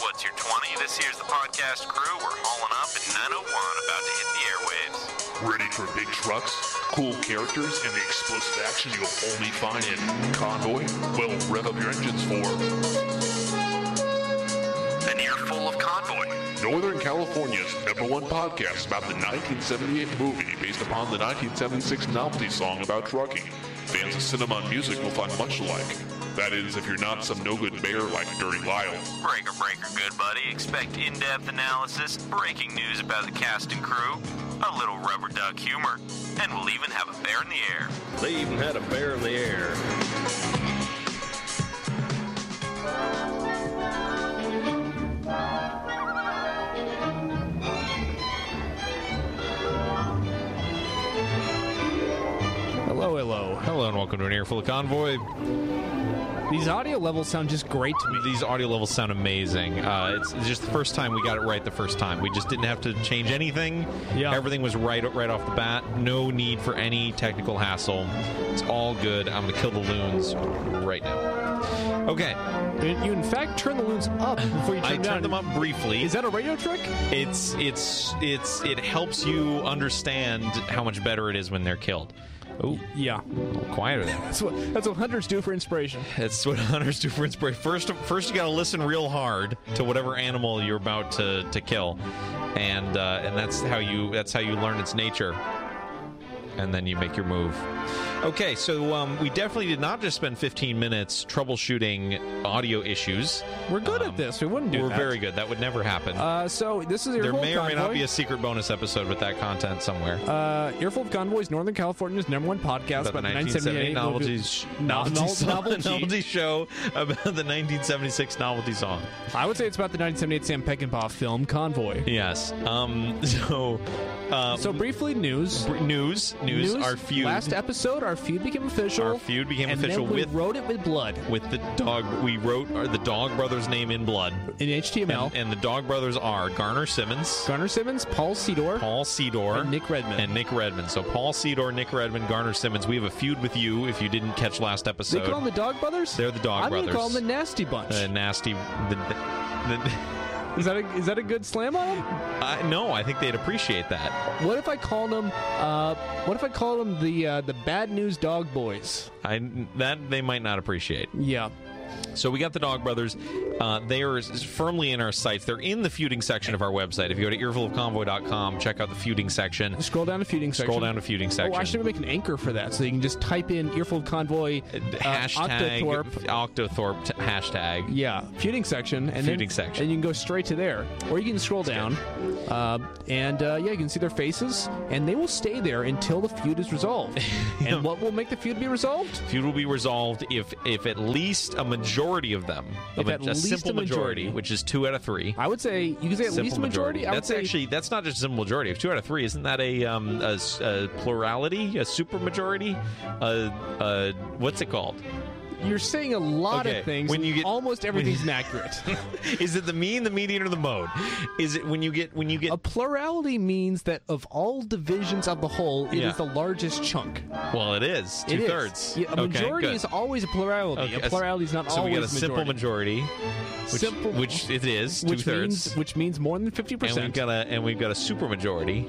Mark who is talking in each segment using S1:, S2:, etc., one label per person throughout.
S1: What's Your 20? This here's the podcast crew. We're hauling up in 901, about to hit the airwaves.
S2: Ready for big trucks, cool characters, and the explosive action you'll only find in Convoy? Well, rev up your engines for
S1: An earful of convoy.
S2: Northern California's number one podcast about the 1978 movie based upon the 1976 novelty song about trucking. Fans of cinema and music will find much alike. That is, if you're not some no-good bear like Dirty Lyle.
S1: Breaker, breaker, good buddy. Expect in depth analysis, breaking news about the cast and crew, a little rubber duck humor, and we'll even have a bear in the air.
S3: They even had a bear in the air.
S4: Hello, hello.
S5: Hello and welcome to an earful of convoy.
S4: These audio levels sound just great to me.
S5: These audio levels sound amazing. Uh, it's, it's just the first time we got it right the first time. We just didn't have to change anything.
S4: Yeah.
S5: everything was right right off the bat. No need for any technical hassle. It's all good. I'm gonna kill the loons right now. Okay,
S4: You, in fact, turn the loons up before you turn
S5: I
S4: them down.
S5: turned them up briefly.
S4: Is that a radio trick?
S5: it's it's it's it helps you understand how much better it is when they're killed. Oh,
S4: Yeah.
S5: quieter there.
S4: That's what, that's what hunters do for inspiration.
S5: That's what hunters do for inspiration. First, first you got to listen real hard to whatever animal you're about to, to kill, and uh, and that's how you that's how you learn its nature, and then you make your move. Okay, so um, we definitely did not just spend 15 minutes troubleshooting audio issues.
S4: We're good
S5: Um,
S4: at this. We wouldn't do
S5: We're
S4: that.
S5: very good. That would never happen.
S4: Uh, so this is
S5: there
S4: Earful
S5: may
S4: of
S5: or may
S4: Convoy.
S5: not be a secret bonus episode with that content somewhere.
S4: uh, Earful of Convoys, Northern California's number one podcast
S5: about
S4: about
S5: the
S4: the
S5: 1978
S4: 1978
S5: novelty,
S4: movie-
S5: sh-
S4: No-
S5: novelty,
S4: no-
S5: song-
S4: novelty.
S5: novelty show about the 1976 novelty song.
S4: I would say it's about the 1978 Sam Peckinpah film Convoy.
S5: Yes. Um. So, uh,
S4: So briefly, news.
S5: br- news, news, our feud,
S4: Last episode, our feud became official.
S5: Our feud became
S4: and
S5: official
S4: then we
S5: with-
S4: wrote it with blood
S5: with the dog. We wrote our, the dog brother's name in blood,
S4: in HTML.
S5: and, and the dog brothers are Garner Simmons,
S4: Gunnar Simmons, Paul Sedor,
S5: Paul Sedor,
S4: And Nick Redmond.
S5: and Nick Redmond. So Paul Sedor, Nick Redmond, Garner Simmons. We have a feud with you. If you didn't catch last
S4: They
S5: episode,
S4: call them the Dog Brothers.
S5: They're the Dog
S4: I'm
S5: Brothers.
S4: gonna call them the Nasty Bunch.
S5: the nasty. The, the, the-
S4: is that a, is that a good slam on them?
S5: I, no, I think they'd appreciate that.
S4: What if I call them? Uh, what if I call them the uh, the Bad News Dog Boys?
S5: I that they might not appreciate.
S4: Yeah.
S5: So we got the Dog Brothers. Uh, they are s- firmly in our sights. They're in the feuding section of our website. If you go to earfulofconvoy.com, check out the feuding section.
S4: Scroll down to feuding section.
S5: Scroll down to feuding
S4: Oh,
S5: section.
S4: why should we make an anchor for that? So you can just type in earful of convoy uh,
S5: hashtag
S4: Octothorpe.
S5: Octothorpe t- hashtag.
S4: Yeah, feuding section, and
S5: Feuding
S4: then,
S5: section.
S4: and you can go straight to there, or you can scroll down, uh, and uh, yeah, you can see their faces, and they will stay there until the feud is resolved. and what will make the feud be resolved?
S5: Feud will be resolved if if at least a majority of them, a
S4: If
S5: ma-
S4: at
S5: a
S4: least
S5: simple
S4: a majority.
S5: which is two out of three.
S4: I would say you can say at
S5: simple
S4: least a majority. I would
S5: That's
S4: say-
S5: actually that's not just a simple majority. If two out of three, isn't that a um a, s- a plurality, a supermajority, a, a uh, what's it called?
S4: you're saying a lot
S5: Okay,
S4: of things.
S5: when
S4: and
S5: you get-
S4: almost everything's inaccurate.
S5: is it the mean, the median, or the mode? Is it when you get when you get
S4: a plurality means that of all divisions of the whole, it is
S5: Yeah.
S4: the largest chunk.
S5: well? It is
S4: It
S5: two
S4: is.
S5: thirds.
S4: Yeah, a majority is always a plurality. a plurality is not
S5: so
S4: always
S5: we got a simple majority, which,
S4: Simple-
S5: which it is two
S4: Which means,
S5: thirds.
S4: which means more than fifty
S5: And we've
S4: percent.
S5: got a and we've got a super majority.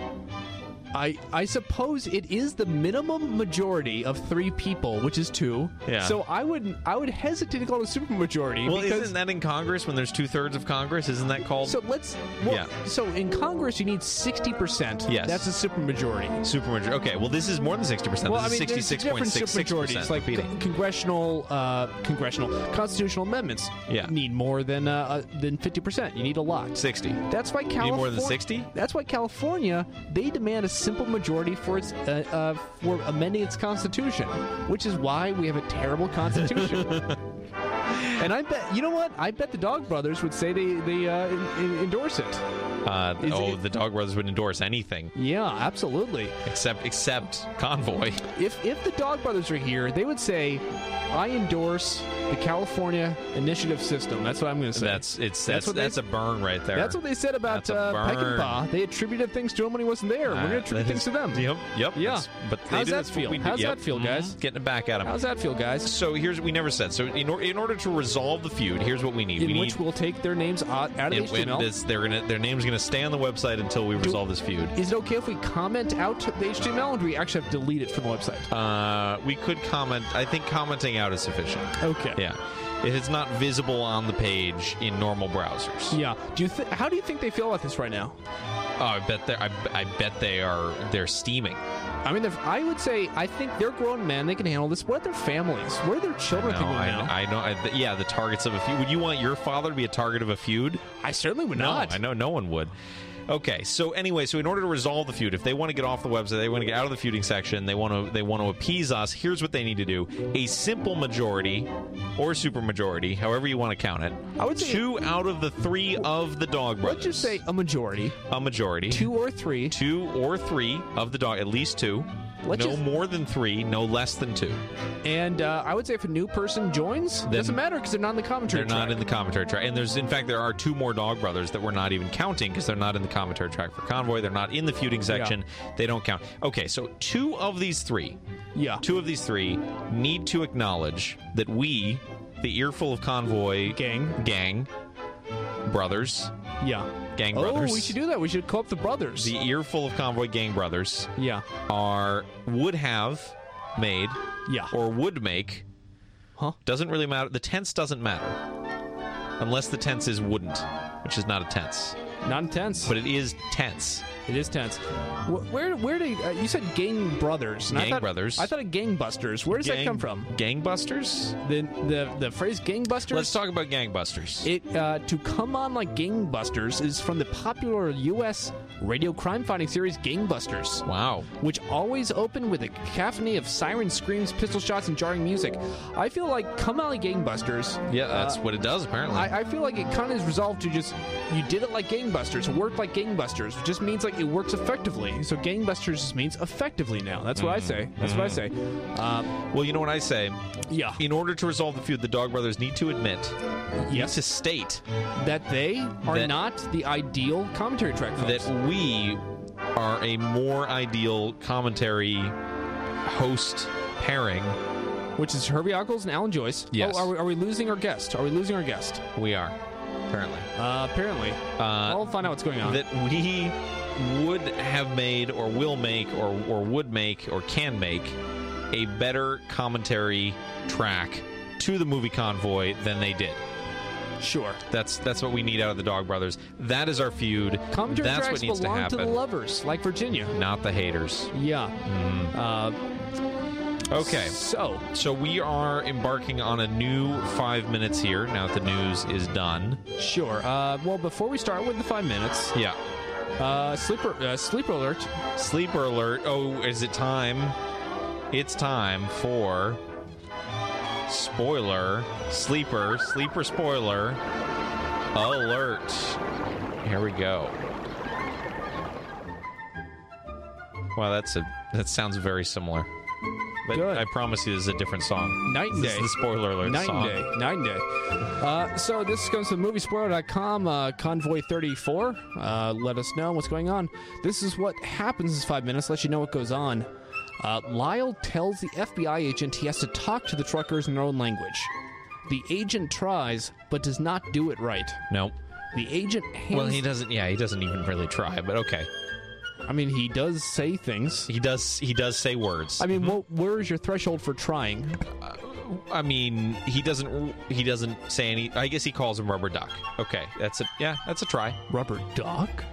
S4: I I suppose it is the minimum majority of three people, which is two.
S5: Yeah.
S4: So I would I would hesitate to call it a supermajority
S5: Well,
S4: because
S5: isn't that in Congress when there's two thirds of Congress? Isn't that called
S4: so let's well,
S5: Yeah.
S4: so in Congress you need sixty percent.
S5: Yes.
S4: That's a supermajority.
S5: super majority? Okay, well this is more than sixty percent.
S4: Well,
S5: this
S4: I mean,
S5: is
S4: there's
S5: sixty-six point
S4: different
S5: six six percent.
S4: supermajorities like con- congressional, uh, congressional, constitutional amendments.
S5: Yeah.
S4: need more than uh, uh, than fifty percent. You need a lot.
S5: sixty.
S4: That's why California.
S5: more than 60?
S4: That's why California they demand a simple majority for its uh, uh, for amending its constitution, which is why we have a terrible constitution. and I bet you know what? I bet the Dog Brothers would say they they uh, en- en- endorse it.
S5: Uh,
S4: Is
S5: oh,
S4: it-
S5: the Dog Brothers would endorse anything
S4: Yeah, absolutely.
S5: except except convoy.
S4: If if the Dog Brothers were here, they would say, "I endorse the California initiative system." That's what I'm going to say.
S5: That's it's
S4: That's
S5: that's
S4: what they-
S5: that's a burn right there.
S4: That's what they said about
S5: That's a
S4: uh,
S5: burn.
S4: Peckinpah. They attributed things to him when he wasn't there. We're going to
S5: Uh, that
S4: attribute things
S5: is-
S4: to them.
S5: Yep, yep.
S4: Yeah.
S5: that's- But they
S4: How's
S5: do,
S4: that
S5: that's what
S4: feel?
S5: we do.
S4: How's
S5: Yep.
S4: that feel, guys?
S5: Mhm. Getting it back at them.
S4: How's that feel, guys?
S5: so here's we never said. So in, or, in order to res- resolve the feud. Here's what we need.
S4: in
S5: we
S4: which
S5: need
S4: we'll take their names out, out of
S5: and when
S4: HTML.
S5: this, they're gonna, their name's going to stay on the website until we resolve this feud.
S4: Is it okay if we comment out the HTML, or do we actually have to delete it from the website?
S5: Uh, we could comment. I think commenting out is sufficient.
S4: Okay.
S5: Yeah, if it's not visible on the page in normal browsers.
S4: Yeah. Do you th- how do you think they feel about this right now?
S5: Oh, I bet they. I, I bet they are. They're steaming.
S4: I mean, they're- I would say I think they're grown men; they can handle this. What are their families? What are their children
S5: No,
S4: thinking now?
S5: I, I know. I, th- yeah, the targets of a feud. Would you want your father to be a target of a feud?
S4: I certainly would
S5: No,
S4: not.
S5: I know no one would. Okay, so anyway, so in order to resolve the feud, if they want to get off the website, they want to get out of the feuding section, they want to they want to appease us. Here's what they need to do: a simple majority or supermajority, however you want to count it.
S4: I would say-
S5: two out of the three of the dog brothers.
S4: Let's just say a majority,
S5: a majority,
S4: two or three.
S5: two or three of the dog, at least 2
S4: Let's
S5: no
S4: just-
S5: more than three, no less than two.
S4: And uh, I would say if a new person joins, doesn't matter because they're not in the commentary.
S5: They're not
S4: track.
S5: in the commentary track. And there's, in fact, there are two more Dog Brothers that we're not even counting because they're not in the commentary track for Convoy. They're not in the feuding section. They don't count. Okay, so two of these three,
S4: yeah.
S5: two of these three need to acknowledge that we, the earful of Convoy
S4: Gang.
S5: gang brothers,
S4: Yeah.
S5: gang
S4: Oh,
S5: brothers,
S4: we should do that. We should call up the brothers.
S5: the earful of Convoy gang brothers
S4: yeah.
S5: are would have made
S4: Yeah.
S5: or would make.
S4: Huh?
S5: Doesn't really matter. The tense doesn't matter. Unless the tense is wouldn't, which is not a tense.
S4: not intense,
S5: But it is tense.
S4: it is tense. Wh- Where where did uh, you said gang brothers? and I
S5: Gang
S4: thought-
S5: brothers.
S4: I thought of gangbusters. Where does that
S5: Gang-
S4: come from?
S5: Gangbusters?
S4: The the the phrase gangbusters.
S5: Let's talk about gangbusters.
S4: It uh, to come on like gangbusters is from the popular U.S. radio crime fighting series Gangbusters.
S5: wow.
S4: Which always opened with a cacophony of siren screams, pistol shots, and jarring music. I feel like Come On Like Gangbusters.
S5: Yeah, that's what it does, apparently.
S4: uh, I, I feel like it kind of is resolved to just you did it like gangbusters, it worked like gangbusters. It just means like it works effectively. So gangbusters just means effectively now. That's what I
S5: Mm-hmm.
S4: say. That's what I say. Um,
S5: well, you know what I say?
S4: yeah.
S5: In order to resolve the feud, the Dog Brothers need to admit, need
S4: Yes.
S5: to state
S4: That they are
S5: That-
S4: not the ideal commentary track.
S5: that
S4: Folks.
S5: we are a more ideal commentary host pairing.
S4: which is Herbie Uckles and Alan Joyce.
S5: Yes.
S4: Oh, are we, are we losing our guest? Are we losing our guest?
S5: We are, apparently.
S4: Uh, apparently.
S5: Uh,
S4: I'll find out what's going on.
S5: that we would have made or will make or, or would make or can make a better commentary track to the movie convoy than they did.
S4: sure.
S5: That's that's what we need out of the Dog Brothers. That is our feud.
S4: Commentary
S5: that's
S4: tracks
S5: what needs to
S4: belong
S5: happen.
S4: to the lovers, like Virginia.
S5: not the haters.
S4: Yeah. Uh,
S5: Okay.
S4: So,
S5: So we are embarking on a new five minutes here now that the news is done.
S4: sure. Uh, well, before we start with the five minutes,
S5: Yeah.
S4: uh, sleeper uh, sleeper alert.
S5: Sleeper alert. Oh, is it time? It's time for spoiler, sleeper, sleeper spoiler alert. Here we go. Wow, that's a that sounds very similar. But
S4: Good.
S5: I promise you, this is a different song.
S4: Night and
S5: this
S4: day.
S5: is the spoiler alert
S4: Night and
S5: song.
S4: day. Night and day. Uh, so this comes from moviespoiler.com, uh, Convoy 34. Uh, let us know what's going on. This is what happens in five minutes. Let you know what goes on. Uh, Lyle tells the FBI agent he has to talk to the truckers in their own language. The agent tries, but does not do it right.
S5: Nope.
S4: The agent hands.
S5: Well, he doesn't. Yeah, he doesn't even really try. But okay,
S4: I mean, he does say things.
S5: he does. He does say words.
S4: I mean, what, where is your threshold for trying?
S5: I mean, he doesn't. He doesn't say any. I guess he calls him Rubber Duck. Okay, that's a yeah, that's a try.
S4: Rubber duck?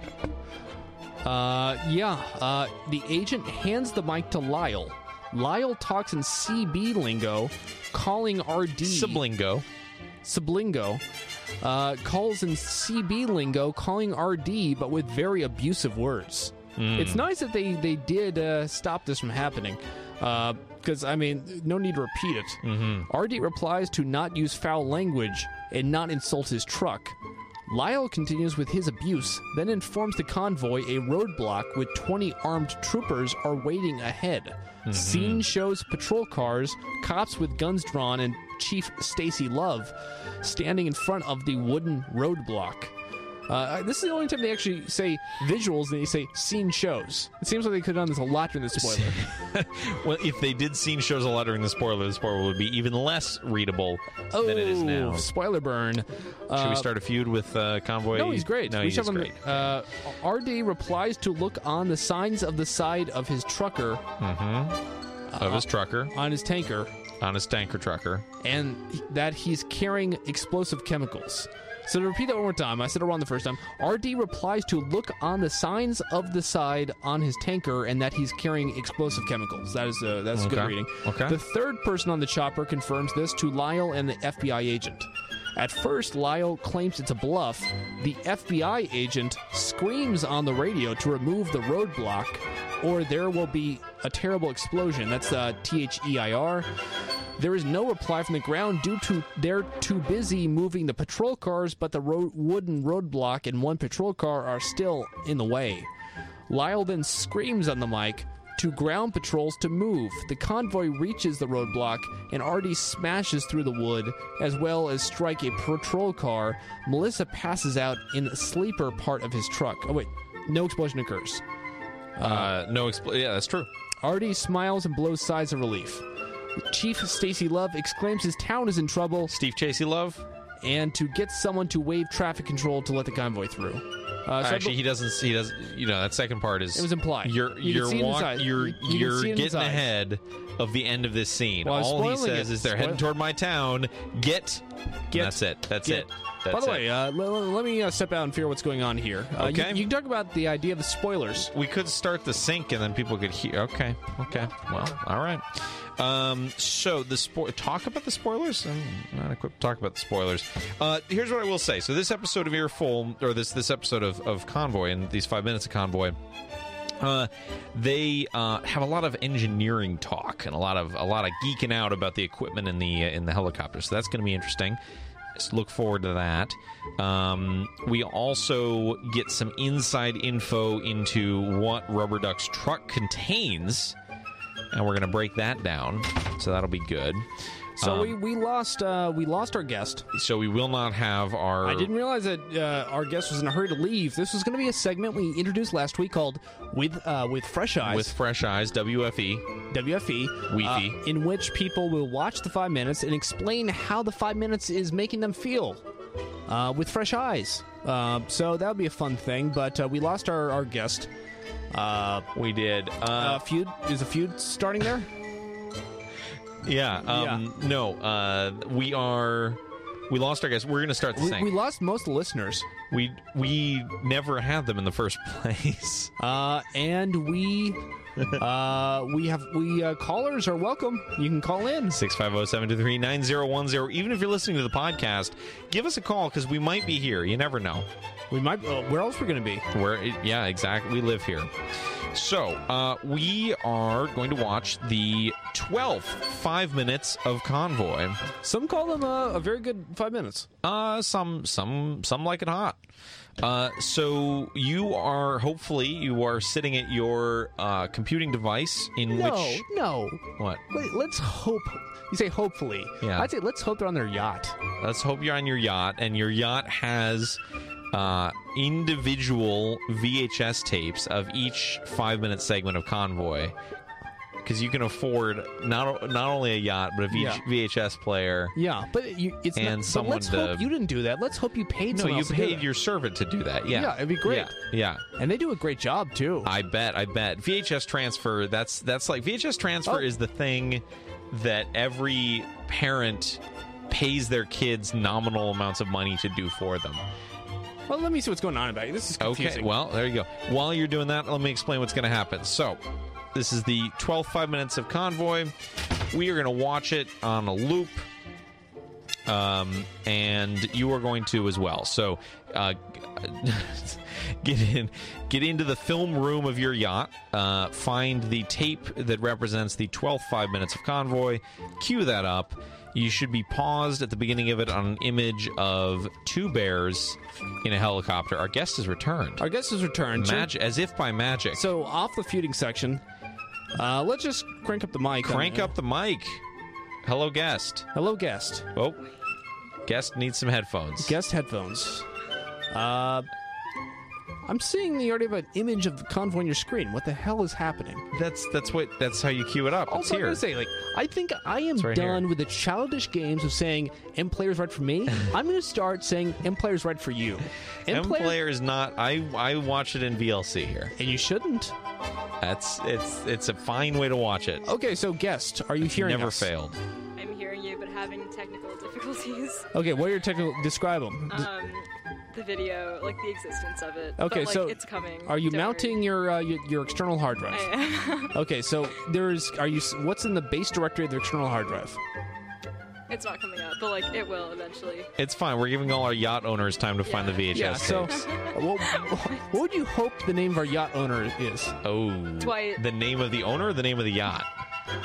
S4: Uh, yeah. Uh, the agent hands the mic to Lyle. Lyle talks in CB lingo, calling RD
S5: Sublingo.
S4: Sublingo. Uh, calls in CB lingo, calling RD, but with very abusive words. It's nice that they they did uh, stop this from happening. Because I mean, no need to repeat it. RD replies to not use foul language and not insult his truck. Lyle continues with his abuse, then informs the convoy a roadblock with 20 armed troopers are waiting ahead.
S5: Mm-hmm.
S4: Scene shows patrol cars, cops with guns drawn, and Chief Stacy Love standing in front of the wooden roadblock. Uh, this is the only time they actually say visuals and they say scene shows. It seems like they could have done this a lot during the spoiler.
S5: Well, if they did scene shows a lot during the spoiler, the spoiler would be even less readable than it is now.
S4: Oh,
S5: Should
S4: spoiler burn.
S5: we
S4: Uh,
S5: start a feud with uh, Convoy?
S4: No, he's great.
S5: No,
S4: we
S5: he's
S4: should have him-
S5: great.
S4: Uh, RD replies to look on the signs of the side of his trucker uh,
S5: of his trucker,
S4: on his tanker,
S5: on his tanker trucker.
S4: and that he's carrying explosive chemicals. So to repeat that one more time, I said it wrong the first time. RD replies to look on the signs of the side on his tanker, and that he's carrying explosive chemicals. That is uh, that's good
S5: Okay.
S4: reading.
S5: Okay.
S4: The third person on the chopper confirms this to Lyle and the FBI agent. At first, Lyle claims it's a bluff. The FBI agent screams on the radio to remove the roadblock, or there will be a terrible explosion. That's uh, T H E I R. There is no reply from the ground due to they're too busy moving the patrol cars, but the road, wooden roadblock and one patrol car are still in the way. Lyle then screams on the mic to ground patrols to move. The convoy reaches the roadblock and Artie smashes through the wood as well as strike a patrol car. Melissa passes out in the sleeper part of his truck. Oh, wait, no explosion occurs.
S5: Uh, no, expl- yeah, that's true.
S4: Artie smiles and blows sighs of relief. Chief Stacy Love exclaims his town is in trouble
S5: Steve Chasey Love.
S4: and to get someone to waive traffic control to let the convoy through. Uh, so I
S5: Actually,
S4: bel-
S5: he doesn't. He doesn't. You know, that second part is.
S4: It was implied.
S5: You're
S4: You could
S5: you're
S4: see it in his
S5: walk,
S4: eyes.
S5: you're
S4: You- you could
S5: you're
S4: see it in his
S5: getting
S4: eyes.
S5: ahead of the end of this scene.
S4: Well, I was
S5: All he
S4: spoiling
S5: says
S4: it.
S5: is is they're
S4: Spoil-
S5: heading toward my town. Get,
S4: Get.
S5: get. That's it. That's
S4: Get.
S5: it. That's
S4: By the
S5: it.
S4: way, uh, le- le- let me uh, step out and figure what's going on here. Uh, you-
S5: Okay.
S4: You, can talk about the idea of the spoilers.
S5: we could start the sync and then people could hear. Okay, okay. Well, all right. Um, so the spo- talk about the spoilers. I'm not equipped to talk about the spoilers. Uh, here's what I will say. So this episode of Earful, or this this episode of, of Convoy, and these five minutes of Convoy. Uh, they uh, have a lot of engineering talk and a lot of a lot of geeking out about the equipment in the uh, in the helicopter. So that's going to be interesting. Just look forward to that. Um, we also get some inside info into what Rubber Duck's truck contains, and we're going to break that down. So that'll be good.
S4: So
S5: Um,
S4: we, we lost uh, we lost our guest.
S5: So we will not have our.
S4: I didn't realize that uh, our guest was in a hurry to leave. This was going to be a segment we introduced last week called "With uh, with Fresh Eyes"
S5: with fresh eyes, E. WFE.
S4: WFE,
S5: Weefy.
S4: uh, in which people will watch the five minutes and explain how the five minutes is making them feel uh, with fresh eyes. Uh, so that would be a fun thing. But uh, we lost our our guest. Uh,
S5: We did.
S4: uh, feud is a feud starting there.
S5: Yeah. Um, No. Uh, we are. We lost our guys. We're going to start the
S4: we,
S5: thing.
S4: we lost most of the listeners,
S5: We, we never had them in the first place.
S4: uh, and we uh, we have we uh, callers are welcome. You can call in.
S5: 650-723-9010. Even if you're listening to the podcast, give us a call because we might be here. You never know.
S4: We might. Uh, where else we're going to be?
S5: Where? Yeah, exactly. We live here. So uh, we are going to watch the 12th five minutes of Convoy.
S4: Some call them uh, a very good five minutes.
S5: Uh, some some some like it hot. Uh, so you are hopefully you are sitting at your uh, computing device in
S4: No,
S5: which
S4: no.
S5: what?
S4: Let- Let's hope. You say hopefully.
S5: Yeah.
S4: I'd say let's hope they're on their yacht.
S5: Let's hope you're on your yacht and your yacht has uh, individual VHS tapes of each five minute segment of Convoy. Because you can afford not not only a yacht but a V-
S4: Yeah.
S5: VHS player.
S4: Yeah, but you, it's
S5: And
S4: not, but
S5: someone
S4: let's
S5: to-
S4: hope you didn't do that. Let's hope you paid.
S5: No,
S4: someone
S5: you
S4: else to do
S5: paid
S4: that.
S5: your servant to do that. Yeah,
S4: Yeah, it'd be great.
S5: Yeah, yeah.
S4: and they do a great job too.
S5: I bet, I bet. VHS transfer, that's that's like VHS transfer
S4: Oh.
S5: is the thing that every parent pays their kids nominal amounts of money to do for them.
S4: well, let me see what's going on about you. This is confusing.
S5: Okay, well, there you go. While you're doing that, let me explain what's going to happen. So, this is the 12 5 minutes of Convoy. We are going to watch it on a loop. Um, and you are going to as well. So, uh, get in, get into the film room of your yacht. Uh, find the tape that represents the 12th five minutes of convoy. Cue that up. You should be paused at the beginning of it on an image of two bears in a helicopter. Our guest has returned,
S4: our guest has returned. So-
S5: Mag- as if by magic.
S4: So off the feuding section, uh, let's just crank up the mic. on-
S5: crank up the mic. Hello, guest.
S4: Hello, guest.
S5: Oh, guest needs some headphones.
S4: Guest headphones. Uh, I'm seeing you already have an image of the convoy on your screen. What the hell is happening?
S5: That's that's what that's how you queue it up.
S4: Also, I'm gonna
S5: it's here.
S4: say, like, I think I am
S5: right
S4: done
S5: here.
S4: with the childish games of saying "M players right for me." I'm gonna start saying "M players right for you." M,
S5: M player is not. I I watch it in VLC here.
S4: and you shouldn't.
S5: That's it's it's a fine way to watch it.
S4: Okay, so guest, are you hearing?
S5: Never
S4: us?
S5: failed.
S6: I'm hearing you, but having technical difficulties.
S4: Okay, what are your technical? Describe them.
S6: Um, the video, like the existence of it. but,
S4: okay,
S6: like,
S4: so
S6: it's coming.
S4: Are you
S6: Don't
S4: mounting
S6: worry.
S4: your, uh, your your external hard drive? okay, so there's are you? s- What's in the base directory of the external hard drive?
S6: It's not coming up, but like it will eventually.
S5: It's fine. We're giving all our yacht owners time to find the VHS
S4: so
S5: tapes.
S4: what, what would you hope the name of our yacht owner is?
S5: Oh,
S6: Dwight.
S5: The name of the owner, or the name of the yacht.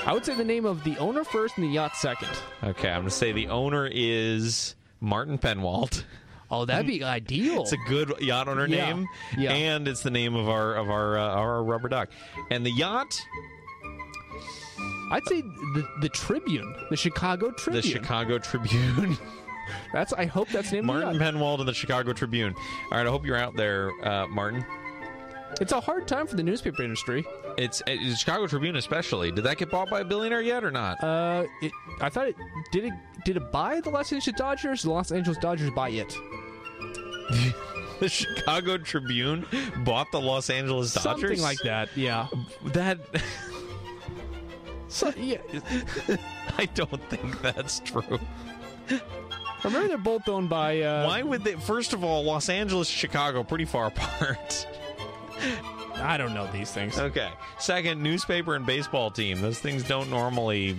S4: I would say the name of the owner first and the yacht second.
S5: Okay, I'm gonna say the owner is Martin Penwalt.
S4: Oh, that'd be ideal.
S5: It's a good yacht owner
S4: Yeah,
S5: name,
S4: yeah.
S5: and it's the name of our of our uh, our rubber duck. And the yacht,
S4: I'd say the, the Tribune, the Chicago Tribune.
S5: the Chicago Tribune.
S4: That's. I hope that's named
S5: Martin
S4: Yacht.
S5: Penwald and the Chicago Tribune. All right, I hope you're out there, uh, Martin.
S4: It's a hard time for the newspaper industry.
S5: It's, it's the Chicago Tribune, especially. Did that get bought by a billionaire yet or not?
S4: Uh, it, I thought it did it did it buy the Los Angeles Dodgers? The Los Angeles Dodgers buy it.
S5: the Chicago Tribune bought the Los Angeles Dodgers.
S4: Something like that. Yeah.
S5: That
S4: So, yeah.
S5: I don't think that's true.
S4: Remember, they're both owned by. Uh,
S5: Why would they? First of all, Los Angeles, Chicago, pretty far apart.
S4: I don't know these things.
S5: Okay. Second, newspaper and baseball team. Those things don't normally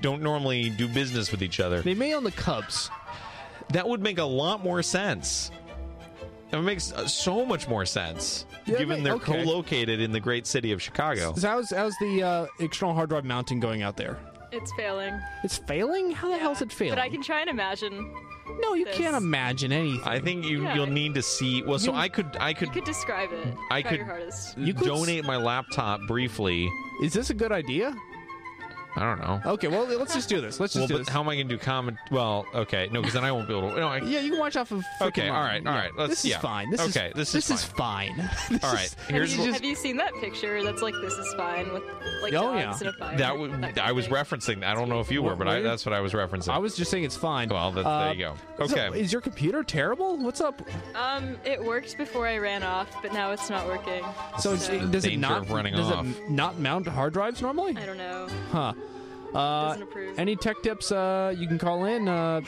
S5: don't normally do business with each other.
S4: They may own the Cubs.
S5: That would make a lot more sense. It makes uh, so much more sense
S4: Yeah,
S5: given
S4: ma-
S5: they're
S4: okay.
S5: co-located in the great city of Chicago.
S4: So how's how's the uh, external hard drive mounting going out there?
S6: It's failing.
S4: It's failing. How the hell's it failing?
S6: But I can try and imagine.
S4: no, you
S6: this.
S4: can't imagine anything.
S5: I think you
S6: Yeah.
S5: you'll need to see. Well, so
S4: You-
S5: I could I could,
S6: You could describe it.
S5: I
S6: Try
S5: could-
S6: your hardest.
S4: You could s-
S5: donate my laptop briefly.
S4: Is this a good idea?
S5: I don't know.
S4: Okay, well Uh, let's just do this. Let's just
S5: well,
S4: do
S5: but
S4: this.
S5: how am I going to do comment? Well, okay, no, because then I won't be able to. No, I,
S4: Yeah, you can watch off of. freaking
S5: Okay,
S4: mine.
S5: all right, all
S4: Yeah.
S5: right, let's-
S4: this is
S5: yeah.
S4: fine. This
S5: Okay,
S4: is
S5: this
S4: this
S5: is
S4: is fine. This
S5: All right,
S4: is-
S5: here's
S6: have,
S5: what-
S6: you, have you seen that picture? That's like this is fine with like
S4: Oh, yeah.
S6: dogs and a fire.
S5: that w-
S6: kind
S5: I
S6: of
S5: was
S6: thing.
S5: referencing. I don't know if you were, but I,
S4: Where-
S5: that's what I was referencing.
S4: I was just saying it's fine.
S5: Well, that- there you go.
S4: so
S5: Okay.
S4: is your computer terrible? What's up?
S6: Um, it worked before I ran off, but now it's not working.
S4: So
S6: So-
S4: it- does it
S5: danger
S4: not
S5: of running
S4: does
S5: off.
S4: it not mount hard drives normally?
S6: I don't know.
S4: Huh. Uh,
S6: Doesn't approve.
S4: any tech tips? Uh, you can call in uh,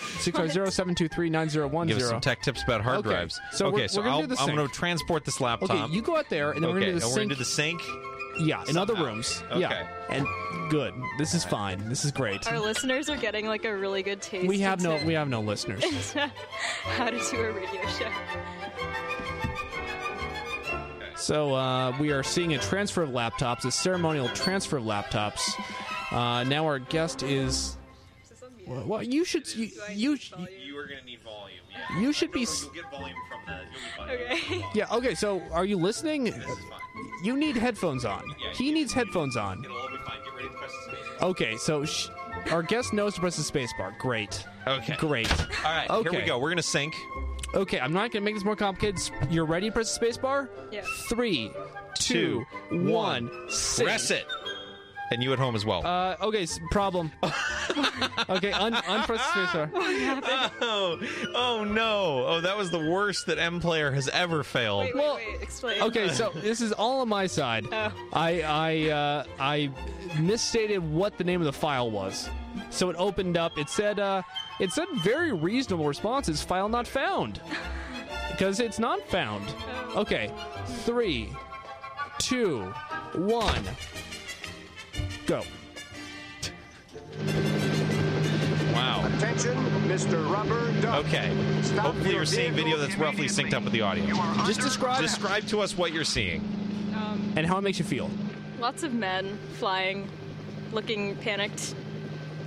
S4: 650-723-9010.
S5: Give us some tech tips about hard
S4: Okay,
S5: drives.
S4: so
S5: okay,
S4: we're-
S5: so
S4: we're gonna
S5: I'll,
S4: do the
S5: I'm going
S4: sync.
S5: to transport this laptop.
S4: Okay, you go out there, and then
S5: Okay,
S4: we're
S5: and
S4: gonna do
S5: the
S4: the sink.
S5: sink.
S4: yeah, in other
S5: somehow.
S4: rooms.
S5: Okay.
S4: Yeah, and good. This is fine. This is great.
S6: Our listeners are getting like a really good taste.
S4: We have no
S6: into
S4: we have no listeners.
S6: how to do a radio show.
S4: So uh, we are seeing a transfer of laptops, a ceremonial transfer of laptops. Uh, now our guest is. Well, you should you you,
S5: You are going to need volume.
S4: you should be. s-
S5: get volume from the. You'll
S6: Okay.
S4: Yeah. Okay. So are you listening?
S5: fine.
S4: You need headphones on. He needs headphones on.
S5: It'll all be fine. Get ready to press the space.
S4: Okay. So sh- our guest knows to press the spacebar. Great.
S5: Okay.
S4: Great.
S5: All right. Here
S4: Okay.
S5: we go. We're going to sync.
S4: Okay. I'm not gonna make this more complicated. S- You're ready to press the spacebar?
S6: Yeah.
S4: Three, two, one. sync.
S5: Press it. And you at home as well.
S4: Uh, okay, s- problem. okay, un- unpress the spacebar.
S5: oh, oh no. Oh, that was the worst that M player has ever failed.
S6: Wait,
S4: Well,
S6: wait, wait. Explain.
S4: Okay, so this is all on my side.
S6: Oh.
S4: I I uh, I misstated what the name of the file was, so it opened up. It said uh, it said very reasonable responses. File not found, because it's not found.
S6: Oh.
S4: Okay, three, two, one, go.
S5: Wow.
S7: Attention, Mr. Rubber Duck.
S5: Okay.
S7: Stop
S5: Hopefully
S7: your
S5: you're seeing video
S7: vehicle
S5: that's roughly synced up with the audio.
S4: Just describe
S5: Describe to us what you're seeing.
S4: and how it makes you feel.
S6: Lots of men flying, looking panicked,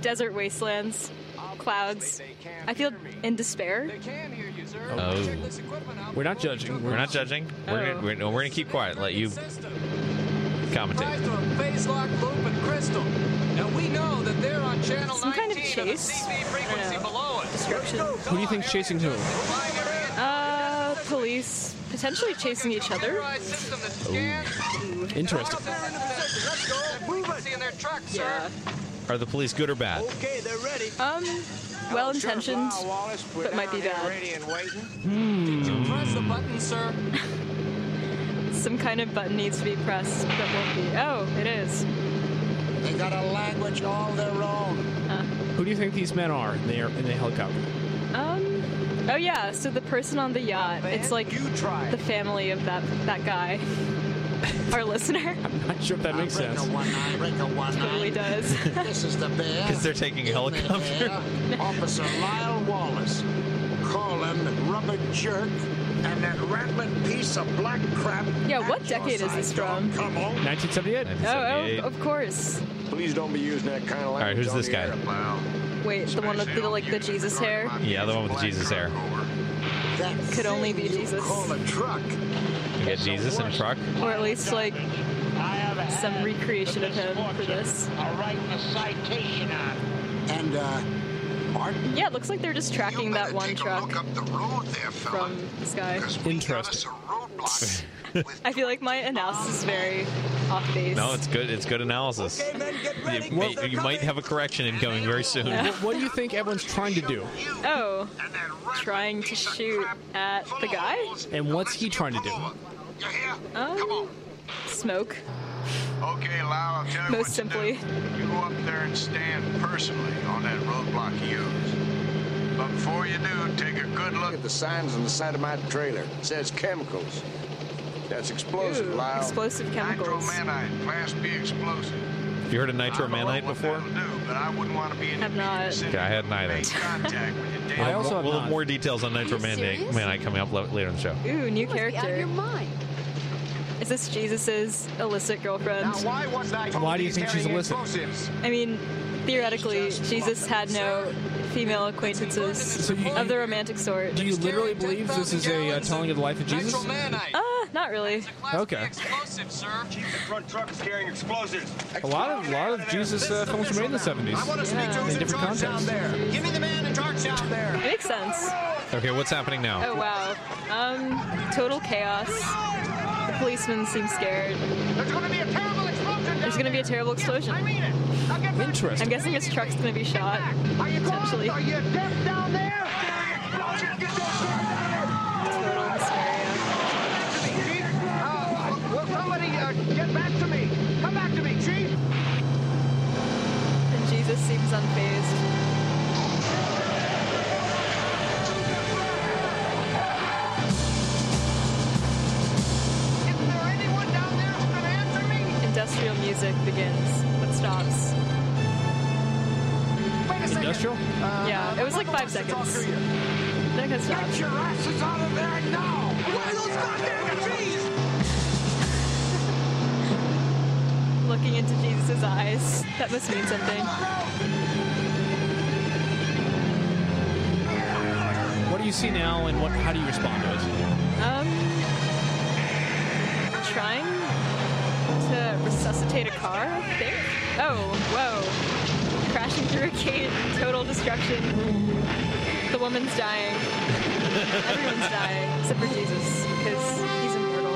S6: desert wastelands, clouds. I feel in despair.
S7: can hear you, sir.
S5: Oh.
S7: Check this equipment out
S4: We're not
S7: before we
S4: judging.
S7: took
S5: We're not judging. We're
S6: Oh.
S5: gonna, we're, no, we're gonna keep quiet. Let you
S7: System.
S5: commentate.
S7: Ties to a phase lock loop and crystal. Now we know that they're on channel
S6: Some
S7: 19
S6: kind of
S7: of the
S6: chase?
S7: CP frequency
S6: I don't know.
S7: below us.
S6: Description.
S4: Who do you think's chasing who?
S7: Flying your head.
S6: Uh, police potentially chasing each other.
S7: Computerized system that
S5: Oh.
S7: scans.
S4: Interesting.
S7: They're in the position. Let's go. We can see in their trucks,
S6: Yeah.
S7: sir.
S5: Are the police good or bad?
S2: Okay, they're ready.
S6: Um, well intentioned.
S2: Sure, wow, Wallace, we're
S6: but might
S2: down
S6: be
S2: here
S6: bad.
S2: ready and waiting.
S4: Hmm.
S7: Press the button, sir.
S6: Some kind of button needs to be pressed that won't be. Oh, it is.
S2: They got a language all their own.
S4: Who do you think these men are in the, air, in the helicopter?
S6: Um, oh yeah. So the person on the yacht. It's like
S2: you try.
S6: the family of that that guy. Our listener
S4: Not sure if that makes
S2: break
S4: sense.
S2: a one eye, break a one
S6: totally
S2: eye.
S6: does. Oh,
S2: This is the bear.
S5: 'Cause they're
S2: In
S5: taking a
S2: the
S5: helicopter.
S2: air, Officer Lyle Wallace, Colin Rubber Jerk, and that rattling piece of black crap.
S6: Yeah, what
S2: at your
S6: decade is this
S2: side door.
S6: from?
S2: Come on.
S4: 1978.
S6: oh, oh,
S5: 78.
S6: of course.
S2: Please don't be using that kind of language.
S5: right, who's
S2: on
S5: this
S2: the
S5: guy?
S2: air, pal.
S6: Wait, the one with the like the Jesus hair.
S5: Yeah, the one with the Jesus hair.
S2: That
S6: Could only
S2: thing
S6: be
S2: you
S6: Jesus.
S2: Call a truck.
S5: We got Jesus in a truck.
S6: Or at least like some recreation of him for this.
S2: And uh, Martin.
S6: Yeah, it looks like they're just tracking that one truck from the sky.
S4: Interesting.
S6: I feel like my analysis is very off base.
S5: No, it's good. It's good analysis.
S2: Okay, men, get ready.
S5: You, may- you might have a correction incoming very soon.
S4: What do you think everyone's trying to do?
S6: oh, trying to shoot at the guy.
S4: And what's he trying to do?
S6: Um, smoke,
S8: Okay, Lyle, I'll tell you what
S6: most
S8: to
S6: simply.
S8: do. You go up there and stand personally on that roadblock you use. But before you do, take a good look.
S2: Look at the signs on the side of my trailer. It says chemicals. That's explosive,
S6: Ooh,
S2: Lyle.
S6: explosive chemicals.
S8: Nitromanite, Class B explosive.
S5: You heard of
S8: I don't know
S5: nitromanite
S8: what
S5: before?
S8: that'll do, but I wouldn't want to be in
S6: Have
S8: the immediate
S6: not.
S8: vicinity.
S5: Okay, I hadn't either.
S8: Make contact with your damn
S4: I also have
S5: We'll
S4: not.
S5: have more details on nitromanite
S9: serious?
S5: manite coming up lo- later in the show.
S6: Ooh, new
S9: You must be out of your
S6: character.
S9: mind.
S6: Is this Jesus's illicit girlfriend?
S7: why was I
S4: Why do you think she's illicit?
S6: I mean, theoretically, Jesus had no female acquaintances
S4: So you-
S6: of the romantic sort.
S4: Do you literally believe this is a uh, telling of the life of Jesus?
S7: Nitromanite.
S6: Uh, not really.
S4: Okay.
S7: Explosive, sir.
S8: front truck is carrying explosives.
S4: A lot of a lot of Jesus uh, films were made in the 70s.
S7: I want to speak to
S6: Yeah.
S7: who's
S4: In
S7: in
S4: different
S7: charge down
S4: contexts.
S7: there. Give me the man in charge down there.
S6: It makes sense.
S5: Okay, what's happening now?
S6: Oh wow. Um, total chaos. The policemen seem scared.
S7: There's going to be a terrible explosion down
S6: There's gonna be a terrible explosion.
S7: I mean it. Now get back.
S4: Interesting.
S6: I'm guessing his truck's gonna be shot.
S7: Are you
S6: Potentially.
S7: Are you deaf down there? Explosion. Get that truck down
S6: Total hysteria.
S7: there. Chief, uh, will somebody uh, get back to me? Come back to me, Chief.
S6: And Jesus seems unfazed.
S7: Is there anyone down there who can answer me?
S6: Industrial music begins, but stops.
S7: Wait a second.
S4: Industrial?
S6: Yeah, it was like five
S7: Uh, Talk
S6: seconds.
S7: to you.
S6: Then it stops.
S7: Your asses out of there now! What are those goddamn trees?
S6: Looking into Jesus' eyes. That must mean something.
S4: What do you see now, and what? How do you respond to it?
S6: Um, trying to resuscitate a car, I think. Oh, whoa. Crashing through a gate, total destruction. The woman's dying. Everyone's dying, except for Jesus, because he's immortal.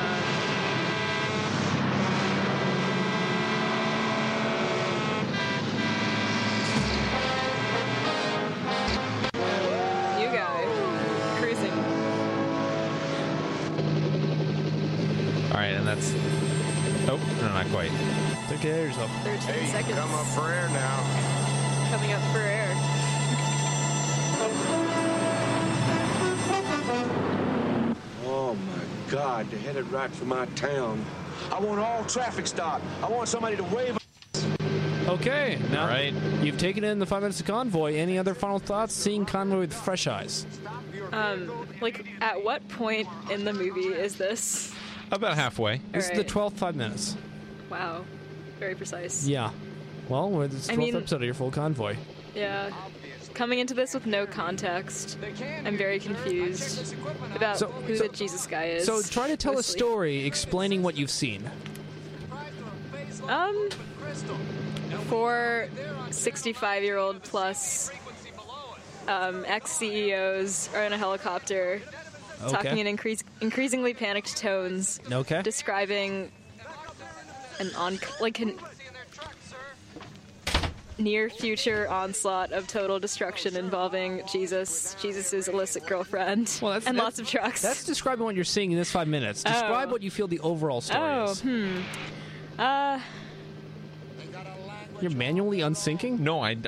S6: Um, you guy, cruising.
S5: All right, and that's. Oh, no, not quite.
S4: Take care of yourself.
S6: 13
S2: Hey,
S6: seconds.
S2: come up for air now.
S6: Coming up for air.
S2: Oh my God, they headed right for my town. I want all traffic stopped. I want somebody to wave.
S4: Okay. Now
S5: All right.
S4: you've taken in the five minutes of convoy. Any other final thoughts? Seeing convoy with fresh eyes.
S6: Um, like, at what point in the movie is this?
S5: About halfway.
S4: This is the
S6: Alright.
S4: twelfth five minutes.
S6: Wow. Very precise.
S4: Yeah. Well, we're this
S6: I
S4: twelfth
S6: mean-
S4: episode of your full convoy.
S6: Yeah. Coming into this with no context, I'm very confused about
S4: So-
S6: who
S4: so-
S6: the Jesus guy is.
S4: So try to tell a
S6: mostly.
S4: story explaining what you've seen.
S6: Um, for 65 year old plus um, ex CEOs are in a helicopter talking in increase, increasingly panicked tones,
S4: Okay.
S6: describing an on like an near future onslaught of total destruction involving Jesus, Jesus's illicit girlfriend,
S4: Well, that's-
S6: and
S4: that's-
S6: lots of trucks.
S4: That's describing what you're seeing in this five minutes. Describe
S6: Oh.
S4: what you feel the overall story
S6: oh,
S4: is.
S6: hmm. Uh,
S4: You're manually unsyncing?
S5: No, I, I, I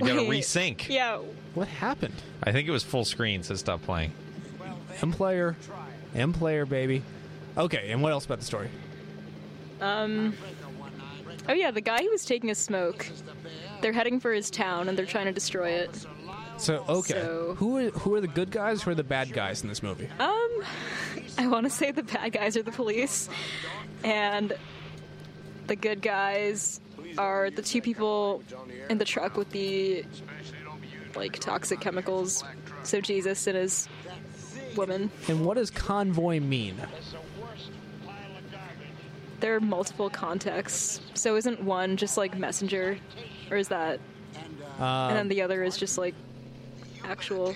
S5: gotta
S6: Wait.
S5: resync.
S6: yeah.
S4: What happened?
S5: I think it was full screen, so stop playing.
S4: M player. M player, baby. Okay, and what else about the story?
S6: Um. Oh yeah, the guy who was taking a smoke. They're heading for his town and they're trying to destroy it.
S4: So okay,
S6: So-
S4: who are who are the good guys? Who are the bad guys in this movie?
S6: Um, I want to say the bad guys are the police, and the good guys are the two people in the truck with the like toxic chemicals. So Jesus and his woman.
S4: And what does convoy mean?
S6: There are multiple contexts. So isn't one just like messenger, or is that? and
S4: Uh,
S6: then the other is just like actual.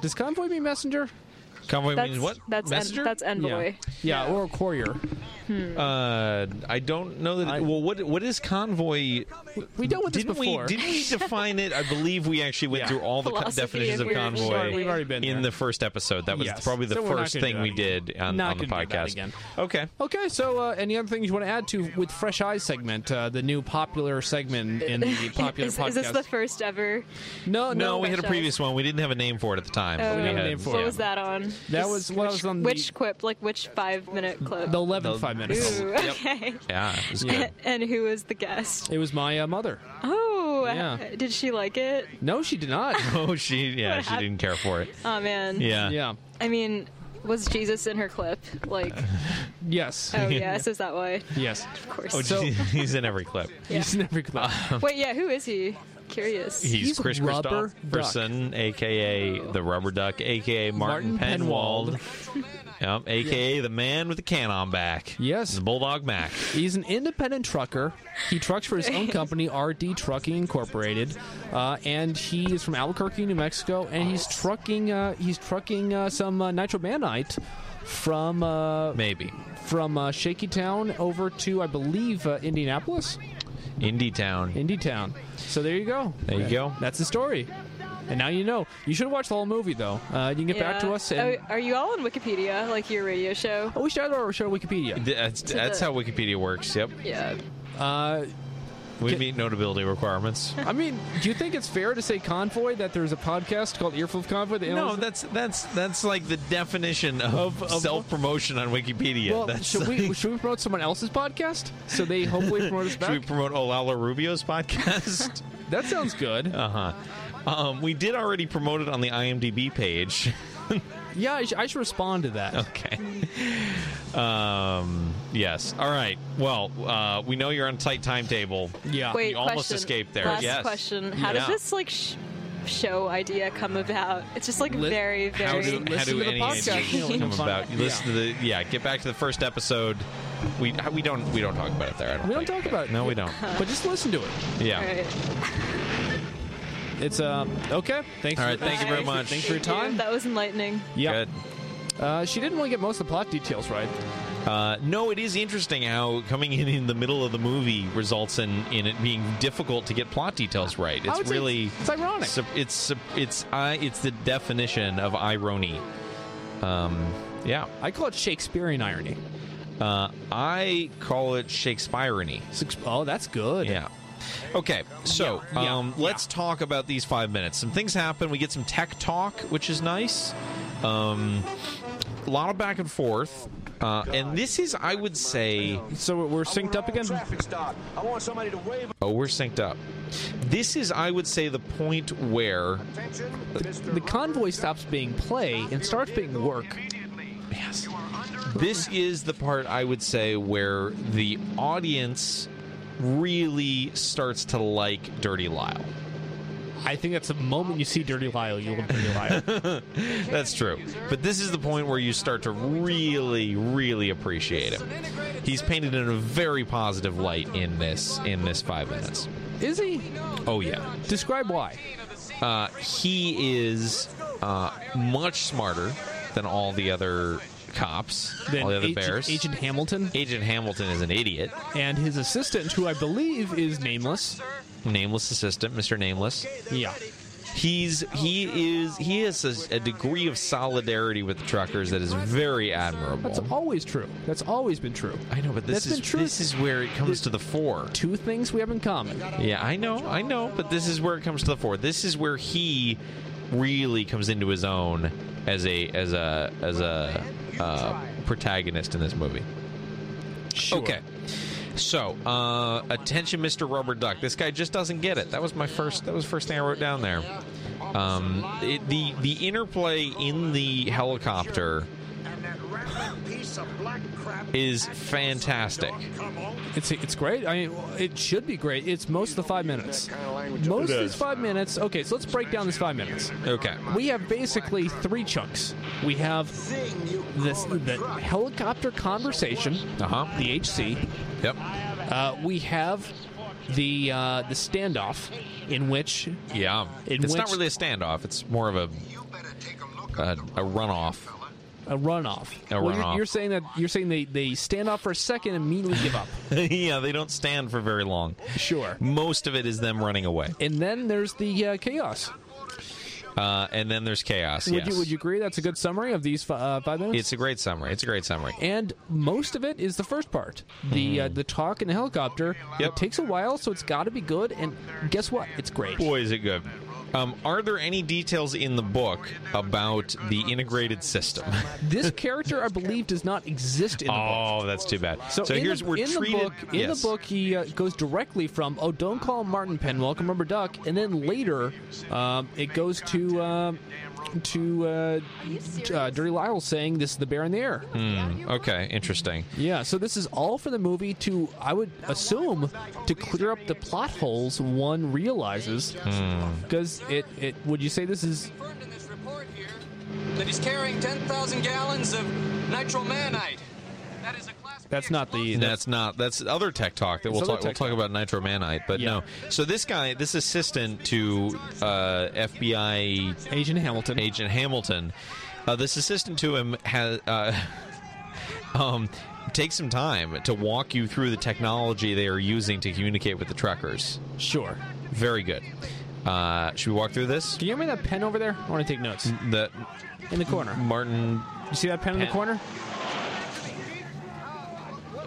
S4: Does convoy mean messenger?
S5: Convoy
S6: That's
S5: means what?
S6: that's
S5: Messenger?
S6: En- that's envoy.
S4: Yeah, yeah, or courier.
S5: uh, I don't know that.
S4: I-
S5: well, what what is convoy?
S4: We dealt with
S5: Didn't
S4: this before.
S5: we didn't we define it? I believe we actually went through all the co-
S6: Philosophy
S5: definitions of
S6: of weird
S5: convoy.
S6: society.
S4: We've already been
S5: in
S4: there.
S5: the first episode. That was
S4: Yes.
S5: probably the
S4: So we're not
S5: first
S4: gonna do
S5: thing
S4: that
S5: we
S4: again.
S5: did on,
S4: Not
S5: on the
S4: gonna do that
S5: podcast.
S4: again.
S5: Okay.
S4: Okay, so uh, any other things you want to add to with Fresh Eyes segment, uh, the new popular segment in the popular
S6: Is,
S4: podcast?
S6: is this the first ever?
S5: No,
S4: no, no,
S5: we had a
S6: franchise.
S5: previous one. We didn't have a name for it at the time. but
S6: Oh,
S5: we
S6: We
S4: didn't have a
S5: had-
S4: name for
S6: What
S4: it.
S6: was that on?
S4: that was what I was on
S6: Which
S4: the
S6: clip? Like which five minute clip?
S4: the 11 five
S5: Oh.
S4: minutes.
S6: Ooh, okay.
S5: Yeah, it was good.
S6: and who was the guest?
S4: It was my uh, mother.
S6: Oh,
S4: Yeah.
S6: did she like it?
S4: No, she did not.
S5: Oh, she yeah,
S6: What
S5: she didn't care for it.
S6: Oh man.
S5: Yeah.
S4: yeah.
S6: I mean, was Jesus in her clip? Like,
S4: Yes.
S6: oh yes, is that why?
S4: Yes.
S6: Of course.
S5: Oh,
S4: So-
S5: he's in every clip.
S6: Yeah.
S4: He's never
S6: Wait, yeah, who is he? Curious.
S5: He's,
S4: He's
S5: Chris
S4: Rubber
S5: Christopherson, aka the Rubber Duck, aka Martin,
S4: Martin
S5: Penwald, yep, aka the man with the can on back.
S4: Yes.
S5: the Bulldog Mac.
S4: He's an independent trucker. He trucks for his own company, RD Trucking Incorporated, uh, and he is from Albuquerque, New Mexico. And he's trucking. Uh, he's trucking uh, some uh, nitromanite from uh,
S5: Maybe
S4: from uh, Shaky Town over to, I believe, uh, Indianapolis,
S5: Indie Town.
S4: Indy Town. So there you go.
S5: There you go.
S4: That's the story. And now you know. You should have watched the whole movie, though. Uh, you can get back
S6: Yeah.
S4: to us. And,
S6: Oh, are you all on Wikipedia, like your radio show?
S4: oh, we should have our show Wikipedia.
S5: That's, that's
S6: the-
S5: how Wikipedia works. Yep,
S6: Yeah.
S4: Uh,
S5: we meet notability requirements.
S4: I mean, do you think it's fair to say convoy that there's a podcast called Earful of Convoy? That
S5: No,
S4: analyzes-
S5: that's that's that's like the definition of,
S4: Of- of-
S5: self promotion on Wikipedia.
S4: Well,
S5: that's
S4: should we should we promote someone else's podcast so they hopefully promote us
S5: uh, should we
S4: back?
S5: promote Olala Rubio's podcast?
S4: that sounds good.
S5: uh huh. Um, we did already promote it on the IMDb page.
S4: yeah, I, sh- I should respond to that.
S5: Okay. Um. Yes. All right. Well, uh, we know you're on a tight timetable.
S4: Yeah.
S6: Wait,
S5: you almost
S6: question.
S5: escaped there.
S6: Last
S5: Yes.
S6: question: How
S5: Yeah.
S6: does this like sh- show idea come about? It's just like
S4: Lit-
S6: very, very.
S5: How do how
S4: Listen
S5: do
S4: to the
S5: any
S4: podcast.
S5: idea
S4: You know,
S5: come
S4: find
S5: about?
S4: out.
S5: You listen to the yeah. Get back to the first episode. We we don't we don't talk about it there. I don't
S4: We don't
S5: think.
S4: talk about it.
S5: No, we don't.
S4: But just listen to it.
S5: Yeah.
S6: All right.
S4: It's uh okay. Thanks.
S5: All
S4: for-
S5: right, thank you very
S6: Bye.
S5: much.
S4: Thanks for your
S6: Thank you.
S4: time.
S6: That was enlightening.
S4: Yeah.
S5: Good.
S4: Uh, she didn't want to get most of the plot details right.
S5: Uh, no, it is interesting how coming in in the middle of the movie results in in it being difficult to get plot details right.
S4: I
S5: It's
S4: would say
S5: really
S4: it's- it's ironic.
S5: sup- It's sup- it's I it's the definition of irony. Um, yeah,
S4: I call it Shakespearean irony.
S5: uh, I call it Shakespeareany.
S4: Six- Oh, that's good.
S5: Yeah. Okay, so
S4: Yeah,
S5: um, let's talk about these five minutes. Some things happen. We get some tech talk, which is nice. Um, a lot of back and forth. Uh, and this is, I would say,
S4: So we're synced up again.
S5: Oh, we're synced up. This is, I would say, the point where
S4: The convoy stops being play and starts being work.
S5: yes, this is the part I would say where the audience really starts to like Dirty Lyle.
S4: I think that's the moment you see Dirty Lyle, you love Dirty Lyle.
S5: That's true. But this is the point where you start to really, really appreciate him. He's painted in a very positive light in this in this five minutes.
S4: Is he?
S5: Oh yeah.
S4: Describe why.
S5: Uh, he is uh, much smarter than all the other cops,
S4: Then
S5: all the other
S4: Agent,
S5: bears.
S4: Agent Hamilton
S5: Agent Hamilton is an idiot.
S4: and his assistant, who I believe is nameless.
S5: Nameless assistant, Mr. Nameless.
S4: Yeah.
S5: He's he is he has a, a degree of solidarity with the truckers that is very admirable.
S4: That's always true. That's always been true.
S5: I know, but this
S4: That's
S5: is
S4: been true.
S5: this is where it comes to the fore.
S4: Two things we have in common.
S5: Yeah, I know, I know, but this is where it comes to the fore. This is where he really comes into his own as a as a as a uh, protagonist in this movie. Okay. So, uh, attention, Mr. Rubber Duck. This guy just doesn't get it. That was my first. That was the first thing I wrote down there. Um, it, the the interplay in the helicopter
S10: And that rattling piece of black crap
S5: is fantastic.
S4: It's it's great. I mean, it should be great. It's most of the five minutes. Most of these five minutes. Okay, so let's break down this five minutes.
S5: Okay.
S4: We have basically three chunks. We have
S10: thing you
S4: this
S10: call a
S4: the
S10: truck.
S4: helicopter conversation,
S5: Uh huh.
S4: the HC.
S5: Yep.
S4: Uh, we have the uh, the standoff, in which
S5: Yeah.
S4: In
S5: it's not
S4: which-
S5: really a standoff. It's more of a a, a runoff.
S4: a runoff.
S5: A
S4: Well, you're,
S5: runoff.
S4: you're saying that you're saying they they stand off for a second and immediately give up.
S5: yeah, they don't stand for very long.
S4: sure.
S5: Most of it is them running away,
S4: And then there's the uh, chaos.
S5: uh, and then there's chaos.
S4: Would
S5: yes.
S4: you would you agree that's a good summary of these fi- uh, five minutes?
S5: It's a great summary. It's a great summary.
S4: and most of it is the first part the uh, the talk in the helicopter
S5: Mm-hmm. Yep.
S4: it takes a while so it's got to be good and guess what it's great
S5: Boy, is it good. Um, are there any details in the book about the integrated system?
S4: this character i believe does not exist in the book
S5: Oh, that's too bad. So,
S4: in
S5: here's
S4: the,
S5: we're
S4: in
S5: treated.
S4: the book. In
S5: yes.
S4: the book, he uh, goes directly from "Oh, don't call Martin Penn, welcome Rubber Duck," and then later, um, it goes to um to uh, uh, Dirty Lyle saying, "This is the bear in the air."
S5: Hmm. Okay, interesting.
S4: Yeah, so this is all for the movie to, I would assume, to clear up the plot holes one realizes.
S5: Hmm.
S4: Because it, it, would you say this is
S7: confirmed in this report here that he's carrying 10,000 gallons of nitromanite. That is a class B
S4: That's not the-
S5: And that's not that's other tech talk that we'll
S4: other
S5: talk. We'll
S4: tech
S5: talk about nitromanite, but
S4: Yeah.
S5: no. So this guy, this assistant to uh, FBI
S4: Agent Hamilton?
S5: Agent Hamilton. Uh, this assistant to him has uh, um, takes some time to walk you through the technology they are using to communicate with the truckers.
S4: Sure.
S5: Very good. Uh, should we walk through this?
S4: Can you hand me that pen over there? I want to take notes.
S5: The
S4: In the corner.
S5: Martin,
S4: You see that pen in the
S5: Mm. Pen.
S4: corner?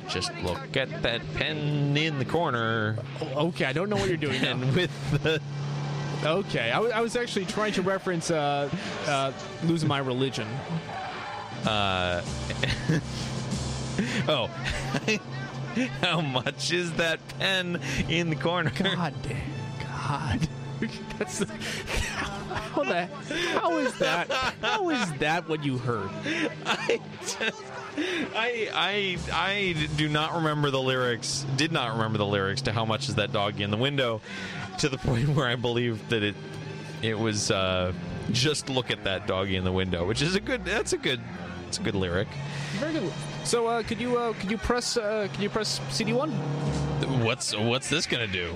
S5: just look at that pen in the corner,
S4: Oh, okay, I don't know what you're doing. now.
S5: and with the
S4: okay, I wa- I was actually trying to reference uh, uh, Losing My Religion.
S5: oh. How much is that pen in the corner?
S4: God damn. God. That's the, how the how is that how is that what you heard?
S5: I, just- I, I, I do not remember the lyrics, did not remember the lyrics to How Much Is That Dog in the Window to the point where I believed that it it was uh, just look at that doggy in the window, which is a good, that's a good, it's a good lyric.
S4: Very good. So uh, could you uh, could you press uh, could you press CD one?
S5: What's, what's this gonna do?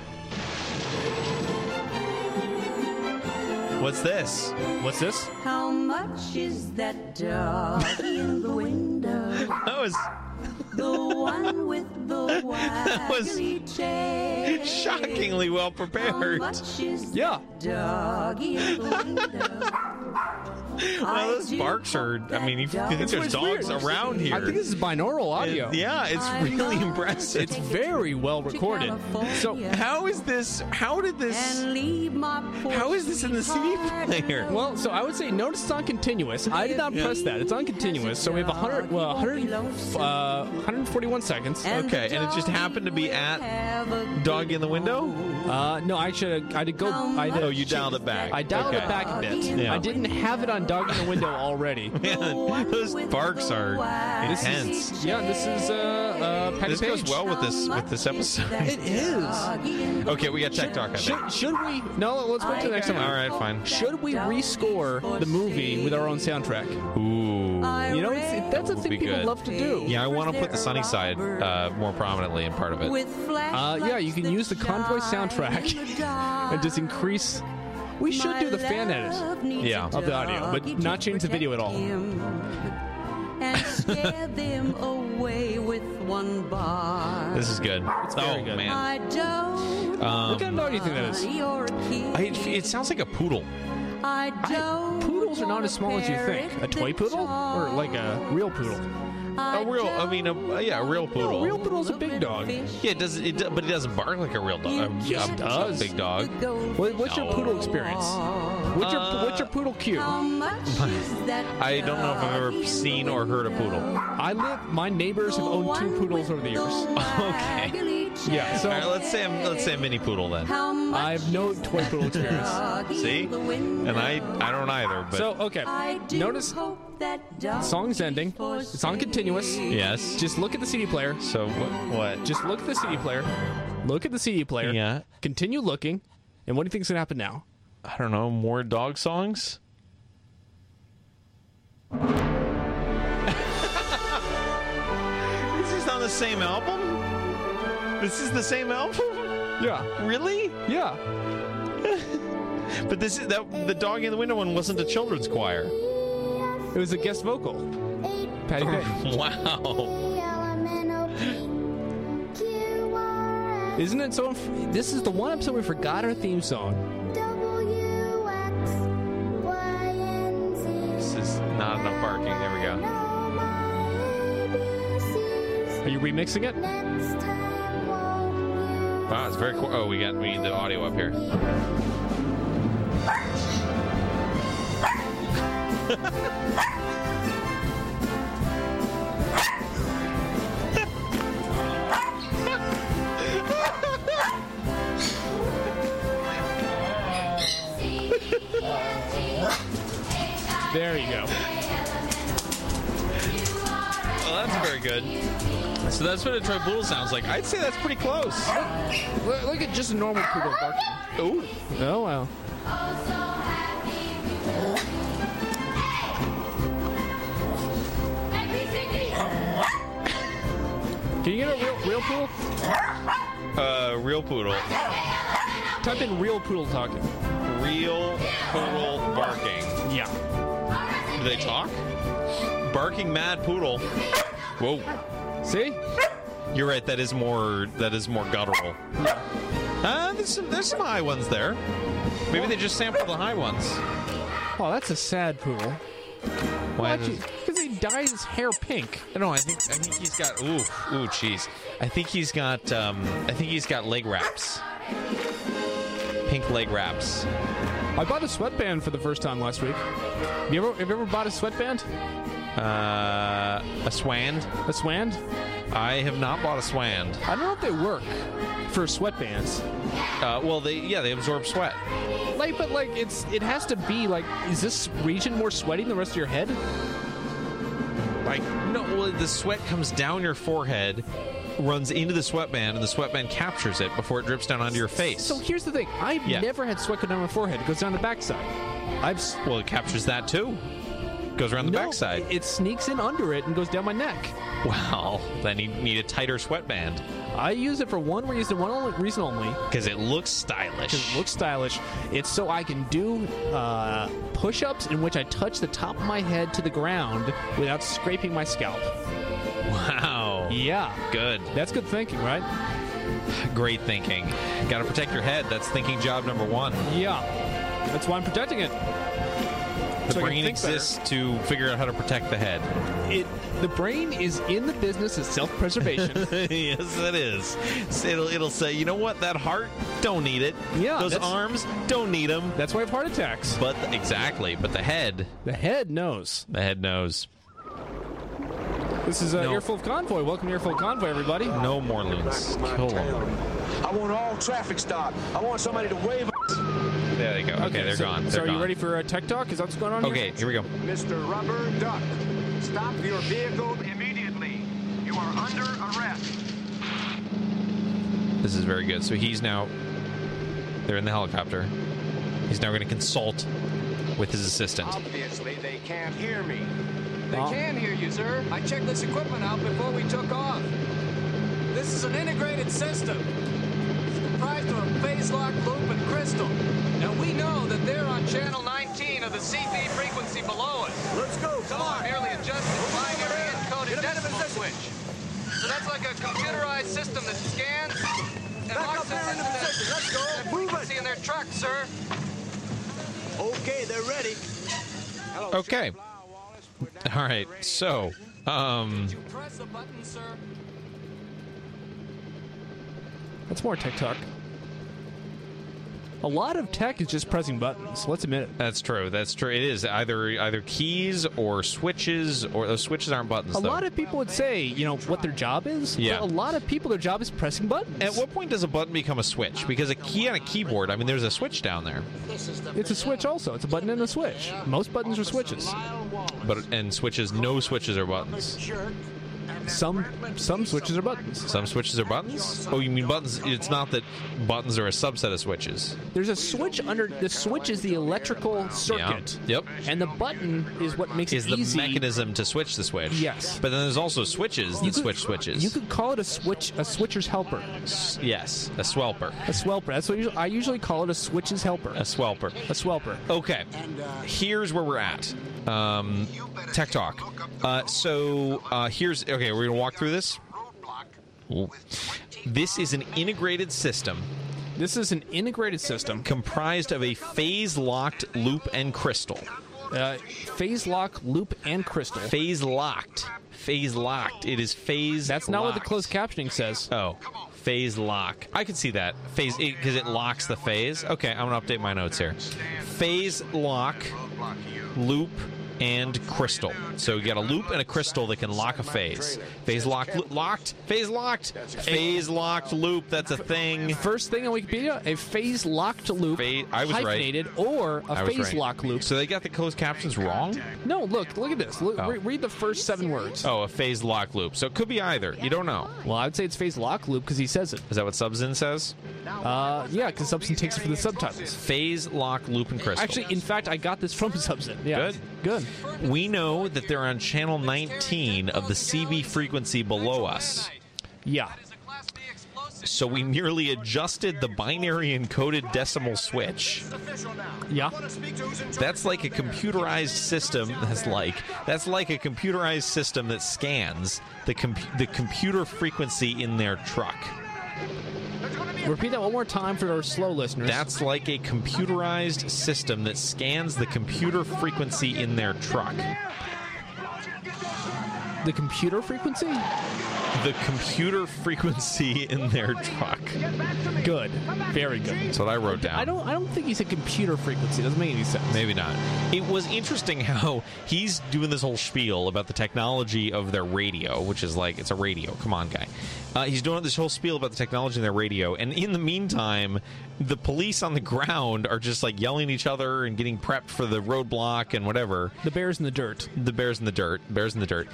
S5: What's this?
S4: What's this?
S9: How much is that dog in the window?
S5: That was
S9: The one with the
S5: was
S9: waggly tail.
S5: shockingly well
S9: How
S5: prepared.
S9: much is
S4: Yeah.
S9: that dog in the window?
S5: Well, those barks are, I mean, you think there's dogs around here.
S4: I think this is binaural audio.
S5: Yeah, it's really impressive.
S4: It's very well recorded. So
S5: How is this? How did this?
S9: And leave my poor
S5: How is this in the CD
S9: sweetheart
S5: player?
S4: well, so I would say notice it's on continuous. I did not press that. It's on continuous. So we have 100 well 100 uh, 141 seconds.
S9: And
S5: Okay,
S9: the
S5: and it just
S9: doggy
S5: happened to be
S9: will
S5: at
S9: have a
S5: Dog
S9: good
S5: in the window?
S4: Uh, no, I should I did go I did,
S5: Oh, you dialed it back.
S4: I dialed
S5: Okay.
S4: it back a bit.
S5: Oh,
S9: Yeah.
S4: I didn't have it on dog in the window already.
S5: Man, those barks are
S9: This is-
S5: intense.
S4: Yeah, this is uh, uh Patty
S5: This goes
S4: Page.
S5: well with this with this episode.
S4: It is.
S5: Okay, we got tech talk. I think.
S4: Should, should we? No, let's wait till next
S5: All
S4: time.
S5: right, fine.
S4: Should we rescore the movie with our own soundtrack?
S5: Ooh.
S4: You know, it's, it, that's a
S5: Would
S4: thing
S5: be
S4: people
S5: good.
S4: love to do.
S5: Yeah, I want to put the sunny side uh, more prominently in part of it.
S9: With
S4: Uh, yeah, you can use the Convoy soundtrack and just increase We should do the fan edit
S5: Yeah.
S4: of the audio, but not change the video at all.
S9: and scare them away with one bar.
S5: This is good. oh man.
S9: I don't.
S4: Uh,
S5: Um, What kind of dog do you think that is?
S9: mind you're a kid.
S5: I, it sounds like a poodle.
S9: I don't.
S4: Poodles are not as small as you
S9: parrot
S4: think. A toy poodle or like a real poodle?
S5: A real, I mean, a, yeah, a real poodle.
S4: Real poodle's a big dog.
S5: yeah, it does. It, do- but it doesn't bark like a real dog. A,
S4: Yes,
S5: a-
S4: it
S5: a
S4: does.
S5: big dog.
S4: What, what's your
S5: No.
S4: poodle experience? What's your
S5: Uh,
S4: what's your poodle cue?
S9: How much is that
S5: I don't know if I've ever seen or heard a poodle.
S4: I live. My neighbors have owned two poodles over the years.
S5: Okay.
S4: Yeah, so-
S5: All right, let's say I'm, let's say a mini poodle then.
S9: How much
S4: I have no toy poodle experience.
S5: See, and I I don't either. But
S4: So okay,
S9: I do
S4: notice
S9: hope that dog
S4: song's ending. It's on continuous.
S5: yes.
S4: Just look at the CD player.
S5: So wh- what?
S4: Just look at the CD player. Look at the CD player.
S5: Yeah.
S4: Continue looking. And what do you think's gonna happen now?
S5: I don't know. More dog songs. this is not the same album. This is the same album.
S4: Yeah.
S5: Really?
S4: Yeah.
S5: But this is that the dog in the window one wasn't a children's choir.
S4: It was a guest vocal. Patty Payne.
S5: Wow.
S4: Isn't it so? This is the one episode we forgot our theme song.
S5: This is not enough barking. There we go.
S4: Are you remixing it?
S5: Wow, it's very cool. Oh, we got we need the audio up here.
S4: There you go.
S5: Well, that's very good. So that's what a toy poodle sounds like. I'd say that's pretty close.
S4: Look, look at just a normal poodle barking.
S5: Ooh.
S4: Oh wow. Uh, Can you get a real, real poodle?
S5: Uh, real poodle.
S4: Type in real poodle talking.
S5: Real poodle barking.
S4: Yeah.
S5: Do they talk? Barking mad poodle. Whoa.
S4: See?
S5: You're right. That is more. That is more guttural. Uh, there's some, there's some high ones there. Maybe they just sample the high ones.
S4: Oh, that's a sad poodle.
S5: Why
S4: Why'd you? Because he dyed his hair pink.
S5: No, I think I think he's got. Ooh, ooh, jeez. I think he's got. Um, I think he's got leg wraps. Pink leg wraps.
S4: I bought a sweatband for the first time last week. You ever have you ever bought a sweatband?
S5: Uh, a swand.
S4: A swand?
S5: I have not bought a swand.
S4: I don't know if they work for sweatbands.
S5: Uh, well, they yeah they absorb sweat.
S4: Like, but like it's it has to be like, is this region more sweaty than the rest of your head?
S5: Like no, well the sweat comes down your forehead, runs into the sweatband, and the sweatband captures it before it drips down onto your face.
S4: So here's the thing: I've
S5: Yeah.
S4: never had sweat go down my forehead. It goes down the backside. I've s-
S5: well, it captures that too. Goes around the
S4: no,
S5: backside.
S4: It, it sneaks in under it and goes down my neck.
S5: wow. Then you need a tighter sweatband
S4: I use it for one reason, one only reason only,
S5: because it looks stylish.
S4: because it looks stylish. It's so I can do uh, push-ups in which I touch the top of my head to the ground without scraping my scalp.
S5: wow.
S4: Yeah,
S5: Good.
S4: that's good thinking, right?
S5: Great thinking. Got to protect your head. That's thinking job number one.
S4: Yeah, that's why I'm protecting it.
S5: The
S4: So I can
S5: brain
S4: think better.
S5: exists to figure out how to protect the head.
S4: It, the brain is in the business of self-preservation.
S5: yes, it is. So It'll it'll say, you know what? That heart don't need it.
S4: Yeah,
S5: Those
S4: that's-
S5: arms don't need them.
S4: that's why I have heart attacks.
S5: But exactly. But the head,
S4: The head knows.
S5: the head knows.
S4: This is uh,
S5: No.
S4: Earful of Convoy. Welcome to Earful of Convoy, everybody.
S5: No more loons. Kill them.
S10: I want all traffic stopped. I want somebody to wave.
S5: There they go. Okay, they're
S4: so,
S5: gone. They're
S4: so are
S5: gone.
S4: you ready for uh, tech talk? Is that what's going on?
S5: Okay, here we go.
S8: Mr. Rubber Duck, stop your vehicle immediately. You are under arrest.
S5: This is very good. So he's now. They're in the helicopter. He's now going to consult with his assistant.
S8: Obviously, they can't hear me.
S7: They
S4: Oh.
S7: can hear you, sir. I checked this equipment out before we took off. This is an integrated system. It's comprised of a phase lock loop and crystal. Now we know that there the CP frequency below us.
S10: Let's go.
S7: Some are merely adjusted flying every encoded decimal switch. So that's like a computerized system that scans and locks us into that, Let's go. that frequency in their truck, sir.
S10: Okay, they're ready. Hello,
S5: Okay. All right. So, um,
S7: Press the button, sir.
S4: That's more tech talk. A lot of tech is just pressing buttons. Let's admit it.
S5: that's true. That's true. It is either either keys or switches or those switches aren't buttons.
S4: A
S5: though.
S4: lot of people would say, you know, what their job is.
S5: Yeah.
S4: A lot of people, their job is pressing buttons.
S5: At what point does a button become a switch? Because a key on a keyboard, I mean, there's a switch down there,
S4: It's a switch, also. It's a button and a switch. Most buttons are switches.
S5: but and switches, no switches are buttons.
S4: Some some switches are buttons.
S5: Some switches are buttons. Oh, you mean buttons? It's not that buttons are a subset of switches.
S4: There's a switch under the switch is the electrical circuit,
S5: Yep.
S4: and the button is what makes
S5: Is
S4: it
S5: the
S4: easy.
S5: mechanism to switch the switch?
S4: Yes.
S5: But then there's also switches that
S4: could-
S5: switch switches.
S4: You could call it a switch, a switcher's helper,
S5: S- yes, a swelper,
S4: a swelper. That's what usually, I usually call it a switch's helper,
S5: a swelper.
S4: a swelper.
S5: Okay, here's where we're at. Um, tech talk. Uh, so uh, here's okay. We're gonna walk through this. Ooh. This is an integrated system
S4: This is an integrated system.
S5: comprised of a phase-locked loop and crystal.
S4: Uh, phase lock, loop, and crystal.
S5: Phase locked. Phase locked. It is phase.
S4: That's not what the
S5: locked.
S4: closed captioning says.
S5: Oh, phase lock. I can see that phase because it, locks the phase. Okay, I'm gonna update my notes here. Phase lock, loop, and crystal. So you got a loop and a crystal that can lock a phase. Phase lock, lo- locked. Phase locked. Phase locked loop. That's a thing.
S4: First thing on Wikipedia, a phase locked loop,
S5: Fa- I was right.
S4: hyphenated, or
S5: I
S4: a
S5: was
S4: phase
S5: right.
S4: lock loop.
S5: So they got the closed captions wrong.
S4: No, look, look at this. Look,
S5: Oh.
S4: re- read the first seven words.
S5: Oh, a phase lock loop. So it could be either. You don't know.
S4: Well, I would say it's phase lock loop because he says it.
S5: Is that what Subzin says?
S4: Uh, yeah, because Substance takes it for the subtitles.
S5: Phase lock loop and crystal.
S4: Actually, in fact, I got this from Substance. Yeah.
S5: Good.
S4: Good.
S5: We know that they're on channel 19 of the CB frequency below us.
S4: Yeah.
S7: That is a Class B explosive.
S5: So we merely adjusted the binary encoded decimal switch.
S4: Yeah.
S5: That's like a computerized system. That's like that's like a computerized system that scans the comp- the computer frequency in their truck.
S4: Repeat that one more time for our slow listeners.
S5: That's like a computerized system that scans the computer frequency in their truck.
S4: the computer frequency?
S5: The computer frequency in their truck.
S4: Good. Very good.
S5: That's what I wrote down.
S4: I don't I don't think he said computer frequency. doesn't make any sense.
S5: Maybe not. It was interesting how he's doing this whole spiel about the technology of their radio, which is like it's a radio. Come on, guy. Uh, he's doing this whole spiel about the technology in their radio, and in the meantime, the police on the ground are just like yelling at each other and getting prepped for the roadblock and whatever.
S4: The bear's in the dirt.
S5: The bears in the dirt. Bears in the dirt.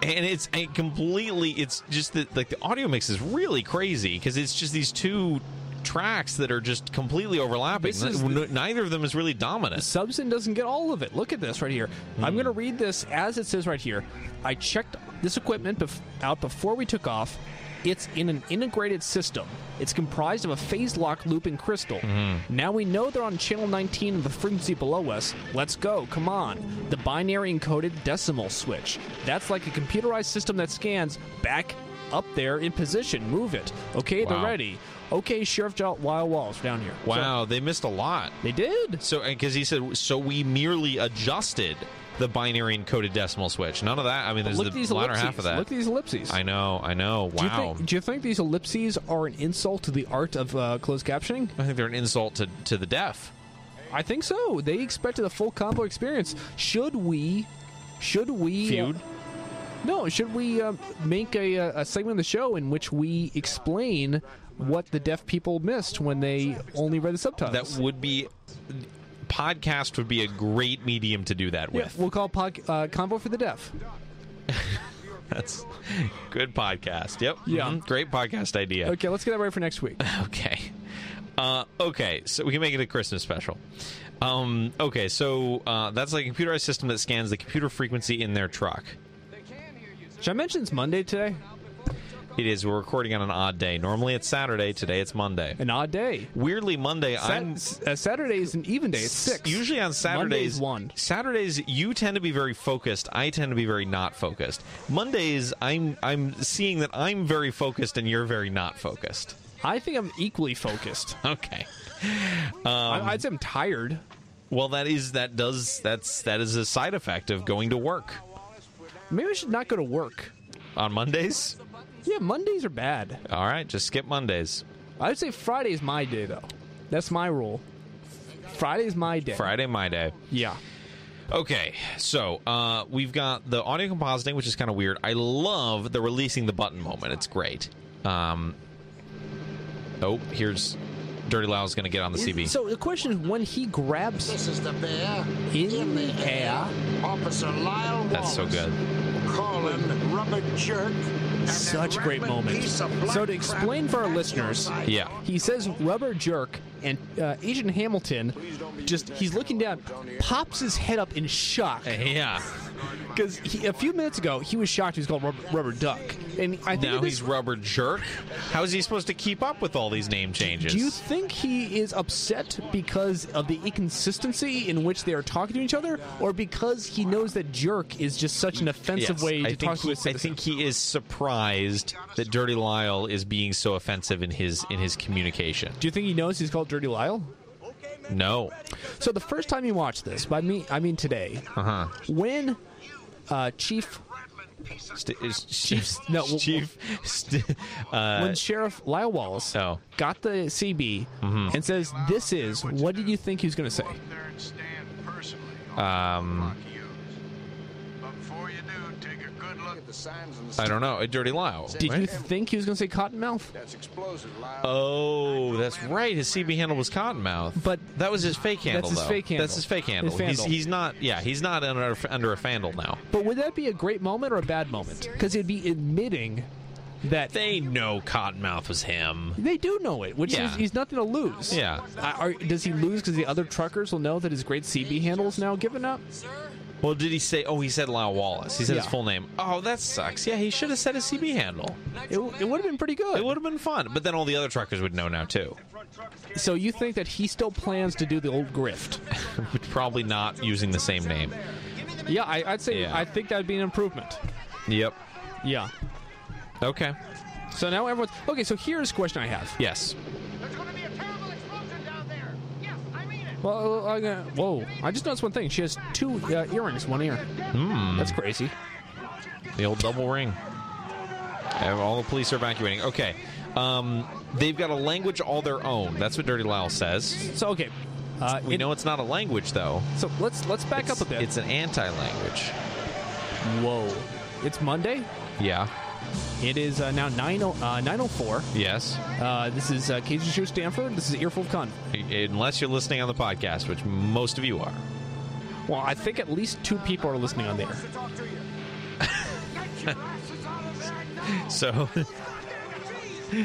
S5: And it's it completely. It's just that like the audio mix is really crazy because it's just these two tracks that are just completely overlapping.
S4: This is
S5: N- neither of them is really dominant.
S4: Subson doesn't get all of it. Look at this right here. I'm going to read this as it says right here. I checked this equipment bef- out before we took off. It's in an integrated system. It's comprised of a phase lock loop and crystal.
S5: Mm-hmm.
S4: Now we know they're on channel 19 of the frequency below us. Let's go. Come on. The binary encoded decimal switch. That's like a computerized system that scans back up there in position. Move it. Okay,
S5: Wow.
S4: they're ready. Okay, Sheriff Wild Walls down here. So-
S5: Wow, they missed a lot.
S4: they did.
S5: So, because he said, so we merely adjusted the binary encoded decimal switch. None of that. I mean, there's
S4: Look
S5: the
S4: at these
S5: latter
S4: ellipses.
S5: half of that.
S4: Look at these ellipses.
S5: I know, I know.
S4: Do you,
S5: Wow.
S4: think, do you think these ellipses are an insult to the art of uh, closed captioning?
S5: I think they're an insult to, to the deaf.
S4: I think so. They expected a full combo experience. Should we? Should we uh,
S5: Feud?
S4: no. Should we um, make a, uh, a segment of the show in which we explain what the deaf people missed when they only read the
S5: That
S4: subtitles?
S5: would be. Podcast would be a great medium to do that
S4: Yeah,
S5: with.
S4: we'll call pod, uh, combo for the deaf.
S5: That's good podcast. Yep.
S4: Yeah.
S5: Mhm. Great podcast idea.
S4: Okay, let's get that ready for next week.
S5: Okay. Uh, okay, so we can make it a Christmas special. Um, okay, so uh, that's like a computerized system that scans the computer frequency in their truck.
S4: Should I mention it's Monday today?
S5: It is. We're recording on an odd day. Normally it's Saturday. Today it's Monday.
S4: An odd day.
S5: Weirdly, Monday. I'm
S4: Sat- uh, Saturday is an even day. It's six.
S5: Usually on Saturdays,
S4: Monday's one.
S5: Saturdays you tend to be very focused. I tend to be very not focused. Mondays, I'm I'm seeing that I'm very focused and you're very not focused.
S4: I think I'm equally focused.
S5: Okay. Um,
S4: I, I'd say I'm tired.
S5: well, that is that does that's that is a side effect of going to work
S4: Maybe I should not go to work.
S5: on Mondays.
S4: Yeah, Mondays are bad.
S5: All right, just skip Mondays.
S4: I'd say Friday's my day though. That's my rule. Friday's my day.
S5: Friday, my day.
S4: Yeah.
S5: Okay, so uh, we've got the audio compositing, which is kind of weird. I love the releasing the button moment. It's great. Um, oh, here's Dirty Lau's going to get on the CB.
S4: So the question is when he grabs
S10: This is the bear
S4: In the air.
S10: Officer Lyle
S5: That's so
S10: Wallace
S5: good.
S10: Calling rubber jerk. and that
S4: such a great
S10: rattling
S4: moment.
S10: piece of black
S4: So to explain
S10: crap
S4: for our
S10: at your
S4: listeners,
S10: side.
S5: Yeah.
S4: he says rubber jerk and uh, Agent Hamilton just he's looking down, pops his head up in shock
S5: Yeah.
S4: because a few minutes ago he was shocked he was called rubber, rubber duck and I think
S5: Now
S4: at this-
S5: he's rubber jerk. How is he supposed to keep up with all these name changes?
S4: Do you think he is upset because of the inconsistency in which they are talking to each other, or because he knows that jerk is just such an offensive
S5: Yes,
S4: way
S5: I
S4: to
S5: think
S4: talk to
S5: he-
S4: a citizen?
S5: I think he is surprised that Dirty Lyle is being so offensive in his in his communication.
S4: Do you think he knows he's called Dirty Lyle?
S5: No.
S4: So the first time you watch this, by me, I mean today,
S5: Uh huh.
S4: when uh, Chief,
S5: Chief.
S4: no, w-
S5: Chief. st- uh,
S4: when Sheriff Lyle Wallace
S5: Oh. Mm-hmm.
S4: got the CB and says, "This is," what did you think he was going to say?
S5: Um, I don't know. A dirty Lyle.
S4: Did
S5: right?
S4: you think he was going to say Cottonmouth?
S8: That's explosive, Lyle.
S5: Oh, that's right. His CB handle was Cottonmouth,
S4: But-
S5: that was his fake handle.
S4: his
S5: though.
S4: fake handle.
S5: That's his fake handle.
S4: His
S5: he's
S4: fandle.
S5: he's not. Yeah, he's not under under a fandle now.
S4: But would that be a great moment or a bad moment? Because it'd be admitting that
S5: They know Cottonmouth was him.
S4: They do know it, which
S5: Yeah.
S4: is he's nothing to lose.
S5: Yeah.
S4: I, are, does he lose because the other truckers will know that his great CB handle is now given up?
S5: Well, did he say? Oh, he said Lyle Wallace. He said his
S4: Yeah.
S5: full name. Oh, that sucks. Yeah, he should have said his CB handle.
S4: It, it would have been pretty good.
S5: It would have been fun. But then all the other truckers would know now too.
S4: So you think that he still plans to do the old grift?
S5: But Probably not using the same name.
S4: yeah, I, I'd say
S5: Yeah.
S4: I think that'd be an improvement.
S5: Yep.
S4: Yeah.
S5: Okay.
S4: So now everyone's okay. So here's a question I have.
S5: Yes.
S11: There's going to be a terrible explosion down there. Yes, I mean it.
S4: Well, I, uh, whoa! I just noticed one thing. She has two uh, earrings, one ear.
S5: Hmm.
S4: That's crazy.
S5: The old double ring. And All the police are evacuating. Okay. Um, they've got a language all their own. That's what Dirty Lyle says.
S4: So okay, uh,
S5: We
S4: it-
S5: know it's not a language, though.
S4: So let's let's back
S5: It's-
S4: up a bit.
S5: It's an anti language.
S4: whoa! It's Monday.
S5: Yeah.
S4: It is uh, now nine o uh, nine o four.
S5: Yes.
S4: Uh, this is uh, KZSU Stanford. This is Earful of Con.
S5: Unless you're listening on the podcast, which most of you are.
S4: Well, I think at least two people are listening on there.
S5: So.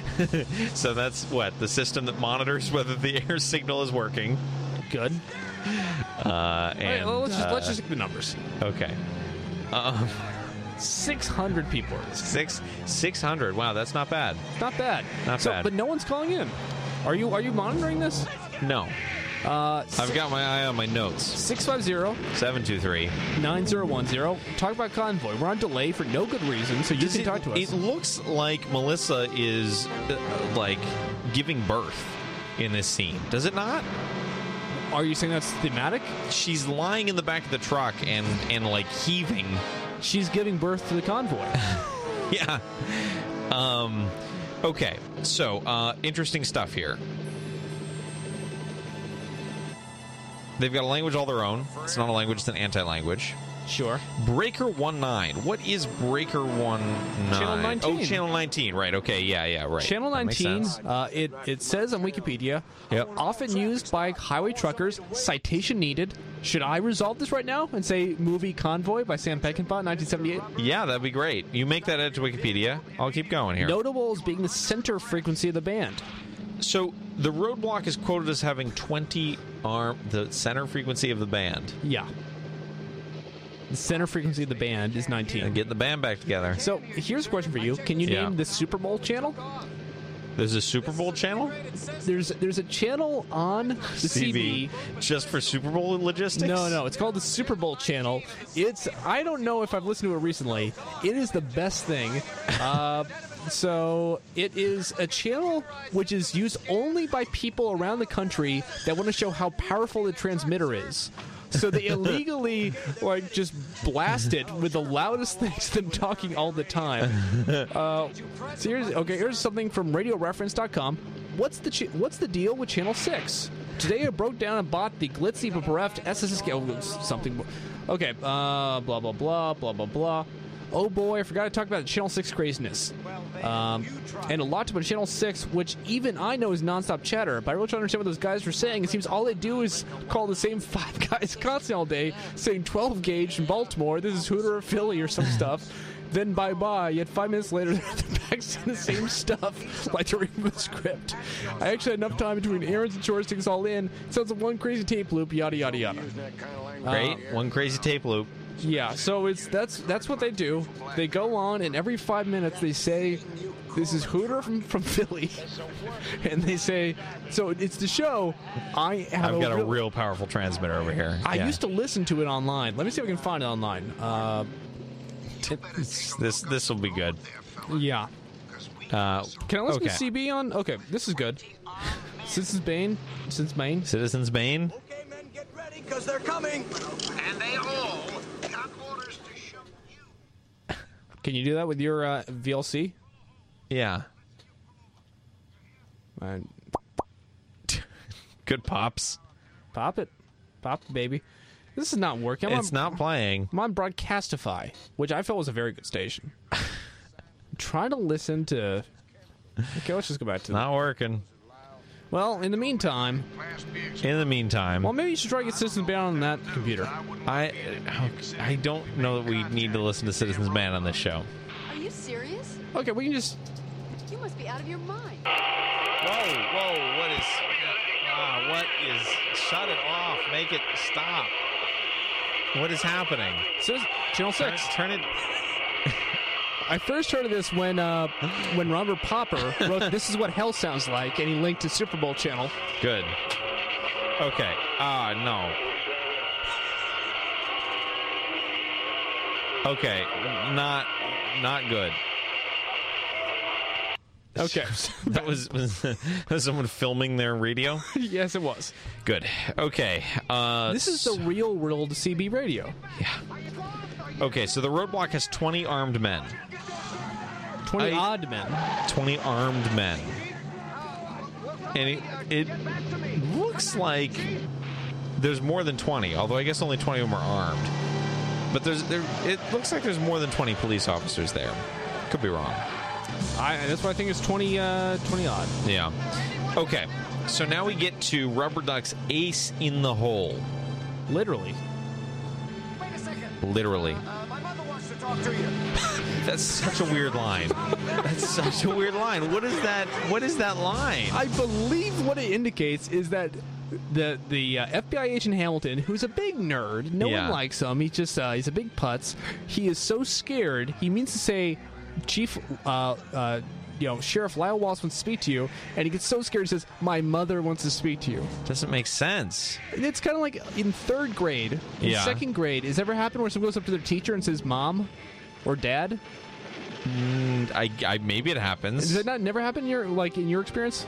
S5: so that's what the system that monitors whether the air signal is working.
S4: Good.
S5: Uh, and
S4: All right, well, let's, just, let's
S5: uh,
S4: just look at the numbers.
S5: okay.
S4: 600 people are listening.
S5: Six six hundred. Wow, that's not bad.
S4: Not bad.
S5: Not
S4: so,
S5: bad.
S4: But no one's calling in. Are you Are you monitoring this?
S5: No,
S4: Uh,
S5: I've got my eye on my notes.
S4: 650
S5: Seven two three.
S4: 9010. Talk about convoy. We're on delay for no good reason, so you
S5: Does
S4: can
S5: it,
S4: talk to us.
S5: It looks like Melissa is uh, like giving birth in this scene. Does it not?
S4: are you saying that's thematic?
S5: She's lying in the back of the truck and and like heaving.
S4: She's giving birth to the convoy.
S5: Yeah. Um. Okay. So uh, interesting stuff here. They've got a language all their own. It's not a language; it's an anti-language.
S4: sure.
S5: Breaker One Nine. What is Breaker One Nine?
S4: Channel 19.
S5: Oh, Channel 19. Right. Okay. Yeah. Yeah. Right.
S4: Channel
S5: That makes
S4: 19,
S5: sense.
S4: uh, it, it says on Wikipedia,
S5: Yep.
S4: often used by highway truckers, citation needed. Should I resolve this right now and say movie Convoy by Sam Peckinpah, 1978?
S5: Yeah, that'd be great. You make that edit to Wikipedia. I'll keep going here.
S4: Notable as being the center frequency of the band.
S5: So the roadblock is quoted as having 20 arm the center frequency of the band.
S4: Yeah. The center frequency of the band is 19.
S5: And get the band back together.
S4: So here's a question for you: Can you
S5: Yeah.
S4: name the Super Bowl channel?
S5: There's a Super Bowl channel?
S4: There's there's a channel on the CB.
S5: Just for Super Bowl logistics?
S4: No, no, it's called the Super Bowl channel. It's I don't know if I've listened to it recently. It is the best thing. Uh, so it is a channel which is used only by people around the country that want to show how powerful the transmitter is. So they illegally like just blast it with the loudest things, them talking all the time. Uh, so here's okay. Here's something from RadioReference.com. What's the ch- what's the deal with Channel Six? Today I broke down and bought the glitzy but bereft SSS oh, something. Okay, uh, blah blah blah blah blah blah. Oh boy, I forgot to talk about the Channel Six craziness, um, and a lot about Channel Six, which even I know is nonstop chatter. But I really don't understand what those guys were saying. It seems all they do is call the same five guys constantly all day, saying 12 gauge in Baltimore. This is Hooter or Philly or some stuff. Then bye bye. Yet five minutes later, they're back saying the same stuff, like they're reading the script. I actually had enough time between errands and chores to get this all in. It sounds like one crazy tape loop. Yada yada yada. Uh,
S5: Great.
S4: um,
S5: One crazy tape loop.
S4: Yeah, so it's that's that's what they do. They go on, and every five minutes they say, "This is Hooter from from Philly," and they say, "So it's the show." I have
S5: I've got a
S4: real-
S5: real powerful transmitter over here.
S4: I
S5: Yeah.
S4: used to listen to it online. Let me see if I can find it online. Uh,
S5: This this will be good.
S4: yeah.
S5: Uh,
S4: Can I listen
S5: okay.
S4: to CB on? Okay, this is good. Citizens Bane, since Maine.
S5: Citizens Bane.
S11: Because they're coming. And they all got orders to show.
S4: Can you do that with your uh, VLC?
S5: Yeah.
S4: Uh,
S5: Good pops.
S4: pop it, pop baby. This is not working. I'm
S5: it's
S4: on-
S5: not playing.
S4: I'm on Broadcastify, which I felt was a very good station. I'm trying to listen to. Okay, let's just go back to.
S5: Not working.
S4: Well, in the meantime,
S5: In the meantime,
S4: well, maybe you should try to get Citizen Band on that computer.
S5: I I don't know that we need to listen to Citizens Band on this show.
S12: Are you serious?
S4: Okay, we can just.
S12: You must be out of your mind.
S5: Whoa, whoa, what is? Ah, what is? Shut it off. Make it stop. What is happening?
S4: Channel
S5: Turn-
S4: six.
S5: Turn, it.
S4: I first heard of this when uh, when Robert Popper wrote "This Is What Hell Sounds Like" and he linked to Super Bowl Channel.
S5: Good. Okay. Ah, no. Okay. Not not good.
S4: Okay.
S5: That was, was, was someone filming their radio.
S4: yes, it was.
S5: Good. Okay. Uh,
S4: This is the real world CB radio.
S5: okay. So the roadblock has twenty armed men.
S4: Twenty
S5: I-
S4: odd men.
S5: Twenty armed men. And it, it looks like there's more than twenty. Although I guess only twenty of them are armed. But there's there. It looks like there's more than twenty police officers there. Could be wrong.
S4: I, that's what I think is 20, uh, 20 odd.
S5: Yeah. Okay. So now we get to Rubber Duck's ace in the hole.
S4: Literally.
S11: Wait a second.
S5: Literally.
S11: Uh,
S7: Um,
S11: my mother wants to talk to you.
S5: That's such a weird line. That's such a weird line. What is that? What is that line?
S4: I believe what it indicates is that the the uh, FBI agent Hamilton, who's a big nerd, no
S5: Yeah.
S4: one likes him. He's just uh, he's a big putz. He is so scared. He means to say, Chief, uh, uh, you know, Sheriff Lyle Wallace wants to speak to you, and he gets so scared he says, "My mother wants to speak to you."
S5: Doesn't make sense.
S4: And it's kind of like in third grade, in
S5: Yeah.
S4: second grade. Has ever happened where someone goes up to their teacher and says, "Mom," or "Dad"?
S5: Mm, I, I maybe it happens.
S4: Does that not never happen in your like in your experience?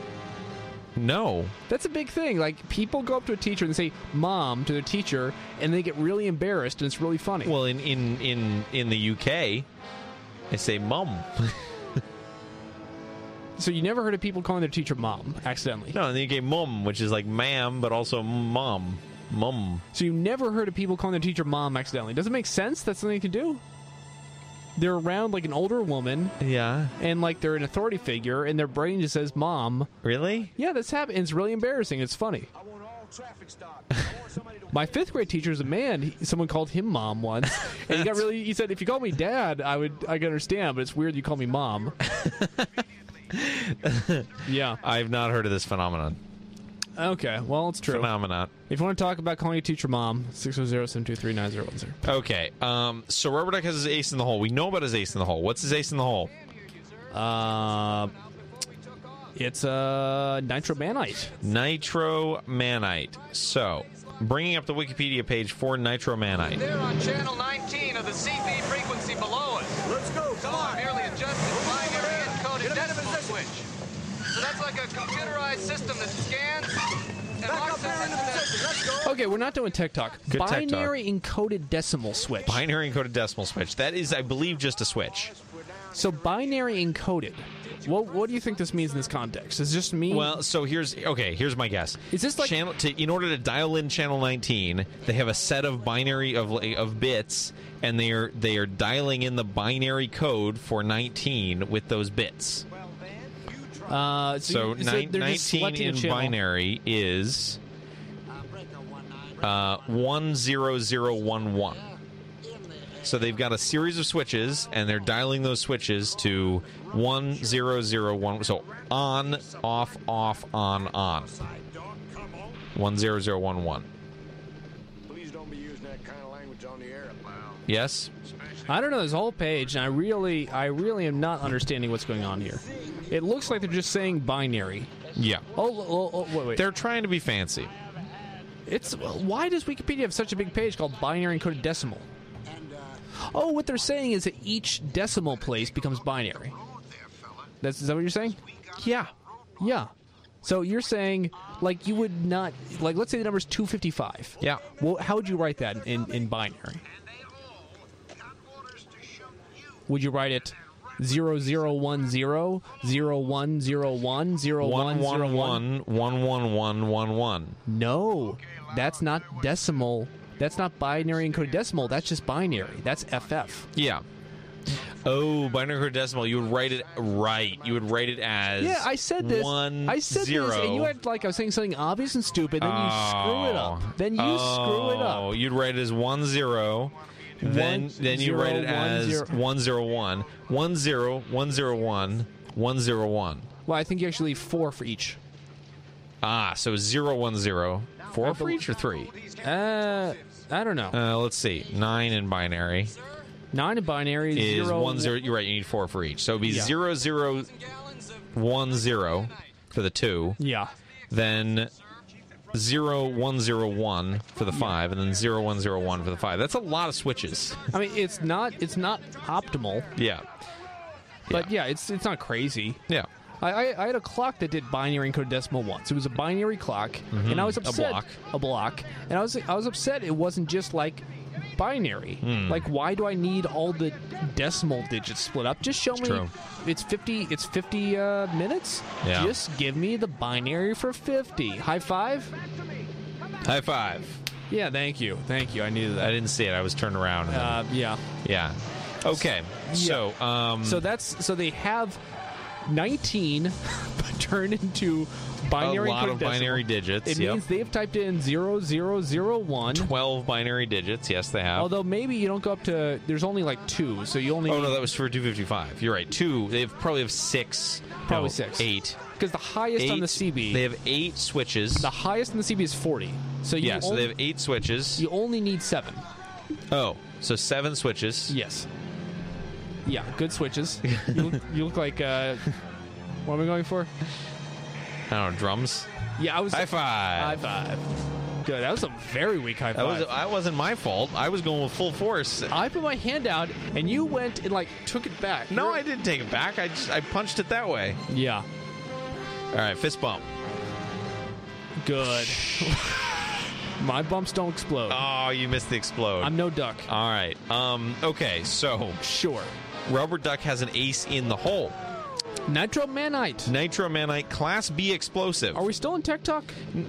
S5: No.
S4: That's a big thing. Like people go up to a teacher and say "mom" to their teacher, and they get really embarrassed, and it's really funny.
S5: Well, in in in in the UK, I say mum.
S4: so you never heard of people calling their teacher "mom" accidentally.
S5: no, in the UK, mum, which is like ma'am, but also mom, mum.
S4: So you never heard of people calling their teacher "mom" accidentally. Doesn't make sense. That's something you can do. They're around like an older woman,
S5: Yeah.
S4: and like they're an authority figure, and their brain just says "mom."
S5: Really?
S4: Yeah, that's happened. It's really embarrassing. It's funny. My fifth grade teacher is a man. He, someone called him mom once, and he got really. He said, "If you call me dad, I would I could understand, but it's weird you call me mom." yeah,
S5: I've not heard of this phenomenon.
S4: Uh, Okay, well, it's true.
S5: Phenomenon.
S4: If you want to talk about calling your teacher mom, 610-723-9010.
S5: Okay. Um, so Rubber Duck has his ace in the hole. We know about his ace in the hole. What's his ace in the hole?
S4: Uh, it's uh, nitromanite.
S5: Nitromanite. So, bringing up the Wikipedia page for nitromanite.
S7: They're on channel 19 of the CB frequency below us.
S10: Let's go.
S7: Come on. Merely adjusted binary encoded decimal switch. So that's like a computerized system that scans and locks us into the
S4: Okay, we're not doing tech talk.
S5: Good tech talk.
S4: Binary encoded decimal switch.
S5: Binary encoded decimal switch. That is, I believe, just a switch.
S4: so binary encoded. What what do you think this means in this context? Is just me?
S5: Well, so here's okay. Here's my guess.
S4: Is this like-
S5: channel? To, in order to dial in channel 19, they have a set of binary of like, of bits, and they are they are dialing in the binary code for 19 with those bits.
S4: uh,
S5: So,
S4: you-
S5: ni-
S4: they're just
S5: 19
S4: selecting a
S5: in
S4: channel.
S5: binary is uh, 10011. So they've got a series of switches, and they're dialing those switches to 1001. So on, off, off, on, on. 10011.
S10: Please don't be using that kind of language on the air, pal.
S5: Yes?
S4: I don't know this whole page, and I really I really am not understanding what's going on here. It looks like they're just saying binary.
S5: Yeah.
S4: Oh, oh, oh wait, wait.
S5: They're trying to be fancy.
S4: It's why does Wikipedia have such a big page called binary encoded decimal? Oh, what they're saying is that each decimal place becomes binary. That's is that what you're saying?
S5: Yeah.
S4: Yeah. So you're saying like you would not like let's say the number's 255.
S5: Yeah.
S4: Well, how would you write that in in binary? Would you write it 0010 0101 0101?
S5: 111 111
S4: No, that's not decimal. That's not binary encoded decimal. That's just binary. That's FF.
S5: Yeah. Oh, binary code decimal. You would write it right. You would write it as
S4: Yeah, I said this.
S5: One
S4: I said
S5: zero.
S4: this, and you had like I was saying something obvious and stupid. Then you screw it up. Then you screw it
S5: Oh,
S4: up.
S5: You'd write it as one zero. Then
S4: One
S5: then you
S4: zero,
S5: write it
S4: one
S5: as
S4: zero.
S5: one zero one one zero one zero one one zero one.
S4: Well, I think you actually leave four for each.
S5: Ah, so zero one zero. Four for each or three?
S4: Uh, I don't know.
S5: Uh, let's see. Nine in binary
S4: Nine in binary
S5: is
S4: zero
S5: one zero. You're right. You need four for each. So it'd be
S4: Yeah.
S5: zero zero one zero for the two.
S4: Yeah.
S5: then 0101 for the 5 and then 0101 for the 5 that's a lot of switches
S4: I mean, it's not it's not optimal,
S5: yeah
S4: but yeah, it's it's not crazy.
S5: yeah
S4: I, I, I had a clock that did binary encoded decimal once. It was a binary clock, and I was upset.
S5: Mm-hmm. block.
S4: A block. And I was I was upset. It wasn't just like binary.
S5: Hmm.
S4: Like, why do I need all the decimal digits split up? Just show me.
S5: true.
S4: It's fifty. It's fifty uh, minutes.
S5: Yeah.
S4: Just give me the binary for fifty. High five.
S5: high five
S4: Yeah. Thank you. Thank you. I needed
S5: i
S4: that.
S5: didn't see it i was turned around
S4: Uh, yeah.
S5: yeah okay so um
S4: So that's so they have nineteen, but turned into
S5: a
S4: binary.
S5: lot
S4: encoded
S5: of
S4: decimal.
S5: binary digits
S4: It
S5: yep.
S4: means they've typed in 0001.
S5: 12 binary digits yes they have
S4: Although maybe you don't go up to there's only like two, so you only
S5: oh no that was for 255 you're right two they have probably have six
S4: Probably
S5: no,
S4: six.
S5: eight
S4: because the highest
S5: eight
S4: on the CB,
S5: they have eight switches
S4: the highest on the CB is 40. So you
S5: yeah so
S4: only,
S5: they have eight switches
S4: you only need seven.
S5: oh so seven switches
S4: Yes. Yeah, good switches. you, look, you look like uh, what am I going for?
S5: i don't know drums
S4: Yeah, I was
S5: high five
S4: High five. Good. That was a very weak high
S5: That
S4: five.
S5: was I wasn't my fault. I was going with full force.
S4: I put my hand out and you went and like took it back.
S5: No,
S4: You're-
S5: I didn't take it back. I just I punched it that way.
S4: Yeah.
S5: All right, fist bump.
S4: Good. my bumps don't explode.
S5: Oh, you missed the explode.
S4: I'm no duck.
S5: All right. Um. Okay. So
S4: Sure.
S5: rubber duck has an ace in the hole.
S4: Nitromanite.
S5: Nitromanite class B explosive.
S4: Are we still in Tech Talk?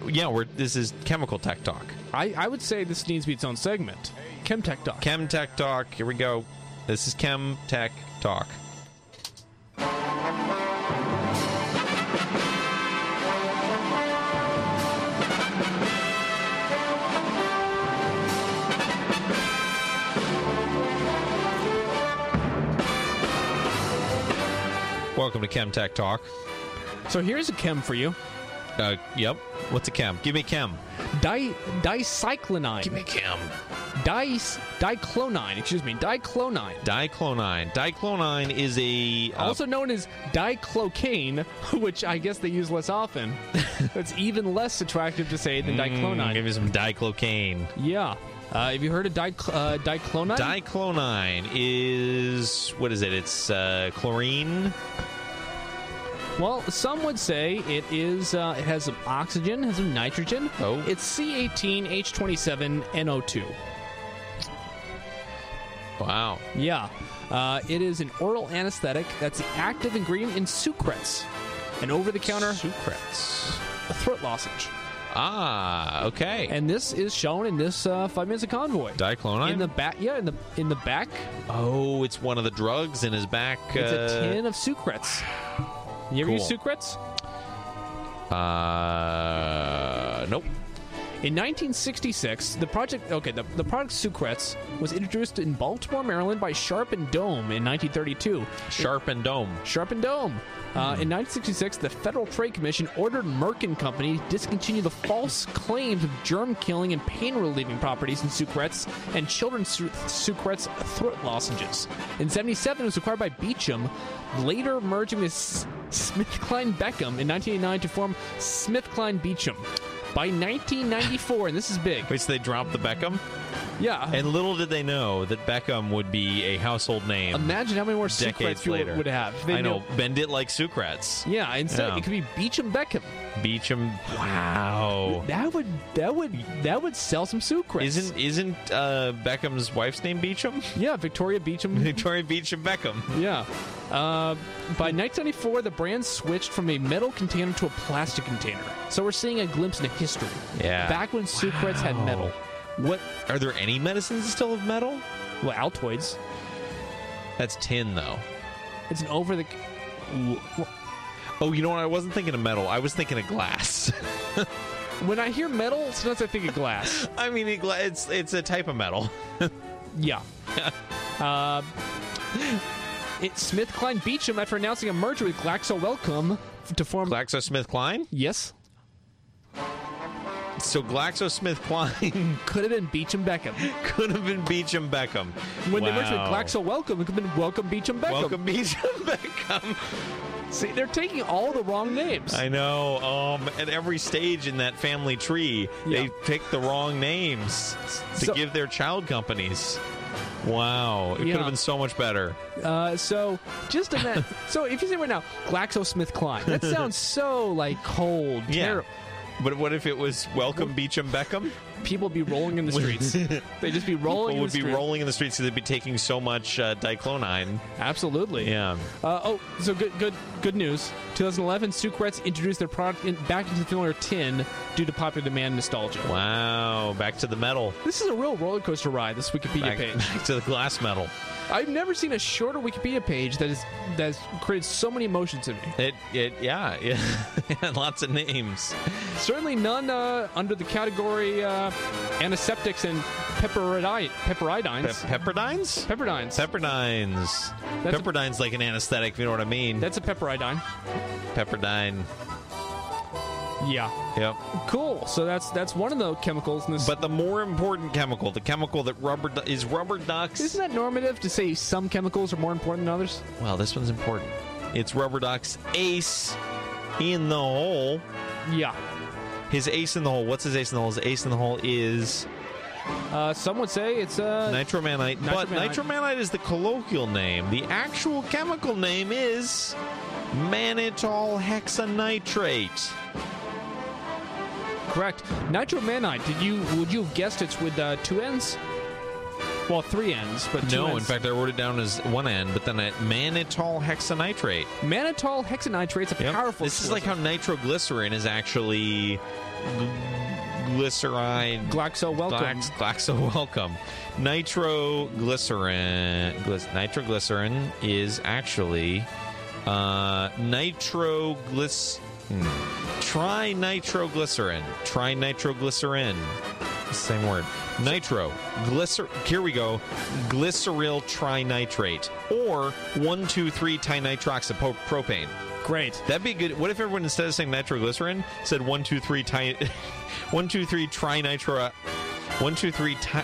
S5: yeah, we're. This is chemical tech talk.
S4: I, I would say this needs to be its own segment. Chem Tech Talk.
S5: Chem tech talk. Here we go. This is chem tech talk. Welcome to Chem Tech Talk.
S4: so here's a chem for you.
S5: Uh, yep. What's a chem? Give me chem.
S4: Di dicyclinine.
S5: Give me chem.
S4: Dice diclonine. Excuse me. Diclonine.
S5: Diclonine. Diclonine is a uh,
S4: also known as diclocaine, which I guess they use less often. That's even less attractive to say than diclonine.
S5: Mm, give me some diclocaine.
S4: Yeah. Uh, have you heard of dic- uh, diclonine?
S5: Diclonine is what is it? It's uh, chlorine.
S4: Well, some would say it is. Uh, it has some oxygen, has some nitrogen.
S5: Oh.
S4: it's C18H27NO2.
S5: Wow.
S4: Yeah, uh, it is an oral anesthetic. That's the active ingredient in Sucrets, an over-the-counter
S5: Sucrets.
S4: throat lozenge.
S5: Ah, okay.
S4: And this is shown in this uh, five minutes of convoy.
S5: Diclonine.
S4: in the back, yeah, in the in the back,
S5: oh, it's one of the drugs in his back.
S4: it's
S5: uh,
S4: a tin of Sucrets. You ever use
S5: Cool.
S4: Sucrets?
S5: Uh, nope.
S4: In 1966, the project okay the, the product Sucrets was introduced in Baltimore, Maryland by Sharp and Dome in 1932.
S5: Sharp and dome.
S4: Sharp and Dome. Uh,
S5: Hmm.
S4: in 1966, the Federal Trade Commission ordered Merck and Company to discontinue the false claims of germ killing and pain relieving properties in Sucrets and children's Su- Sucrets throat lozenges. In 77, it was acquired by Beecham, later merging with SmithKline Beckham in 1989 to form SmithKline Beecham. By 1994, and this is big.
S5: Wait, so they dropped the Beckham?
S4: Yeah.
S5: And little did they know that Beckham would be a household name
S4: imagine how many more
S5: decades
S4: Sucrets you
S5: later.
S4: would have. if they
S5: I know.
S4: knew-
S5: Bend it like Sucrets.
S4: Yeah, instead
S5: Yeah.
S4: it could be Beecham Beckham.
S5: Beecham. Wow.
S4: That would that would that would sell some Sucrets.
S5: Isn't isn't uh, Beckham's wife's name Beecham?
S4: yeah Victoria Beecham?
S5: Victoria Beecham Beckham.
S4: yeah. Uh, by 1994, the brand switched from a metal container to a plastic container. So we're seeing a glimpse into history.
S5: Yeah.
S4: Back when Sucrets had metal,
S5: Oh. What are there any medicines that still of metal?
S4: well, Altoids.
S5: That's tin though.
S4: It's an over the.
S5: Oh, you know what? I wasn't thinking of metal. I was thinking of glass.
S4: When I hear metal, sometimes I think of glass.
S5: I mean, it gla- it's it's a type of metal.
S4: Yeah. uh, it Smith Klein Beecham after announcing a merger with Glaxo Welcome to form.
S5: GlaxoSmithKline.
S4: yes.
S5: So GlaxoSmithKline
S4: Could have been Beecham Beckham.
S5: could have been Beecham Beckham.
S4: When they merged with
S5: wow.
S4: Glaxo Welcome, it could have been Welcome Beecham Beckham.
S5: Welcome Beecham Beckham.
S4: See, they're taking all the wrong names.
S5: I know. Um, at every stage in that family tree, they
S4: Yeah.
S5: pick the wrong names to
S4: So-
S5: give their child companies. Wow, it could
S4: Yeah.
S5: have been so much better.
S4: Uh, so just imagine. so if you say right now, GlaxoSmithKline, that sounds so like cold.
S5: Yeah.
S4: terrible.
S5: But what if it was Welcome Beecham Beckham?
S4: People be rolling in the streets. They'd just be
S5: People
S4: rolling. in
S5: would
S4: the
S5: be
S4: street.
S5: rolling in the streets because they'd be taking so much uh, diclonine.
S4: Absolutely.
S5: Yeah.
S4: Uh, oh, so good, good, good news. 2011, Sucrets introduced their product in, back into the familiar tin due to popular demand nostalgia.
S5: Wow. Back to the metal.
S4: This is a real roller coaster ride. This Wikipedia
S5: Back,
S4: page.
S5: back to the glass metal.
S4: I've never seen a shorter Wikipedia page that is that's created so many emotions in me.
S5: It. It. Yeah. Yeah. Lots of names.
S4: Certainly none uh, under the category uh, antiseptics and pepperidi-
S5: Pe-
S4: pepperidines.
S5: Pepperdines.
S4: Pepperdines.
S5: Pepperdines.
S4: That's a-
S5: Pepperdine's like an anesthetic, if you know what I mean.
S4: That's a pepperidine.
S5: Pepperdine.
S4: Yeah.
S5: Yep.
S4: Cool. So that's that's one of the chemicals in this.
S5: But the more important chemical, the chemical that rubber du- is rubber ducks.
S4: isn't that normative to say some chemicals are more important than others?
S5: Well, this one's important. It's rubber ducks ace in the hole.
S4: Yeah.
S5: His ace in the hole. What's his ace in the hole? His ace in the hole is
S4: Uh, some would say it's uh,
S5: nitromanite. But
S4: nitromanite.
S5: nitromanite is the colloquial name. The actual chemical name is mannitol hexanitrate.
S4: correct. Nitromanite. Did you would you have guessed it's with uh, two ends? Well, three ends, but two
S5: No, in
S4: ends.
S5: fact, I wrote it down as one end, but then at mannitol hexanitrate.
S4: mannitol hexanitrate's a
S5: Yep.
S4: powerful.
S5: This is like how nitroglycerin is actually gl- glyceride.
S4: Glaxo welcome.
S5: Glax, Glaxo welcome. Nitroglycerin. Glyc- nitroglycerin is actually uh, hmm. nitroglyc. Trinitroglycerin. Trinitroglycerin. Same word. Nitro. Glycer. Here we go. Glyceryl trinitrate or one two three trinitroxapropane.
S4: Great.
S5: That'd be good. What if everyone instead of saying nitroglycerin said one two three ti- one two three trinitro one two three ti-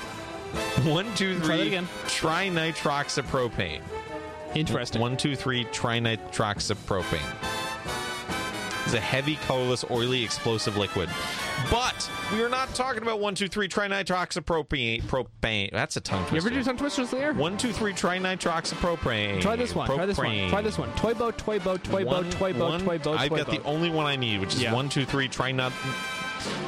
S5: one two
S4: Try that
S5: three
S4: again.
S5: trinitroxapropane.
S4: Interesting.
S5: One two three trinitroxapropane. It's a heavy, colorless, oily, explosive liquid. But we are not talking about one, two, three trinitroxapropane. Propane. That's a tongue
S4: You ever
S5: twister.
S4: do tongue twisters there?
S5: One, two, three trinitroxapropane.
S4: Try this one. Try this one.
S5: Propane.
S4: Try this one. Toy boat, toy boat, toy boat,
S5: One-
S4: toy boat,
S5: one-
S4: toy boat,
S5: I've
S4: toy
S5: got the
S4: boat.
S5: only one I need, which is
S4: Yeah.
S5: one, two, three. Try not.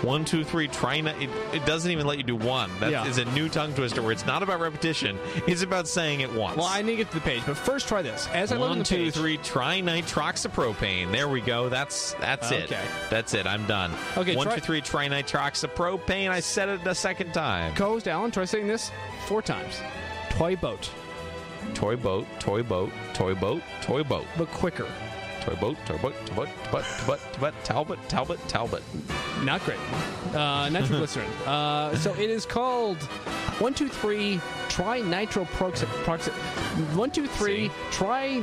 S5: One, two, three. Try not. It, it doesn't even let you do one. That is
S4: Yeah.
S5: a new tongue twister where it's not about repetition. It's about saying it once.
S4: Well, I need to get to the page, but first try this. As I look on
S5: One,
S4: the
S5: two,
S4: page,
S5: three. Try nitroxapropane. There we go. That's that's it.
S4: Okay.
S5: That's it. I'm done.
S4: Okay,
S5: One,
S4: try-
S5: two, three. Try nitroxapropane. I said it the second time.
S4: co-host Alan, try saying this four times. Toy boat,
S5: Toy boat. Toy boat. Toy boat. Toy boat.
S4: but quicker.
S5: Toy boat. Toy boat. Toy boat. Toy boat. Toy boat. Toy boat. Talbot. Talbot. Talbot.
S4: Not great. Uh, nitroglycerin. uh, so it is called one two three try nitroproxi. One two three try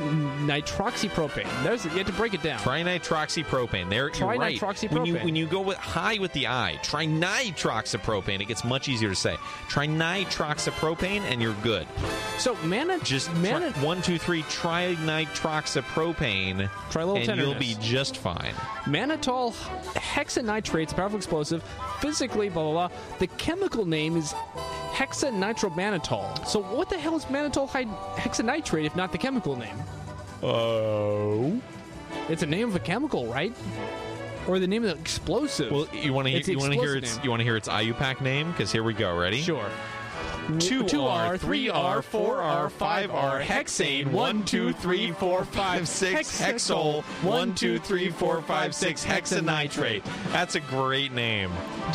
S4: nitroxypropane. There's you have to break it down.
S5: Trinitroxypropane. There, you're right.
S4: Trinitroxypropane.
S5: When you when you go with high with the I, trinitroxypropane, it gets much easier to say. Trinitroxypropane, and you're good.
S4: So mana
S5: Just
S4: mana.
S5: tri- one, two, three, trinitroxypropane,
S4: Try a little
S5: and you'll be
S4: tenderness.
S5: just fine.
S4: Mannitol hexanitrate's powerful explosive. Physically, blah blah blah. The chemical name is hexanitromannitol. So what the hell is mannitol hy- hexanitrate if not the chemical name?
S5: Oh.
S4: It's a name of a chemical, right? Or the name of the explosive.
S5: Well, you want to hear
S4: It's the
S5: you want to hear
S4: explosive
S5: its
S4: name.
S5: you want to hear its IUPAC name because here we go. Ready?
S4: Sure.
S5: E. Two,
S4: Two
S5: R,
S4: R,
S5: three R, four R, five R, hexane. One, two, three, four, five, six. Hexol. One, two, three, four, five, six. Hexanitrate. That's a great name.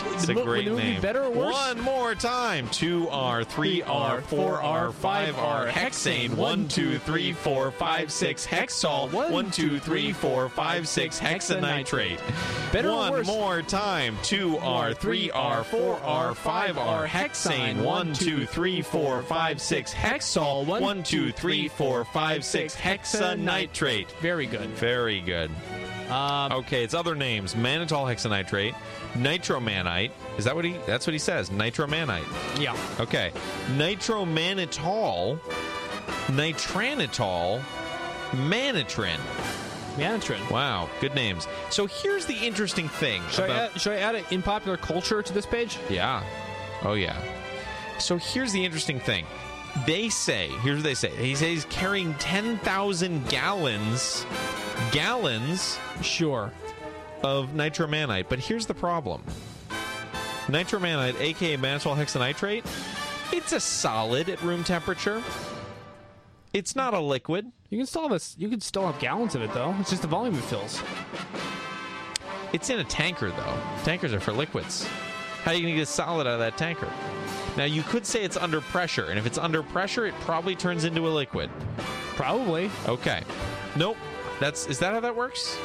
S5: It's a
S4: Would- would
S5: great
S4: it be
S5: name.
S4: better or worse?
S5: One more time. Two R, three R, four R, five R, hexane. One, two, three, four, five, six. Hexol. One, two, three, four, five, six. Hexanitrate.
S4: Better or
S5: One
S4: worse?
S5: more time. Two R, three R, four R, five R, hexane. One, two, three, four, five, six. Hexol. One, two, three, four, five, six. Hexanitrate.
S4: Very good.
S5: Very good.
S4: Um,
S5: Okay, it's other names: mannitol hexanitrate, nitromanite. Is that what he? That's what he says. Nitromanite.
S4: yeah.
S5: Okay, nitromanitol, nitranitol, manitrin.
S4: Manitrin.
S5: Wow, good names. So here's the interesting thing
S4: Should, I
S5: about
S4: add, should I add it in popular culture to this page?
S5: yeah. Oh yeah. So here's the interesting thing. They say, here's what they say. He says he's carrying 10,000 gallons gallons
S4: Sure.
S5: of nitromanite, but here's the problem. Nitromanite, aka mannitol hexanitrate, it's a solid at room temperature. It's not a liquid.
S4: You can still have a s You can still have gallons of it though. It's just the volume it fills.
S5: It's in a tanker, though. Tankers are for liquids. How are you going to get a solid out of that tanker? Now, you could say it's under pressure, and if it's under pressure, it probably turns into a liquid.
S4: Probably.
S5: Okay. Nope. That's is that how that works?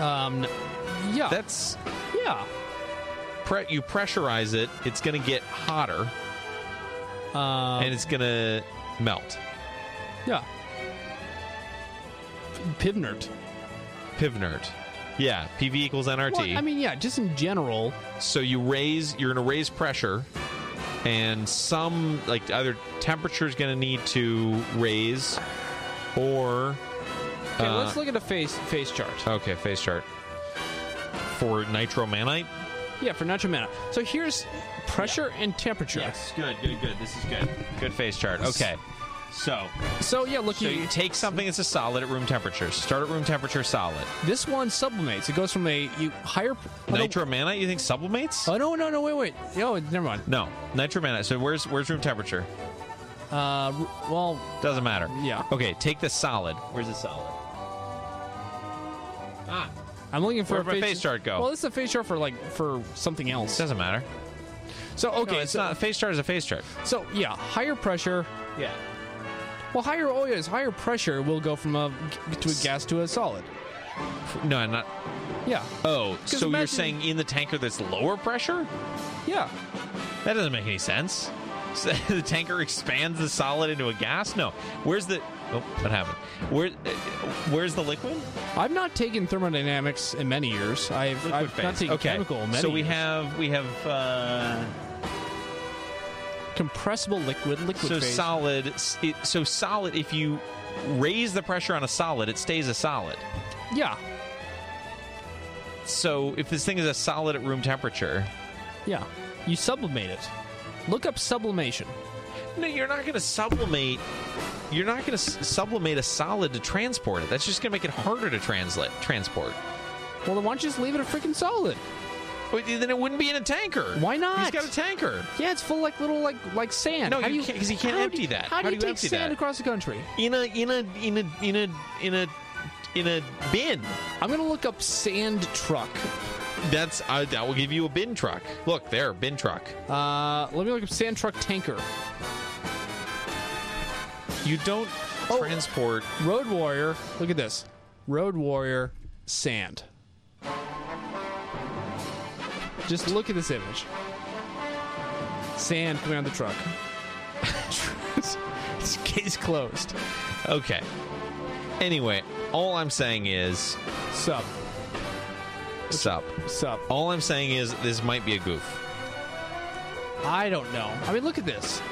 S4: Um. Yeah.
S5: That's
S4: yeah.
S5: pre- you pressurize it, it's going to get hotter
S4: Um,
S5: and it's going to melt.
S4: yeah. Pivnert.
S5: Pivnert. Yeah, PV equals NRT.
S4: Well, I mean, yeah. Just in general.
S5: so you raise you're going to raise pressure and some like either temperature is going to need to raise or
S4: Okay.
S5: Uh,
S4: let's look at a face face chart.
S5: okay phase chart for nitromanite
S4: Yeah, for natural mana. So here's pressure and temperature.
S5: good good good this is good good phase chart okay so
S4: So yeah, look,
S5: so
S4: you,
S5: you take something that's a solid at room temperature start at room temperature solid
S4: this one sublimates. It goes from a you higher. Oh, no.
S5: nitromanite you think sublimates
S4: Oh no no no wait wait no never mind.
S5: no nitromanite so where's where's room temperature
S4: Uh r- well
S5: Doesn't matter.
S4: Yeah.
S5: Okay, take the solid. Where's the solid? Ah,
S4: I'm looking for
S5: Where'd
S4: a
S5: my face chart go?
S4: Well, this is a face chart for like for something else.
S5: doesn't matter.
S4: So okay,
S5: No, it's
S4: so,
S5: not. Face chart is a face chart.
S4: so yeah, higher pressure.
S5: Yeah.
S4: Well, higher oil is higher pressure will go from a to a gas to a solid.
S5: No, I'm not.
S4: Yeah. Uh,
S5: Oh,
S4: 'Cause
S5: so you're
S4: imagine-
S5: saying in the tanker that's lower pressure?
S4: Yeah.
S5: That doesn't make any sense. So the tanker expands the solid into a gas? No. Where's the Oh, what happened? Where uh, where's the liquid?
S4: I've not taken thermodynamics in many years. I've,
S5: Liquid
S4: I've not
S5: phase.
S4: taken
S5: okay.
S4: chemical in many
S5: So we
S4: years.
S5: have we have uh
S4: compressible liquid, liquid
S5: so
S4: phase.
S5: solid s- it, so solid if you raise the pressure on a solid, it stays a solid.
S4: yeah.
S5: So if this thing is a solid at room temperature,
S4: Yeah. You sublimate it. Look up sublimation.
S5: no, you're not going to sublimate. You're not going to sublimate a solid to transport it. That's just going to make it harder to translate transport.
S4: Well, then why don't you just leave it a freaking solid?
S5: But then it wouldn't be in a tanker.
S4: Why not?
S5: He's got a tanker.
S4: Yeah, it's full of like little like like sand.
S5: No,
S4: How
S5: you
S4: do
S5: can't- 'cause you can't
S4: how do
S5: empty
S4: you-
S5: that.
S4: How, do you,
S5: do you
S4: take
S5: empty
S4: sand
S5: that?
S4: across the country?
S5: In a in a in a in a in a in a bin.
S4: I'm gonna look up sand truck.
S5: That's uh, that will give you a bin truck. Look there, bin truck.
S4: Uh, let me look up sand truck tanker.
S5: You don't
S4: Oh.
S5: transport.
S4: Road warrior. Look at this. Road warrior sand. Just look at this image. Sand coming out of the truck. It's case closed.
S5: Okay. Anyway, all I'm saying is
S4: Sub.
S5: sup.
S4: Sub.
S5: All I'm saying is this might be a goof.
S4: I don't know. I mean, look at this.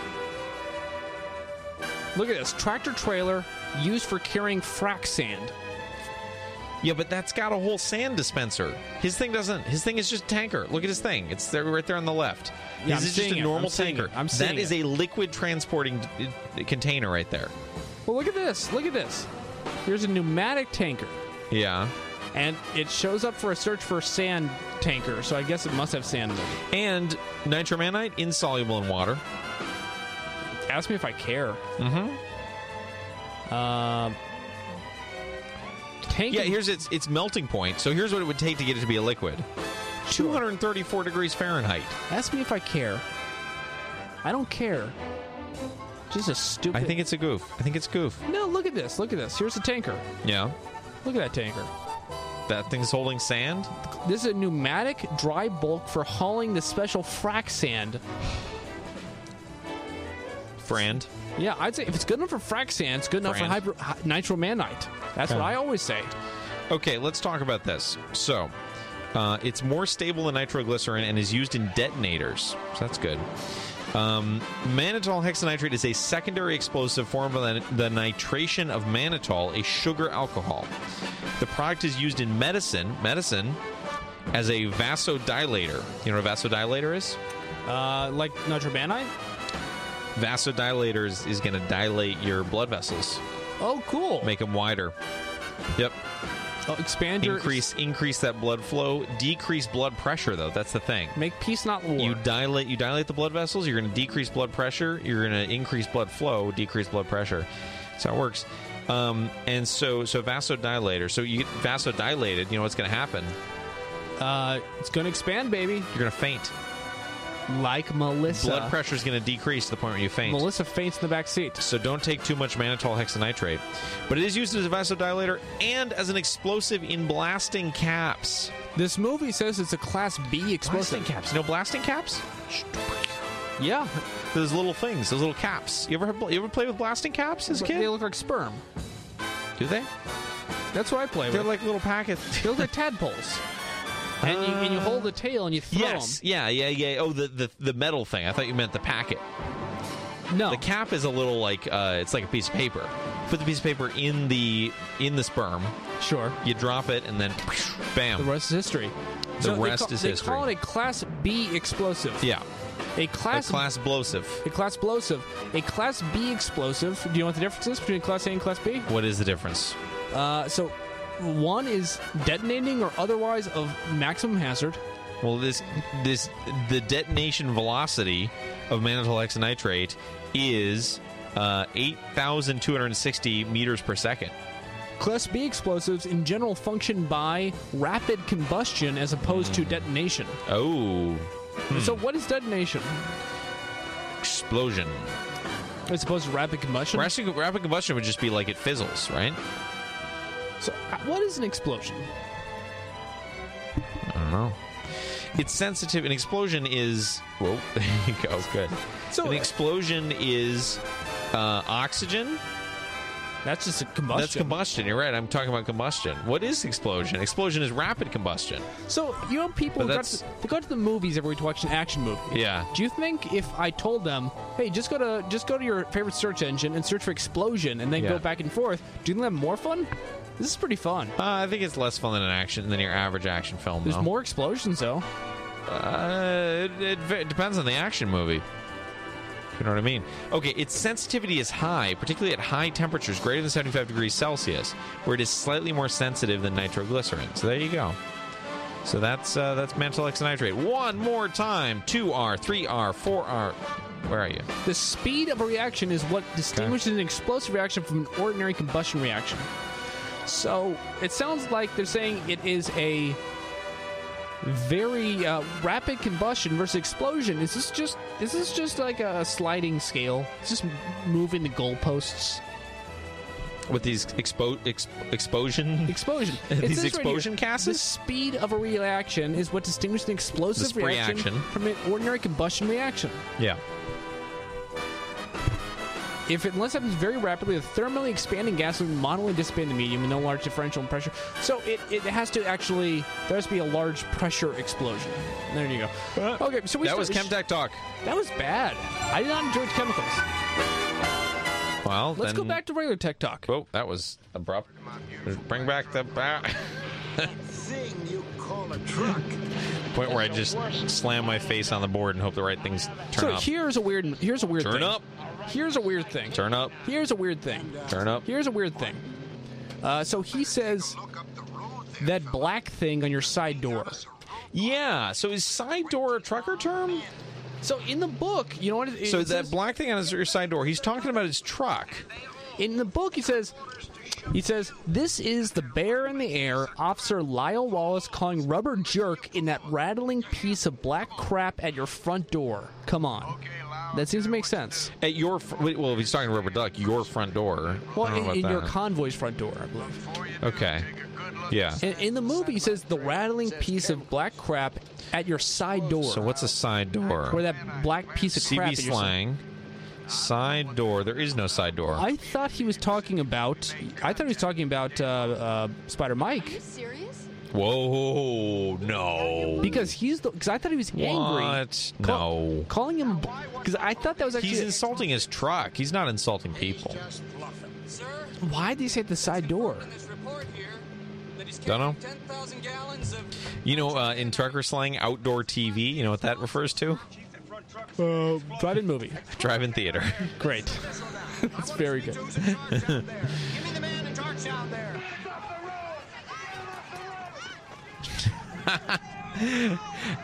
S4: Look at this tractor trailer used for carrying frac sand.
S5: Yeah, but that's got a whole sand dispenser. His thing doesn't. His thing is just a tanker. Look at his thing. It's there, right there on the left. His
S4: Yeah, I'm
S5: is just
S4: seeing
S5: a
S4: it.
S5: normal
S4: I'm seeing
S5: tanker.
S4: it. I'm seeing
S5: That is
S4: it.
S5: a liquid transporting uh, container right there.
S4: Well, look at this. Look at this. Here's a pneumatic tanker,
S5: Yeah.
S4: and it shows up for a search for sand tanker. So I guess it must have sand in it.
S5: And nitromanite insoluble in water.
S4: Ask me if I care.
S5: Mm-hmm.
S4: Um, tank.
S5: Yeah, here's its its melting point. So here's what it would take to get it to be a liquid. 234 degrees Fahrenheit.
S4: Ask me if I care. I don't care. Just a stupid.
S5: I think it's a goof. I think it's goof.
S4: No, look at this. Look at this. Here's a tanker.
S5: Yeah.
S4: Look at that tanker.
S5: That thing's holding sand.
S4: This is a pneumatic dry bulk for hauling the special frac sand.
S5: Friend.
S4: Yeah, I'd say if it's good enough for frac sand, it's good enough
S5: Fran.
S4: for hyper, hy- nitromanite. That's
S5: Okay.
S4: what I always say.
S5: Okay, let's talk about this. So, uh, it's more stable than nitroglycerin and is used in detonators. So that's good. Um, mannitol hexanitrate is a secondary explosive formed by the, the nitration of mannitol, a sugar alcohol. The product is used in medicine, medicine, as a vasodilator. You know what a vasodilator is?
S4: Uh, like nitromanite.
S5: Vasodilator is, is going to dilate your blood vessels,
S4: Oh, cool.
S5: make them wider. Yep.
S4: Oh, expand your
S5: increase increase that blood flow decrease blood pressure though that's the thing
S4: Make peace, not war.
S5: you dilate you dilate the blood vessels you're going to decrease blood pressure you're going to increase blood flow decrease blood pressure that's how it works um, and so so vasodilator so you get vasodilated you know what's going to happen
S4: uh, it's gonna expand, baby.
S5: you're going to faint
S4: Like Melissa.
S5: blood pressure is going to decrease to the point where you faint
S4: Melissa faints in the back seat.
S5: so don't take too much mannitol hexanitrate but it is used as a vasodilator and as an explosive in blasting caps
S4: This movie says it's a class B
S5: blasting
S4: explosive.
S5: caps no blasting caps
S4: Yeah,
S5: those little things, those little caps. You ever have, you ever play with blasting caps as a
S4: but they
S5: kid?
S4: look like sperm.
S5: Do they?
S4: That's what I play
S5: They're
S4: with.
S5: like little packets.
S4: They're like tadpoles. And, you, and you hold the tail and you throw
S5: Yes. Yeah. Yeah. Yeah. Oh, the, the the metal thing. I thought you meant the packet.
S4: 'em. No.
S5: The cap is a little like uh, it's like a piece of paper. Put the piece of paper in the in the sperm.
S4: sure.
S5: You drop it and then bam.
S4: The rest is history.
S5: The
S4: they
S5: rest
S4: ca-
S5: is
S4: they
S5: history.
S4: call it a Class B explosive.
S5: yeah.
S4: A
S5: A
S4: Class
S5: class blosive.
S4: a class explosive. A Class B explosive. Do you know what the difference is between Class A and Class B?
S5: What is the difference?
S4: Uh, so, one is detonating or otherwise of maximum hazard.
S5: Well, this this the detonation velocity of mannitol hexanitrate is uh, eight thousand two hundred sixty meters per second.
S4: Class B explosives in general function by rapid combustion as opposed
S5: Hmm.
S4: to detonation.
S5: Oh,
S4: So, what is detonation
S5: explosion!
S4: as opposed to rapid combustion?
S5: Rapid, rapid combustion would just be like it fizzles, right?
S4: So, uh, what is an explosion?
S5: know. It's sensitive. An explosion is. Whoa, there you go. Good.
S4: So-
S5: an explosion is uh, oxygen.
S4: That's just a combustion.
S5: That's combustion. You're right. I'm talking about combustion. What is explosion? Explosion is rapid combustion.
S4: So you know, people
S5: But
S4: got
S5: that's-
S4: to, they go to the movies every week to watch an action movie.
S5: Yeah.
S4: Do you think if I told them, hey, just go to just go to your favorite search engine and search for explosion, and then
S5: Yeah.
S4: go back and forth, do you think they have more fun? This is pretty fun.
S5: Uh, I think it's less fun than an action than your average action film.
S4: There's
S5: though.
S4: more explosions though.
S5: Uh, it, it va- depends on the action movie. You know what I mean? Okay, its sensitivity is high, particularly at high temperatures, greater than 75 degrees Celsius, where it is slightly more sensitive than nitroglycerin. So there you go. So that's uh, that's mantle nitrate. One more time. 2R, 3R, 4R. Where are you?
S4: The speed of a reaction is what distinguishes an explosive reaction from an ordinary combustion reaction. So it sounds like they're saying it is a very uh, rapid combustion versus explosion. Is this just is this just like a sliding scale? It's just moving the goalposts.
S5: With these expo- ex- explosion?
S4: Explosion. It
S5: These
S4: says right
S5: explosion
S4: here,
S5: casts?
S4: The speed of a reaction is what distinguishes an explosive
S5: The spray
S4: reaction
S5: action.
S4: from an ordinary combustion reaction.
S5: yeah.
S4: If it unless it happens very rapidly, the thermally expanding gas would moderately dissipate in the medium and no large differential in pressure. So it, it has to actually there has to be a large pressure explosion. There you go. Okay, so we
S5: that was
S4: started-
S5: Chemtech Talk.
S4: That was bad. I did not enjoy chemicals.
S5: Well,
S4: Let's go
S5: then-
S4: back to regular tech talk.
S5: Oh, that was abrupt. Bring back the.
S10: Thing you call a truck.
S5: point where I just slam my face on the board and hope the right things turn
S4: so
S5: up.
S4: here's a weird here's a weird
S5: Turn
S4: thing.
S5: up.
S4: Here's a weird thing.
S5: Turn up.
S4: Here's a weird thing.
S5: Turn up.
S4: Here's a weird thing. Uh, so he says that black thing on your side door.
S5: Yeah. So is side door a trucker term?
S4: So in the book, you know what? It,
S5: So
S4: it
S5: that
S4: says-
S5: black thing on his your side door, he's talking about his truck.
S4: in the book he says he says this is the bear in the air officer lyle wallace calling rubber jerk in that rattling piece of black crap at your front door come on that seems to make sense
S5: At your fr- wait, well, if he's talking rubber duck, your front door.
S4: well
S5: I don't know
S4: in, in
S5: about
S4: your
S5: that.
S4: convoy's front door i believe
S5: okay. Yeah.
S4: and in the movie he says the rattling piece of black crap at your side door
S5: So what's a side door?
S4: or that black piece of crap
S5: CB
S4: at your side-
S5: slang. Side door. There is no side door.
S4: I thought he was talking about. I thought he was talking about uh, uh, Spider
S12: Are you
S4: Mike
S12: serious?
S5: Whoa, no.
S4: because he's the. Because I thought he was angry.
S5: What?
S4: Call-
S5: No.
S4: calling him because I thought that was actually
S5: He's insulting his truck. He's not insulting people.
S7: Sir,
S4: why did he say at the side door?
S7: in this report here that he's
S5: Dunno.
S7: carrying 10,000 gallons of
S5: You know, uh, in trucker slang, outdoor TV. You know what that refers to?
S4: Uh, drive-in movie.
S5: Drive-in theater.
S4: Great, that's very good.
S7: Give me the man in dark down there.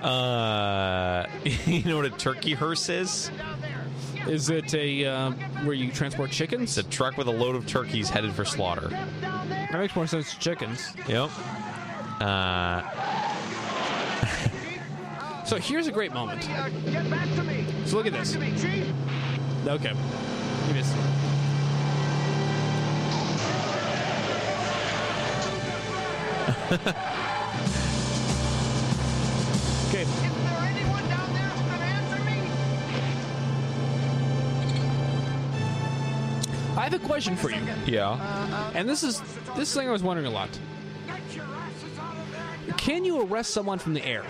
S5: Uh, you know what a turkey hearse is?
S4: Is it a uh, where you transport chickens?
S5: It's a truck with a load of turkeys headed for slaughter.
S4: That makes more sense. to Chickens.
S5: Yep. Uh,
S4: So here's a great moment.
S11: Uh, get back to me.
S4: So look at this.
S11: To me, Chief.
S4: Okay, you missed. okay,
S11: Is there anyone down there who can answer me?
S4: I have a question for you,
S5: yeah.
S4: and this is this is something I was wondering a lot.
S11: Get your asses out of there.
S4: Can you arrest someone from the air?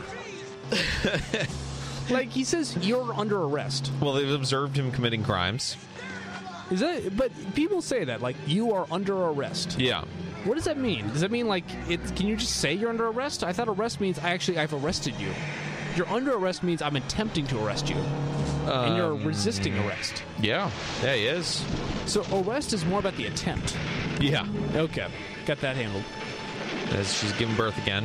S4: like he says, you're under arrest.
S5: Well, they've observed him committing crimes.
S4: Is that? But people say that, like you are under arrest.
S5: Yeah.
S4: What does that mean? Does that mean like it? Can you just say you're under arrest? I thought arrest means I actually I've arrested you. You're under arrest means I'm attempting to arrest you, and you're resisting arrest.
S5: Yeah. Yeah, he is.
S4: So arrest is more about the attempt.
S5: Yeah.
S4: Okay, got that handled.
S5: As she's giving birth again.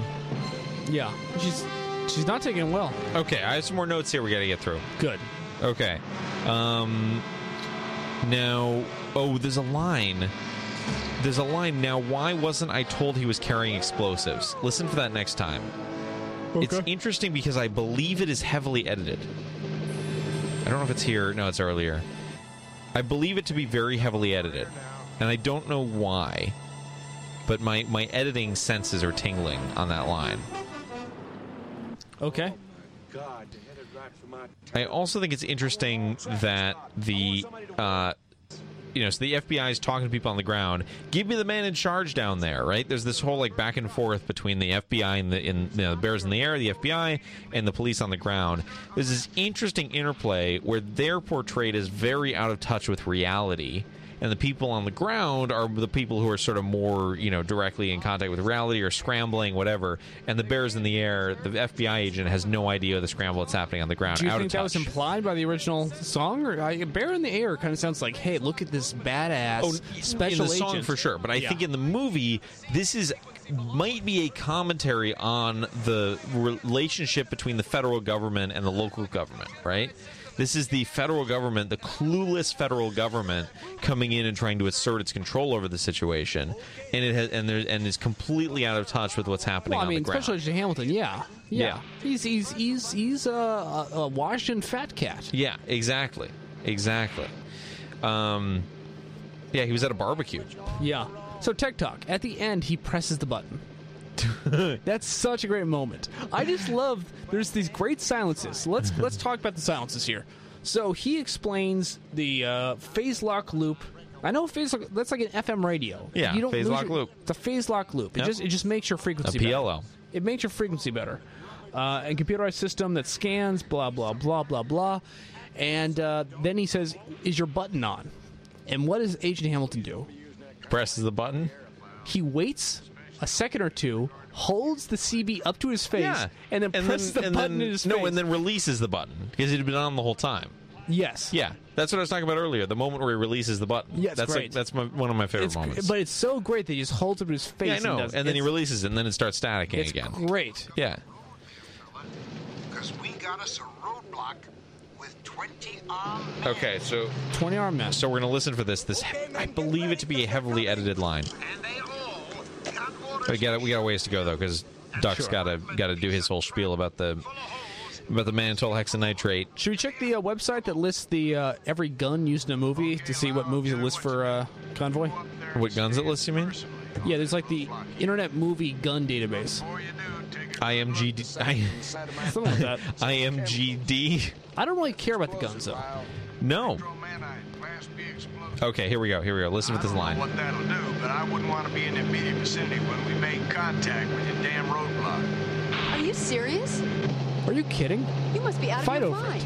S4: Yeah, she's she's not taking it well.
S5: Okay, I have some more notes here we got to get through.
S4: Good.
S5: Okay. Um now oh, there's a line. There's a line now. Why wasn't I told he was carrying explosives? Listen for that next time. It's interesting because I believe it is heavily edited. I don't know if it's here. No, it's earlier. I believe it to be very heavily edited. And I don't know why. But my my editing senses are tingling on that line.
S4: Okay.
S5: I also think it's interesting that the uh, you know, so the FBI is talking to people on the ground. Give me the man in charge down there, right? There's this whole like back and forth between the FBI and the in you know, the bears in the air, the FBI, and the police on the ground. There's this interesting interplay where they're portrayed as very out of touch with reality. And the people on the ground are the people who are sort of more, you know, directly in contact with reality or scrambling, whatever. And the bears in the air, the FBI agent has no idea the scramble that's happening on the ground.
S4: Do you
S5: out
S4: think
S5: of
S4: that was
S5: touch.
S4: implied by the original song, or I, "Bear in the Air" kind of sounds like, "Hey, look at this badass
S5: Oh, in
S4: special
S5: the song
S4: agent."
S5: for sure, but I
S4: Yeah.
S5: think in the movie this is might be a commentary on the relationship between the federal government and the local government, right? This is the federal government, the clueless federal government, coming in and trying to assert its control over the situation, and it has and there and is completely out of touch with what's happening
S4: well, I
S5: on the
S4: mean,
S5: ground.
S4: Special Agent Hamilton, yeah, yeah,
S5: Yeah.
S4: he's he's he's he's a, a, a Washington fat cat.
S5: Yeah, exactly, exactly. Um, yeah, he was at a barbecue.
S4: Yeah. So Tech Talk at the end, he presses the button. That's such a great moment. I just love. There's these great silences. Let's let's talk about the silences here. So he explains the uh, phase lock loop. I know phase lock, that's like an FM radio.
S5: Yeah,
S4: you don't
S5: phase
S4: lose
S5: lock
S4: your-
S5: loop.
S4: It's a phase lock loop. It
S5: Yep.
S4: just it just makes your frequency
S5: A PLO.
S4: Better. It makes your frequency better. Uh, and computerized system that scans blah blah blah blah blah. And uh, then he says, "Is your button on?" And what does Agent Hamilton do?
S5: Presses the button.
S4: He waits a second or two, holds the CB up to his face,
S5: Yeah.
S4: and then presses the
S5: and
S4: button
S5: then-
S4: in his
S5: no,
S4: face.
S5: and then releases the button because it had been on the whole time.
S4: yes,
S5: Yeah, that's what I was talking about earlier. The moment where he releases the button.
S4: Yeah, it's
S5: that's
S4: great.
S5: Like, that's my, one of my favorite
S4: It's gr-
S5: moments.
S4: but it's so great that he just holds it up to his face.
S5: yeah, I know.
S4: does
S5: And,
S4: it.
S5: then he
S4: It's-
S5: releases it, and then it starts staticking
S4: It's
S5: again.
S4: great.
S5: Yeah,
S10: Because we got us a roadblock with 20 armed men.
S5: Okay, so
S4: twenty arm mess.
S5: So we're gonna listen for this. This I believe it to be a heavily edited line. We got we got a ways to go though, because Doc's
S4: Sure.
S5: gotta gotta do his whole spiel about the about the mannitol hexanitrate.
S4: Should we check the uh, website that lists the uh, every gun used in a movie to see what movies it lists for uh, convoy?
S5: What guns it lists? You mean?
S4: Yeah, there's like the Internet Movie Gun Database.
S5: IMGD. I,
S4: Something like that.
S5: IMGD.
S4: I don't really care about the guns though.
S5: No. Okay, here we go. Here we go. Listen
S8: I
S5: to this
S8: don't know
S5: line.
S8: what that'll do, but I wouldn't want to be in the immediate vicinity when we make contact with your damn roadblock.
S12: Are you serious?
S4: Are you kidding?
S12: You must be out
S4: Fight
S12: of your
S4: over it.
S12: mind.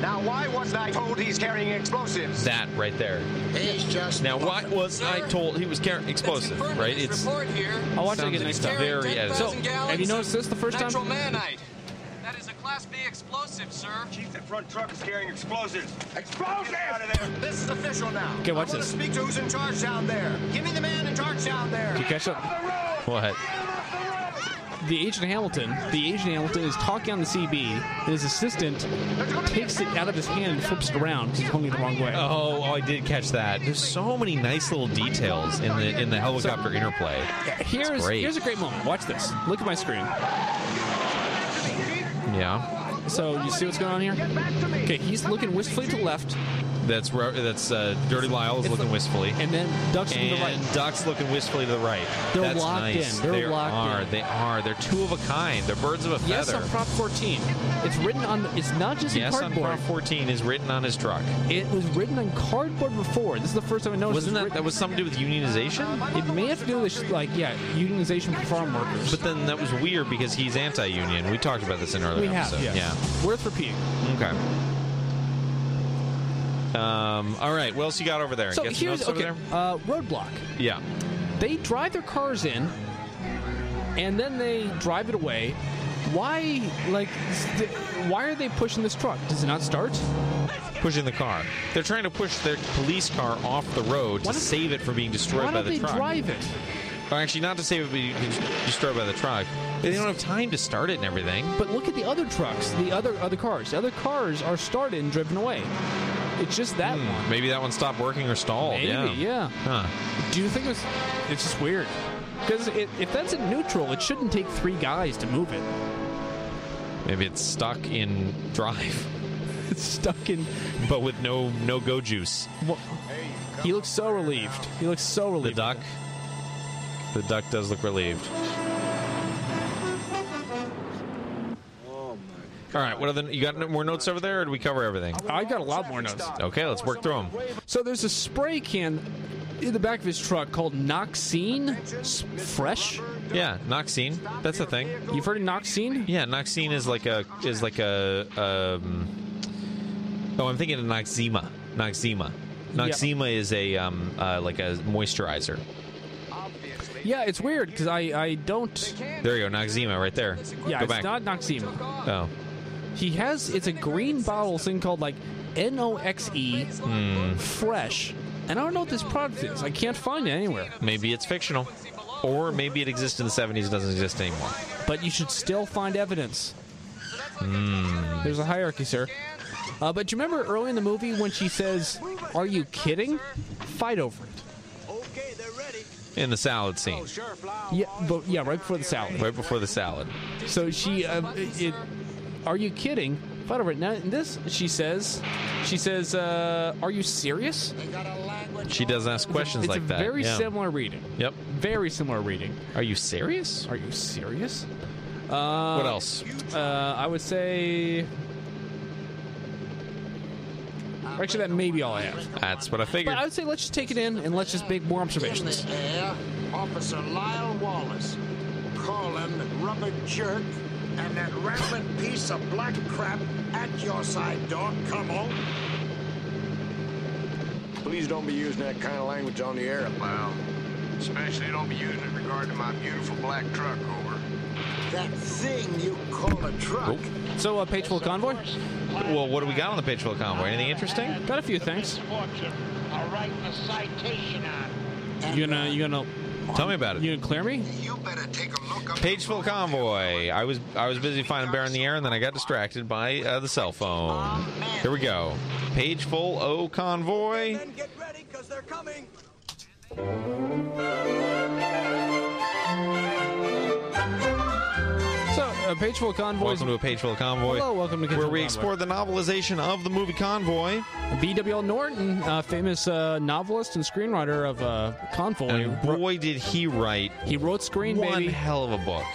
S11: Now, why wasn't I told he's carrying explosives?
S5: That right there.
S10: He's just.
S5: Now, why was I told he was carrying explosive? Right? It's Oh,
S4: I'll watch it
S5: Sounds
S4: again next time.
S5: very edited.
S4: So, have you noticed this the first time?
S7: Nitro manite. That is a Class B explosive, sir.
S11: Chief, that front truck is carrying explosives. Explosives! Get out of there!
S10: This is official now.
S4: Okay, watch
S10: I want
S4: this.
S10: to speak to who's in charge down there. Give me the man in charge down there.
S4: Did you catch that?
S5: what?
S4: the agent Hamilton, the agent Hamilton is talking on the CB, and his assistant takes it out of his hand and flips it around because he's holding it the wrong way.
S5: Oh, oh, I did catch that. There's so many nice little details in the in the helicopter interplay.
S4: here's
S5: great.
S4: here's a great moment. Watch this. Look at my screen.
S5: Yeah,
S4: So you see what's going on here? Okay, he's looking wistfully to the left,
S5: that's where that's uh, Dirty Lyle is looking wistfully,
S4: and then ducks to the right.
S5: and Doc's looking wistfully to the right.
S4: They're
S5: that's
S4: locked
S5: nice.
S4: in. They're
S5: They
S4: locked
S5: are.
S4: in.
S5: They are. They're two of a kind. They're birds of a
S4: Yes,
S5: feather.
S4: on Prop 14. It's written on. It's not just
S5: yes,
S4: in
S5: on Prop
S4: cardboard.
S5: 14 is written on his truck.
S4: It was written on cardboard before. This is the first time I noticed.
S5: Wasn't
S4: it's
S5: that that was something to do with unionization?
S4: written- It may have to do with sh- like yeah, unionization for farm workers.
S5: But then that was weird because he's anti-union. We talked about this in earlier
S4: we have,
S5: episode.
S4: yes.
S5: Yeah.
S4: Worth repeating.
S5: Okay. Um, all right. What else you got over there?
S4: So
S5: Got some
S4: here's
S5: notes over
S4: okay. Uh, roadblock.
S5: there? Yeah.
S4: They drive their cars in, and then they drive it away. Why, like, st- why are they pushing this truck? Does it not start?
S5: Pushing the car. They're trying to push their police car off the road to
S4: Why don't-
S5: save it from being destroyed
S4: why
S5: by
S4: don't
S5: the
S4: they
S5: truck.
S4: drive it?
S5: Or actually, not to save it being destroyed by the truck. They don't have time to start it and everything.
S4: But look at the other trucks, the other other cars. The other cars are started and driven away. It's just that one.
S5: Maybe that one stopped working or stalled.
S4: Maybe,
S5: yeah.
S4: Hmm, yeah.
S5: Huh.
S4: Do you think it's it's just weird? Because if that's in neutral, it shouldn't take three guys to move it.
S5: Maybe it's stuck in drive,
S4: It's stuck in.
S5: but with no no go juice.
S4: Wha- He looks so relieved. He looks so
S5: The
S4: relieved.
S5: duck. The duck does look relieved. All right. What are the you got? no- More notes over there, or do we cover everything?
S4: I got a lot more notes.
S5: Okay, let's work through them.
S4: So there's a spray can in the back of his truck called Noxine S- Fresh.
S5: Yeah, Noxine. That's the thing.
S4: You've heard of Noxine?
S5: Yeah, Noxine is like a is like a. Um, oh, I'm thinking of Noxzema. Noxzema. Noxzema is a um, uh, like a moisturizer.
S4: Yeah, it's weird because I, I don't.
S5: There you go, Noxzema, right there.
S4: Yeah,
S5: go
S4: it's
S5: back.
S4: not Noxema.
S5: oh,
S4: He has it's a green bottle thing called like N O X E
S5: Hmm.
S4: Fresh, and I don't know what this product is. I can't find it anywhere.
S5: maybe it's fictional, or maybe it exists in the '70s, and doesn't exist anymore.
S4: But you should still find evidence.
S5: Hmm.
S4: There's a hierarchy, sir. Uh, but do you remember early in the movie when she says, "Are you kidding?" Fight over it.
S5: In the salad
S11: Oh,
S5: scene,
S4: Yeah, but yeah, right before the salad.
S5: right before the salad.
S4: So she, uh, it, it- are you kidding? Fight over it. Now in this, she says, she says, uh, "Are you serious?"
S5: She does ask questions
S4: it's
S5: like
S4: a
S5: that.
S4: Very
S5: yeah.
S4: similar reading.
S5: Yep.
S4: Very similar reading.
S5: Are you serious?
S4: Are you serious? Uh,
S5: What else?
S4: Uh, I would say. Actually, that may be all I have.
S5: That's what I
S4: But
S5: figured.
S4: I would say let's just take it in and let's just make more
S10: In
S4: observations.
S10: the air, Officer Lyle Wallace, calling rubber jerk, and that rattling piece of black crap at your side, dog. Come on.
S8: Please don't be using that kind of language on the air. Well, especially don't be using it regarding my beautiful black truck, over.
S10: That thing you call a truck.
S4: So, uh, page full convoy.
S5: Well, what do we got on the page full convoy? Anything interesting?
S4: Got a few things.
S13: I'll write a citation on.
S4: You gonna you gonna
S5: Tell me about it.
S4: you gonna clear me?
S5: Page full convoy. I was I was busy finding Bear in the air, and then I got distracted by uh, the cell phone. Here we go. Page full O convoy.
S4: So, uh, page full convoy.
S5: Welcome to a page full convoy.
S4: Hello, welcome to Page
S5: where
S4: Full
S5: we
S4: Convoy.
S5: explore the novelization of the movie Convoy.
S4: B.W.L. Norton, uh, famous uh, novelist and screenwriter of uh, Convoy.
S5: And boy, did he write
S4: he wrote Screen
S5: one
S4: Baby.
S5: hell of a book.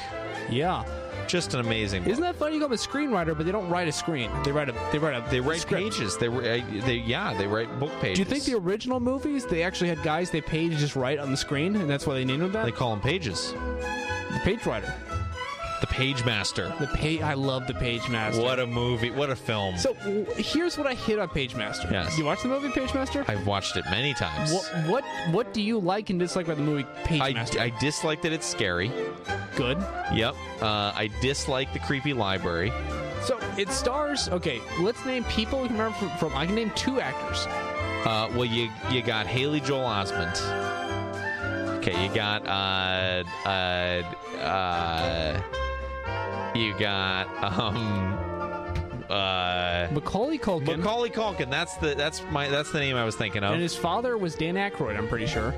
S4: Yeah.
S5: Just an amazing. Book.
S4: Isn't that funny? You call them a screenwriter, but they don't wite a screen. They write a they write a
S5: They write
S4: script.
S5: pages. They, write- they yeah, they write book pages.
S4: Do you think the original movies they actually had guys they paid to just write on the screen, and that's why they named them that?
S5: they call them pages?
S4: the page writer.
S5: The page master.
S4: The page. I love the page master.
S5: What a movie! What a film!
S4: So w- here's what I hit on Page Master.
S5: Yes.
S4: You watch the movie Page Master?
S5: I've watched it many times.
S4: What what what do you like and dislike about the movie Page
S5: I,
S4: Master?
S5: I dislike that it's scary.
S4: Good.
S5: Yep. Uh, I dislike the creepy library.
S4: So it stars. Okay, let's name people we can remember from, from. I can name two actors.
S5: Uh, well, you you got Haley Joel Osment. Okay, you got uh uh uh you got um uh
S4: Macaulay Culkin.
S5: Macaulay Culkin. That's the that's my that's the name I was thinking of.
S4: And his father was Dan Aykroyd. I'm pretty sure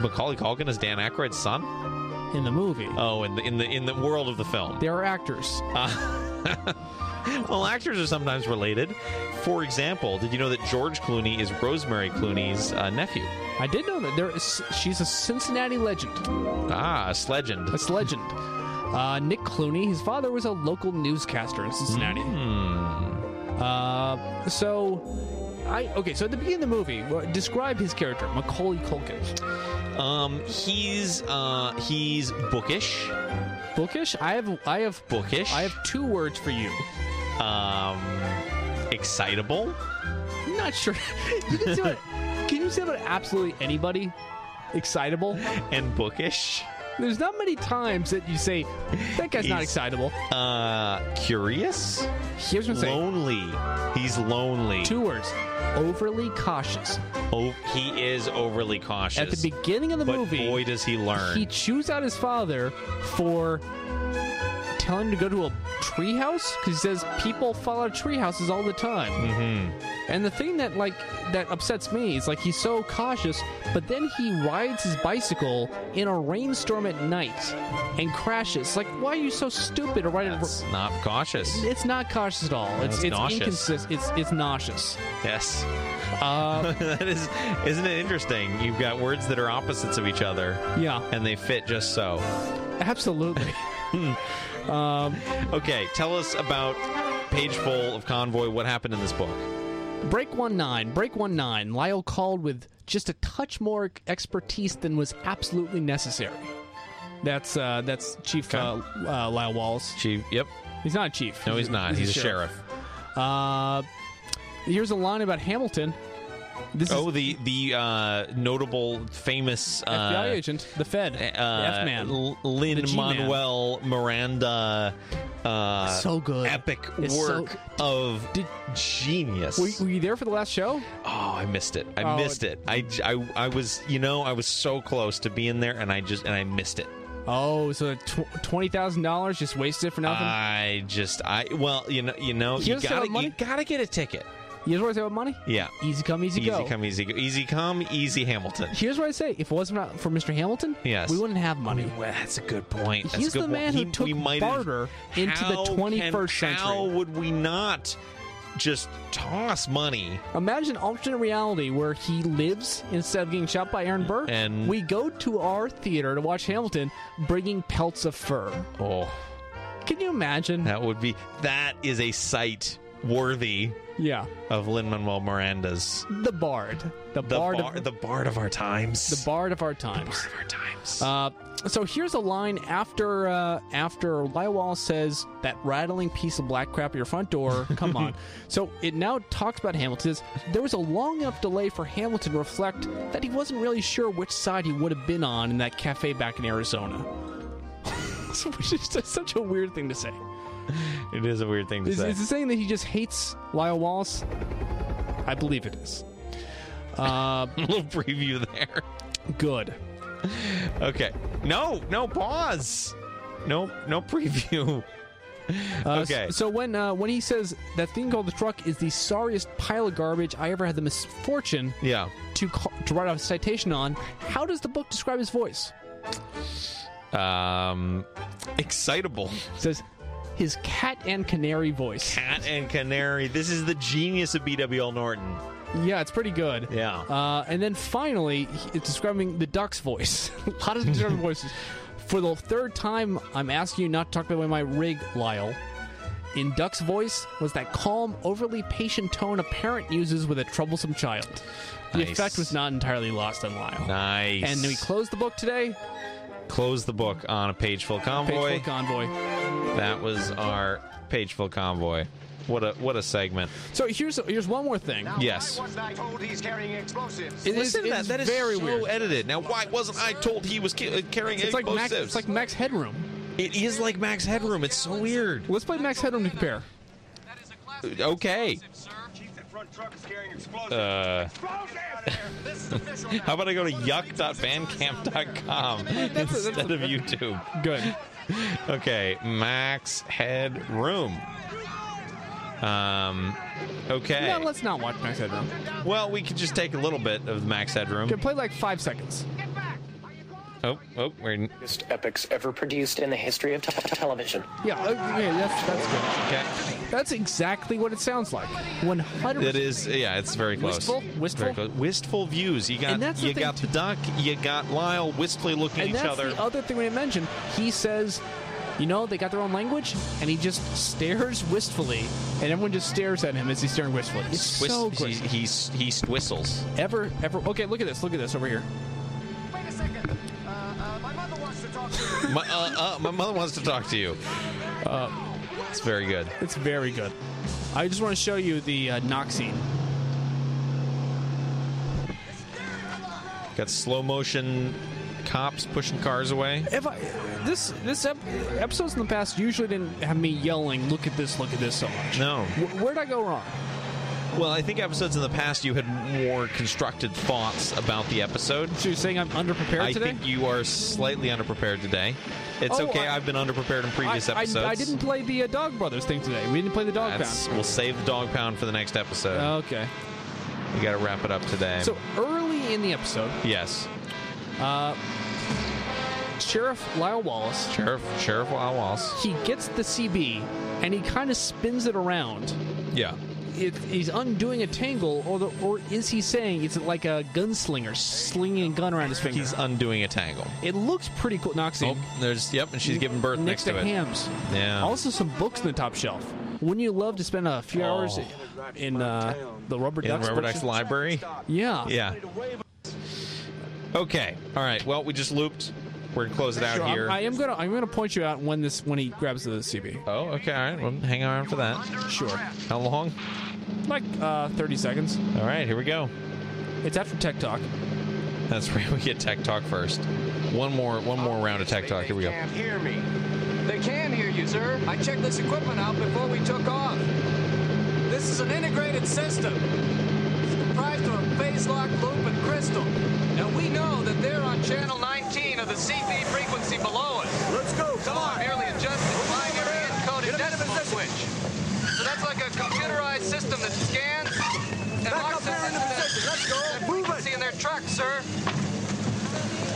S5: Macaulay Culkin is Dan Aykroyd's son.
S4: in the movie.
S5: Oh, in the in the in the world of the film.
S4: There are actors.
S5: Uh, well, actors are sometimes related. For example, did you know that George Clooney is Rosemary Clooney's uh, nephew?
S4: I did know that there is. She's a Cincinnati legend.
S5: Ah, a legend.
S4: That's legend. Uh, Nick Clooney. His father was a local newscaster in Cincinnati. Uh, so, I okay. So at the beginning of the movie, wh- describe his character, Macaulay Culkin.
S5: Um, he's uh, he's bookish,
S4: Bookish. I have. I have.
S5: bookish.
S4: I have two words for you.
S5: um, excitable.
S4: Not sure. you can, say about, can you say about absolutely anybody? Excitable.
S5: and bookish,
S4: There's not many times that you say that guy's not
S5: He's-
S4: excitable.
S5: uh, curious,
S4: Here's what I'm saying.
S5: lonely. He's lonely.
S4: Two words. Overly cautious.
S5: Oh, he is overly cautious.
S4: At the beginning of the
S5: but
S4: movie,
S5: boy, does he learn.
S4: he chews out his father for telling him to go to a treehouse because he says people fall out of treehouses all the time.
S5: Mm-hmm.
S4: And the thing that like that upsets me is like he's so cautious, but then he rides his bicycle in a rainstorm at night and crashes. Like, why are you so stupid to ride a
S5: That's not cautious.
S4: It's not cautious at all. It's
S5: That's
S4: it's
S5: nauseous.
S4: inconsistent. It's it's nauseous.
S5: Yes.
S4: Uh,
S5: that is isn't it interesting you've got words that are opposites of each other
S4: yeah,
S5: and they fit just so
S4: absolutely. um,
S5: okay, tell us about Page Full of Convoy. What happened in this book?
S4: Break one nine, break one nine. Lyle called with just a touch more expertise than was absolutely necessary. That's uh, that's Chief uh, uh, Lyle Wallace.
S5: Chief. Yep.
S4: He's not a chief.
S5: No, he's not. He's, a sheriff.
S4: Uh, here's a line about Hamilton. This
S5: oh,
S4: is
S5: the the uh, notable, famous uh, eh,
S4: FBI agent, the Fed, the F man, the
S5: Lynn
S4: G-man.
S5: Manuel Miranda. Uh,
S4: So good.
S5: epic
S4: It's so-
S5: work of genius.
S4: Were you, were you there for the last show?
S5: Oh, I missed it. I
S4: Oh,
S5: missed it. I, I, I was, you know, I was so close to being there and I just, and I missed it.
S4: Oh, so tw- twenty thousand dollars just wasted for nothing.
S5: I just, I, well, you know, you know,
S4: You
S5: you
S4: don't save
S5: gotta,
S4: up money?
S5: you gotta get a ticket.
S4: you just want to say about money?
S5: Yeah.
S4: Easy come, easy,
S5: Easy
S4: go.
S5: come, easy go. Easy come, easy Hamilton.
S4: Here's what I say: If it wasn't not for Mr. Hamilton,
S5: Yes.
S4: we wouldn't have money.
S5: Well, that's a good point. That's a
S4: He's
S5: good
S4: the
S5: point.
S4: man who
S5: He-
S4: took
S5: we might have-
S4: barter into the
S5: How can-
S4: 21st
S5: How
S4: century.
S5: would we not just toss money?
S4: Imagine alternate reality where he lives instead of getting shot by Aaron Burr.
S5: And-
S4: we go to our theater to watch Hamilton, bringing pelts of fur.
S5: Oh,
S4: Can you imagine?
S5: that would be, that is a sight worthy
S4: Yeah,
S5: of Lin Manuel Miranda's.
S4: the Bard, the,
S5: The
S4: Bard,
S5: bar,
S4: of,
S5: the bard of our times.
S4: the Bard of our times.
S5: of our times.
S4: Uh, so here's a line after uh, after Lywall says that rattling piece of black crap at your front door. Come on. So it now talks about Hamilton. It says, There was a long enough delay for Hamilton to reflect that he wasn't really sure which side he would have been on in that cafe back in Arizona. Which is just such a weird thing to say.
S5: it is a weird thing to
S4: Is,
S5: say.
S4: is it saying that he just hates Lyle Wallace? I believe it is. Uh,
S5: a little preview there.
S4: good.
S5: Okay. No, no pause. No, no preview.
S4: Uh,
S5: okay.
S4: s- So when uh, when he says that thing called the truck is the sorriest pile of garbage I ever had the misfortune
S5: yeah.
S4: to call, to write off a citation on, how does the book describe his voice?
S5: Um, excitable
S4: It says his cat and canary voice.
S5: cat and canary. This is the genius of B.W.L. Norton.
S4: Yeah, it's pretty good.
S5: Yeah.
S4: Uh, and then finally, he- it's describing the duck's voice. a lot of different voices. For the third time, I'm asking you not to talk about my rig, Lyle. In Duck's voice was that calm, overly patient tone a parent uses with a troublesome child. The
S5: Nice.
S4: effect was not entirely lost on Lyle.
S5: Nice.
S4: And we close the book today.
S5: close the book on a page full convoy.
S4: Pageful Convoy.
S5: that was our page full convoy. What a what a segment.
S4: So here's here's one more thing.
S5: Yes.
S11: wasn't I told he's carrying explosives?
S4: It is-
S5: Oh, Listen to
S4: it
S5: that.
S4: is
S5: That is
S4: very
S5: so
S4: weird.
S5: edited. Now, why wasn't I told he was ca- uh, carrying
S4: It's like Max,
S5: explosives?
S4: it's like Max Headroom.
S5: it is like Max Headroom. It's so weird.
S4: Let's play Max Headroom to compare.
S5: Okay.
S8: Chief, that front truck is carrying explosives.
S5: Uh,
S8: this is official
S5: how about I go to yuck.bandcamp.com instead of YouTube?
S4: Good.
S5: Okay, Max Headroom. Um, okay.
S4: No, let's not watch Max Headroom.
S5: Well, we could just take a little bit of Max Headroom.
S4: Okay, play like five seconds.
S5: Oh, oh, we're
S14: greatest epics ever produced in the history of t- t- television.
S4: Yeah, okay, that's that's good.
S5: okay.
S4: That's exactly what it sounds like. One hundred.
S5: It is, yeah, it's very close.
S4: Wistful? Wistful?
S5: Very close. Wistful views. You got,
S4: And that's the
S5: you
S4: thing
S5: got the duck. You got Lyle wistfully looking
S4: And
S5: at each
S4: that's
S5: other.
S4: the other thing we mentioned. He says, you know, they got their own language, and he just stares wistfully, and everyone just stares at him as he's staring wistfully. It's
S5: Whist-
S4: so
S5: he,
S4: good.
S5: he, he whistles.
S4: Ever, ever. Okay, look at this. Look at this over here.
S11: Wait a second. Uh, uh, my mother wants to talk to you.
S5: My, uh, uh, my mother wants to talk to you. Uh, it's very good.
S4: It's very good. I just want to show you the uh, knock scene.
S5: Got slow motion cops pushing cars away.
S4: If I this this ep- episodes in the past usually didn't have me yelling, "Look at this! Look at this!" so much.
S5: No.
S4: Wh- where'd I go wrong?
S5: Well, I think episodes in the past you had more constructed thoughts about the episode.
S4: So you're saying I'm underprepared
S5: I
S4: today?
S5: think you are slightly underprepared today. It's
S4: Oh,
S5: okay.
S4: I-
S5: I, have been underprepared in
S4: I,
S5: previous
S4: I-
S5: episodes.
S4: I didn't play the uh, Dog Brothers thing today. We didn't play the Dog
S5: That's,
S4: Pound.
S5: we'll save the dog pound for the next episode.
S4: Okay.
S5: we got to wrap it up today.
S4: So early in the episode,
S5: yes,
S4: Sheriff Lyle Wallace
S5: Sheriff Sheriff Wallace.
S4: he gets the CB and he kind of spins it around
S5: Yeah,
S4: it, he's undoing a tangle, or the, or is he saying it's like a gunslinger slinging a gun around his finger?
S5: He's undoing a tangle.
S4: It looks pretty cool. Noxie.
S5: Oh, there's yep, and she's giving birth next,
S4: next to,
S5: it.
S4: hams.
S5: Yeah.
S4: Also, some books in the top shelf. Wouldn't you love to spend a few hours in uh, the rubber
S5: Oh. in
S4: ducks?
S5: Rubber Duck's
S4: bookshelf?
S5: library.
S4: Yeah.
S5: Yeah. Okay. All right. Well, we just looped. We're gonna close it out
S4: Sure, I'm-
S5: here.
S4: I am gonna I'm gonna point you out when this when he grabs the CB.
S5: Oh, okay. All right. Well, hang around for that.
S4: Sure.
S5: How long?
S4: Like uh, 30 seconds.
S5: All right. Here we go.
S4: It's after Tech Talk.
S5: That's where we get tech talk first. One more. One more round of tech talk. Here we go.
S7: Can't hear me. They can hear you, sir. I checked this equipment out before we took off. This is an integrated system. It's comprised of a phase lock loop and crystal. Now we know that they're on channel 19 of the CP frequency below us. Let's go. So I merely adjusted binary encoded decimal switch. So that's like a computerized system that scans and locks us into the Let's go. frequency in their tracks, sir.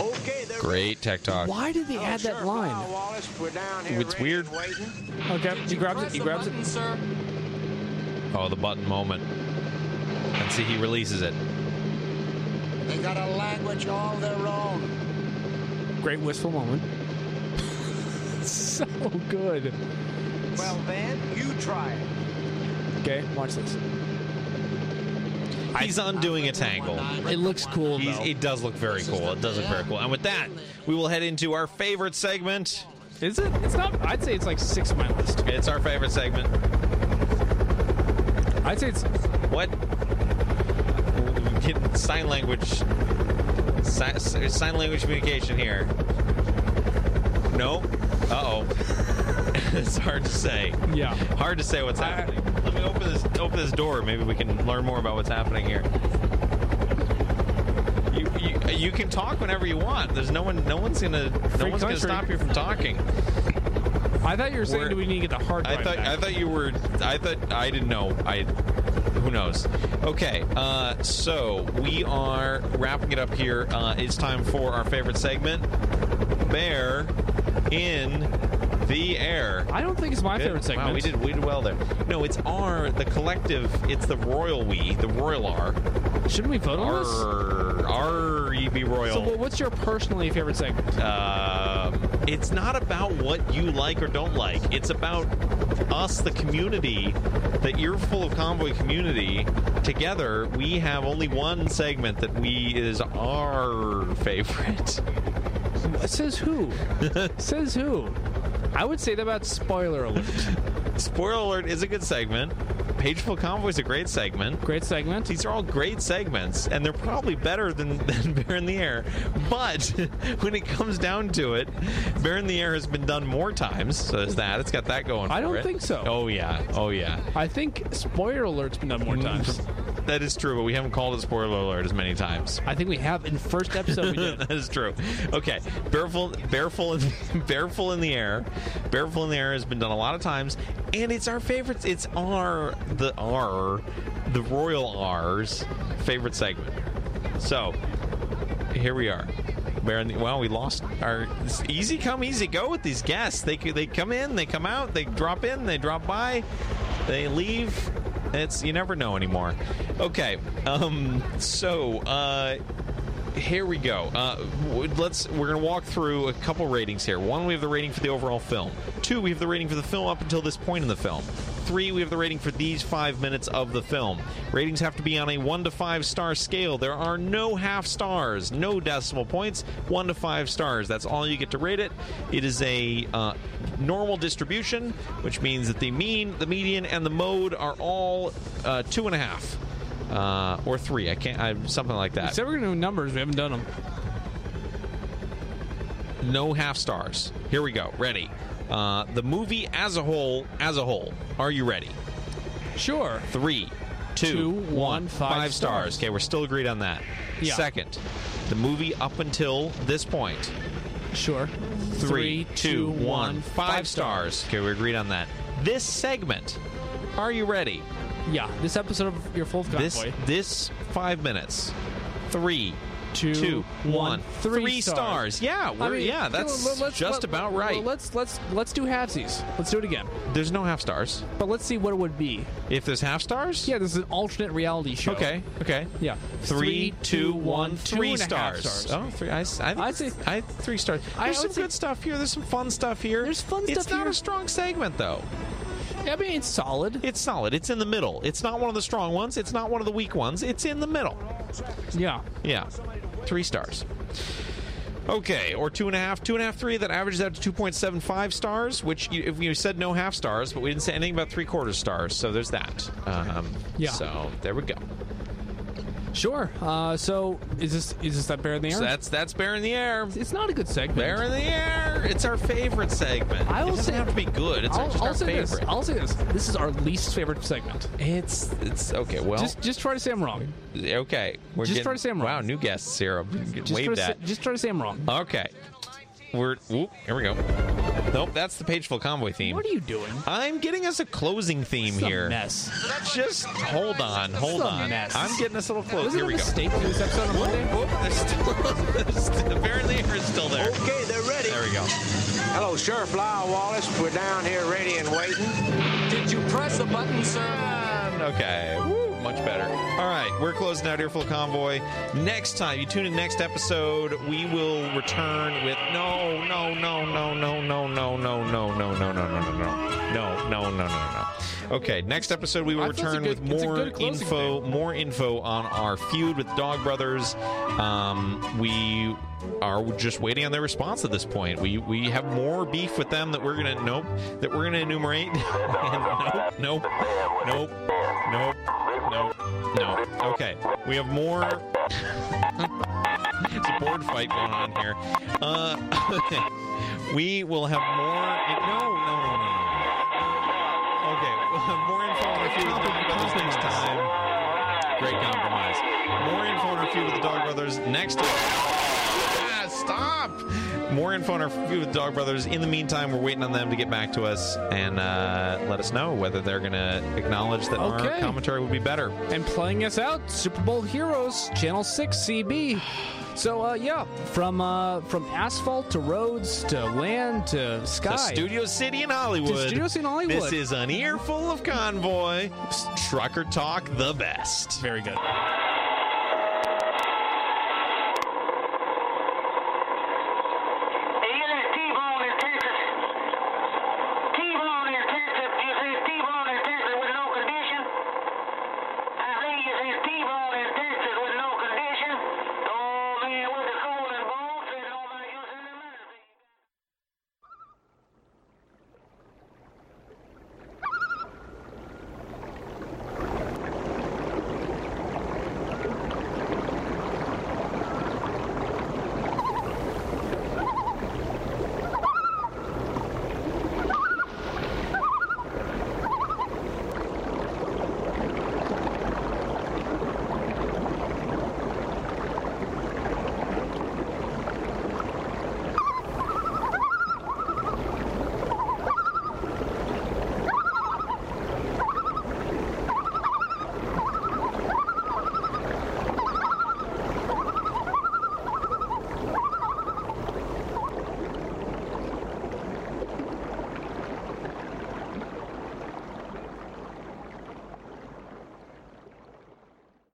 S10: Okay, there
S5: Great tech talk.
S4: Why did they add that line?
S10: Wallace, we're down here.
S5: It's weird.
S4: Okay, he grabs it. He grabs it.
S7: button, sir.
S5: Oh, the button moment. And see, he releases it.
S10: They got a language all their own.
S4: Great wistful moment. so good.
S11: Well, then, you try it.
S4: Okay, watch this.
S5: He's undoing a tangle.
S4: It looks cool
S5: He's,
S4: though.
S5: it does look very cool. It does look very cool. And with that, we will head into our favorite segment.
S4: Is it? It's not. I'd say it's like six on my list.
S5: It's our favorite segment.
S4: I'd say it's
S5: What? We're Getting sign language. Sign, sign language communication here. No. Uh oh. it's hard to say.
S4: yeah.
S5: Hard to say what's happening. Let me open this open this door. Maybe we can learn more about what's happening here. You, you, you can talk whenever you want. There's no one no one's gonna no
S4: Free
S5: one's gonna
S4: country.
S5: stop you from talking.
S4: I thought you were saying
S5: We're-
S4: do we need to get the hard drive
S5: I thought
S4: back?
S5: I thought you were I thought I didn't know. I who knows. Okay, uh, so we are wrapping it up here. Uh, it's time for our favorite segment, Bear in the Air.
S4: I don't think it's my
S5: Good.
S4: favorite segment.
S5: Wow, we did we did well there. No, it's our the collective. It's the royal we, the royal R.
S4: Shouldn't we vote on
S5: R
S4: this?
S5: R E B royal.
S4: So, what- what's your personally favorite segment?
S5: Um, it's not about what you like or don't like. It's about us, the community, the earful of convoy community. Together, we have only one segment that we is our favorite.
S4: Says who? Says who? I would say that about spoiler alert.
S5: Spoiler alert is a good segment. Pageful convoy is a great segment.
S4: Great segment.
S5: These are all great segments, and they're probably better than, than Bear in the Air. But when it comes down to it, Bear in the Air has been done more times. So there's that. It's got that going.
S4: I
S5: for
S4: don't
S5: it.
S4: think so.
S5: Oh yeah. Oh yeah.
S4: I think spoiler alert's been done more
S5: Mm-hmm.
S4: times.
S5: That is true, but we haven't called it spoiler alert as many times.
S4: I think we have in first episode we did.
S5: that is true. Okay, bareful, bareful, in, bareful in the air, bareful in the air has been done a lot of times, and it's our favorite. It's our the R, the royal R's favorite segment. So here we are. Bear in the, well, we lost our it's easy come easy go with these guests. They c- they come in, they come out, they drop in, they drop by, they leave. It's you never know anymore. Okay, um, so uh, here we go. Uh, w- let's we're gonna walk through a couple ratings here. One, we have the rating for the overall film. Two, we have the rating for the film up until this point in the film. Three, we have the rating for these five minutes of the film. Ratings have to be on a one to five star scale. There are no half stars, no decimal points. One to five stars. That's all you get to rate it. It is a uh, normal distribution, which means that the mean, the median, and the mode are all uh, two and a half. Uh, or three, I can't, I, something like that.
S4: Said we're gonna do numbers. We haven't done them.
S5: no half stars. Here we go. Ready. Uh, the movie as a whole, as a whole. Are you ready?
S4: Sure.
S5: Three,
S4: Two,
S5: two, one, five
S4: one, five
S5: stars.
S4: stars.
S5: Okay, we're still agreed on that.
S4: Yeah.
S5: Second, the movie up until this point.
S4: Sure.
S5: Three, two, one, five stars. Okay, we agreed on that. This segment. Are you ready?
S4: Yeah. This episode of your full convoy.
S5: This this five minutes. Three,
S4: two,
S5: Two,
S4: one,
S5: one.
S4: three
S5: Three stars. Yeah,
S4: I
S5: we're-
S4: mean,
S5: yeah,
S4: come
S5: that's
S4: on, let's-
S5: just
S4: let-
S5: about
S4: let-
S5: right.
S4: Let's let's let's do halfsies. Let's do it again.
S5: There's no half stars.
S4: But let's see what it would be.
S5: If there's half stars?
S4: Yeah, this is an alternate reality show.
S5: Okay. Okay.
S4: Yeah.
S5: Three, two, one, three
S4: two and a half
S5: stars. Oh, three. I, s- I, I
S4: say-
S5: I three stars.
S4: I
S5: There's
S4: would
S5: some
S4: say-
S5: good stuff here. There's some fun stuff here.
S4: There's fun
S5: It's
S4: stuff
S5: not
S4: here.
S5: a strong segment though. Oh.
S4: I mean, it's solid.
S5: It's solid. It's in the middle. It's not one of the strong ones. It's not one of the weak ones. It's in the middle.
S4: Yeah.
S5: Yeah. Three stars. Okay, or two and a half, two and a half, three. That averages out to two point seven five stars. Which, you, if you said no half stars, but we didn't say anything about three quarters stars, so there's that. Um,
S4: Yeah.
S5: So there we go.
S4: Sure. Uh, so is this is this that bear in the air?
S5: So that's that's bear in the air.
S4: it's not a good segment.
S5: Bear in the air. It's our favorite segment.
S4: I
S5: it
S4: will
S5: doesn't
S4: say-
S5: have to be good. It's
S4: I'll,
S5: just
S4: I'll
S5: our
S4: say
S5: favorite.
S4: this. I'll say this. This is our least favorite segment.
S5: It's it's okay. Well,
S4: just just try to say I'm wrong.
S5: okay. We're
S4: just
S5: getting,
S4: try to say I'm
S5: wow,
S4: wrong.
S5: new guests here. I'm gonna
S4: Just
S5: Wave
S4: try, to
S5: that.
S4: say, just try to say I'm wrong.
S5: Okay. We're whoop, here we go. Nope, that's the Pageville Convoy theme.
S4: What are you doing?
S5: I'm getting us a closing theme
S4: This is a
S5: here.
S4: mess.
S5: Just hold on, hold
S4: This is a
S5: on.
S4: mess.
S5: I'm getting us a little close.
S4: Was it
S5: Here
S4: a
S5: we go.
S4: mistake for this episode on Monday?
S5: Whoop, there's still, there's still, apparently it's still there. Okay, they're ready. There we go.
S10: Hello, Sheriff Lyle Wallace. We're down here ready and waiting.
S7: Did you press the button, sir?
S5: And okay, woo, much better. All right, we're closing out Earful Convoy. Next time, you tune in next episode, we will return with no, no, no, no, no, no, no, no, no, no, no, no, no, no, no, no, no, no, no, no. Okay, next episode we will
S4: I thought it's a
S5: return
S4: good-
S5: with
S4: it's a
S5: more
S4: good closing
S5: info, more info on our feud with Dog Brothers. Um, we are just waiting on their response at this point. We we have more beef with them that we're gonna nope that we're gonna enumerate. and nope, nope, nope, nope, nope, nope. Okay, we have more. it's a board fight going on here. Uh, we will have more. No, no, no, no, no. Okay, we'll have more info on our feud with the Dog Brothers next time. Great compromise. More info on our feud with the Dog Brothers next time. Ah, stop! More info on our feud with the Dog Brothers. In the meantime, we're waiting on them to get back to us and uh, let us know whether they're going to acknowledge that our
S4: Okay.
S5: commentary would be better.
S4: And playing us out, Super Bowl Heroes, Channel 6 CB. So uh, yeah, from uh, from asphalt to roads to land to sky.
S5: To Studio City in Hollywood.
S4: To Studio City in Hollywood.
S5: This is an earful of convoy. Trucker talk, the best.
S4: Very good.
S1: Oh,